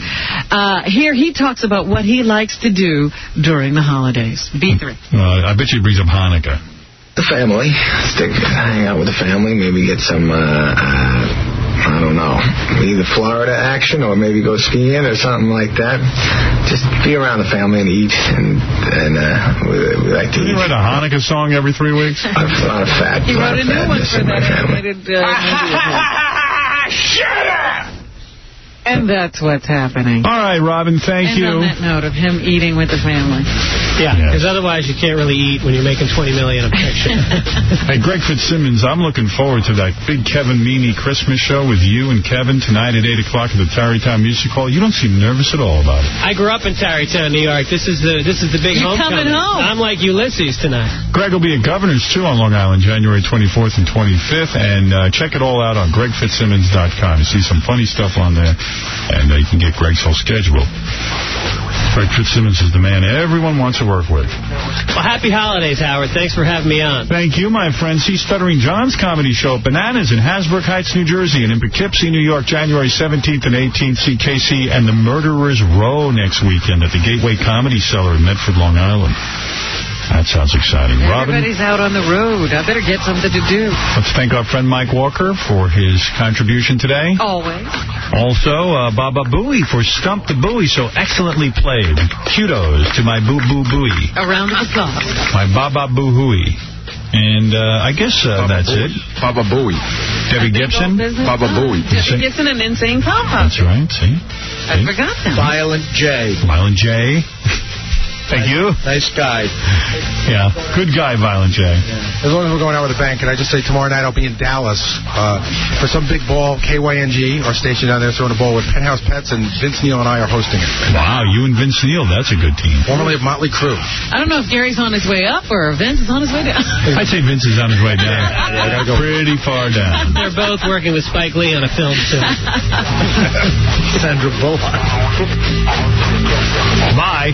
Uh, here he talks about what he likes to do during the holidays. B3. Uh, I bet you it brings up Hanukkah. The family. Stick, hang out with the family. Maybe get some. Uh, uh, I don't know. Either Florida action or maybe go skiing or something like that. Just be around the family and eat. And and uh, we, we like to Didn't eat. you write a Hanukkah song every three A weeks? lot of fat. He lot wrote a of new one fatness for in my that family. animated uh, movie of his. And that's what's happening. All right, Robin, thank and on that note of him eating with the family. Yeah, because otherwise you can't really eat when you're making 20 million a picture. Hey, Greg Fitzsimmons, I'm looking forward to that big Kevin Meaney Christmas show with you and Kevin tonight at 8 o'clock at the Tarrytown Music Hall. You don't seem nervous at all about it. I grew up in Tarrytown, New York. This is the this is the big You're homecoming. coming home. I'm like Ulysses tonight. Greg will be at Governor's, too, on Long Island, January 24th and 25th. And uh, check it all out on gregfitzsimmons.com. You see some funny stuff on there, and uh, you can get Greg's whole schedule. Greg Fitzsimmons is the man everyone wants to work with. Well, happy holidays, Howard. Thanks for having me on. Thank you, my friend. See Stuttering John's comedy show at Bananas in Hasbrook Heights, New Jersey, and in Poughkeepsie, New York, January 17th and 18th. See KC and the Murderers Row next weekend at the Gateway Comedy Cellar in Medford, Long Island. That sounds exciting. Robin? Everybody's out on the road. I better get something to do. Let's thank our friend Mike Walker for his contribution today. Always. Also, uh, Baba Booey for Stump the Buoy, so excellently played. Kudos to my Boo Boo Booey, A round of applause. my Baba Boo Hooey. And uh, I guess uh, that's it. Baba Booey. Debbie Gibson. Baba Booey. Debbie Gibson and Insane Clown That's right. See? I forgot them. Violent J. Violent J. Thank you. Nice guy. Yeah. Good guy, Violent J. As long as we're going out with a bang, can I just say tomorrow night I'll be in Dallas uh, for some big ball, KYNG, our station down there throwing a ball with Penthouse Pets, and Vince Neil and I are hosting it. Wow, you and Vince Neil, that's a good team. Formerly of Motley Crue. I don't know if Gary's on his way up or Vince is on his way down. I'd say Vince is on his way down. Pretty far down. They're both working with Spike Lee on a film soon. Sandra Bullock. Bye.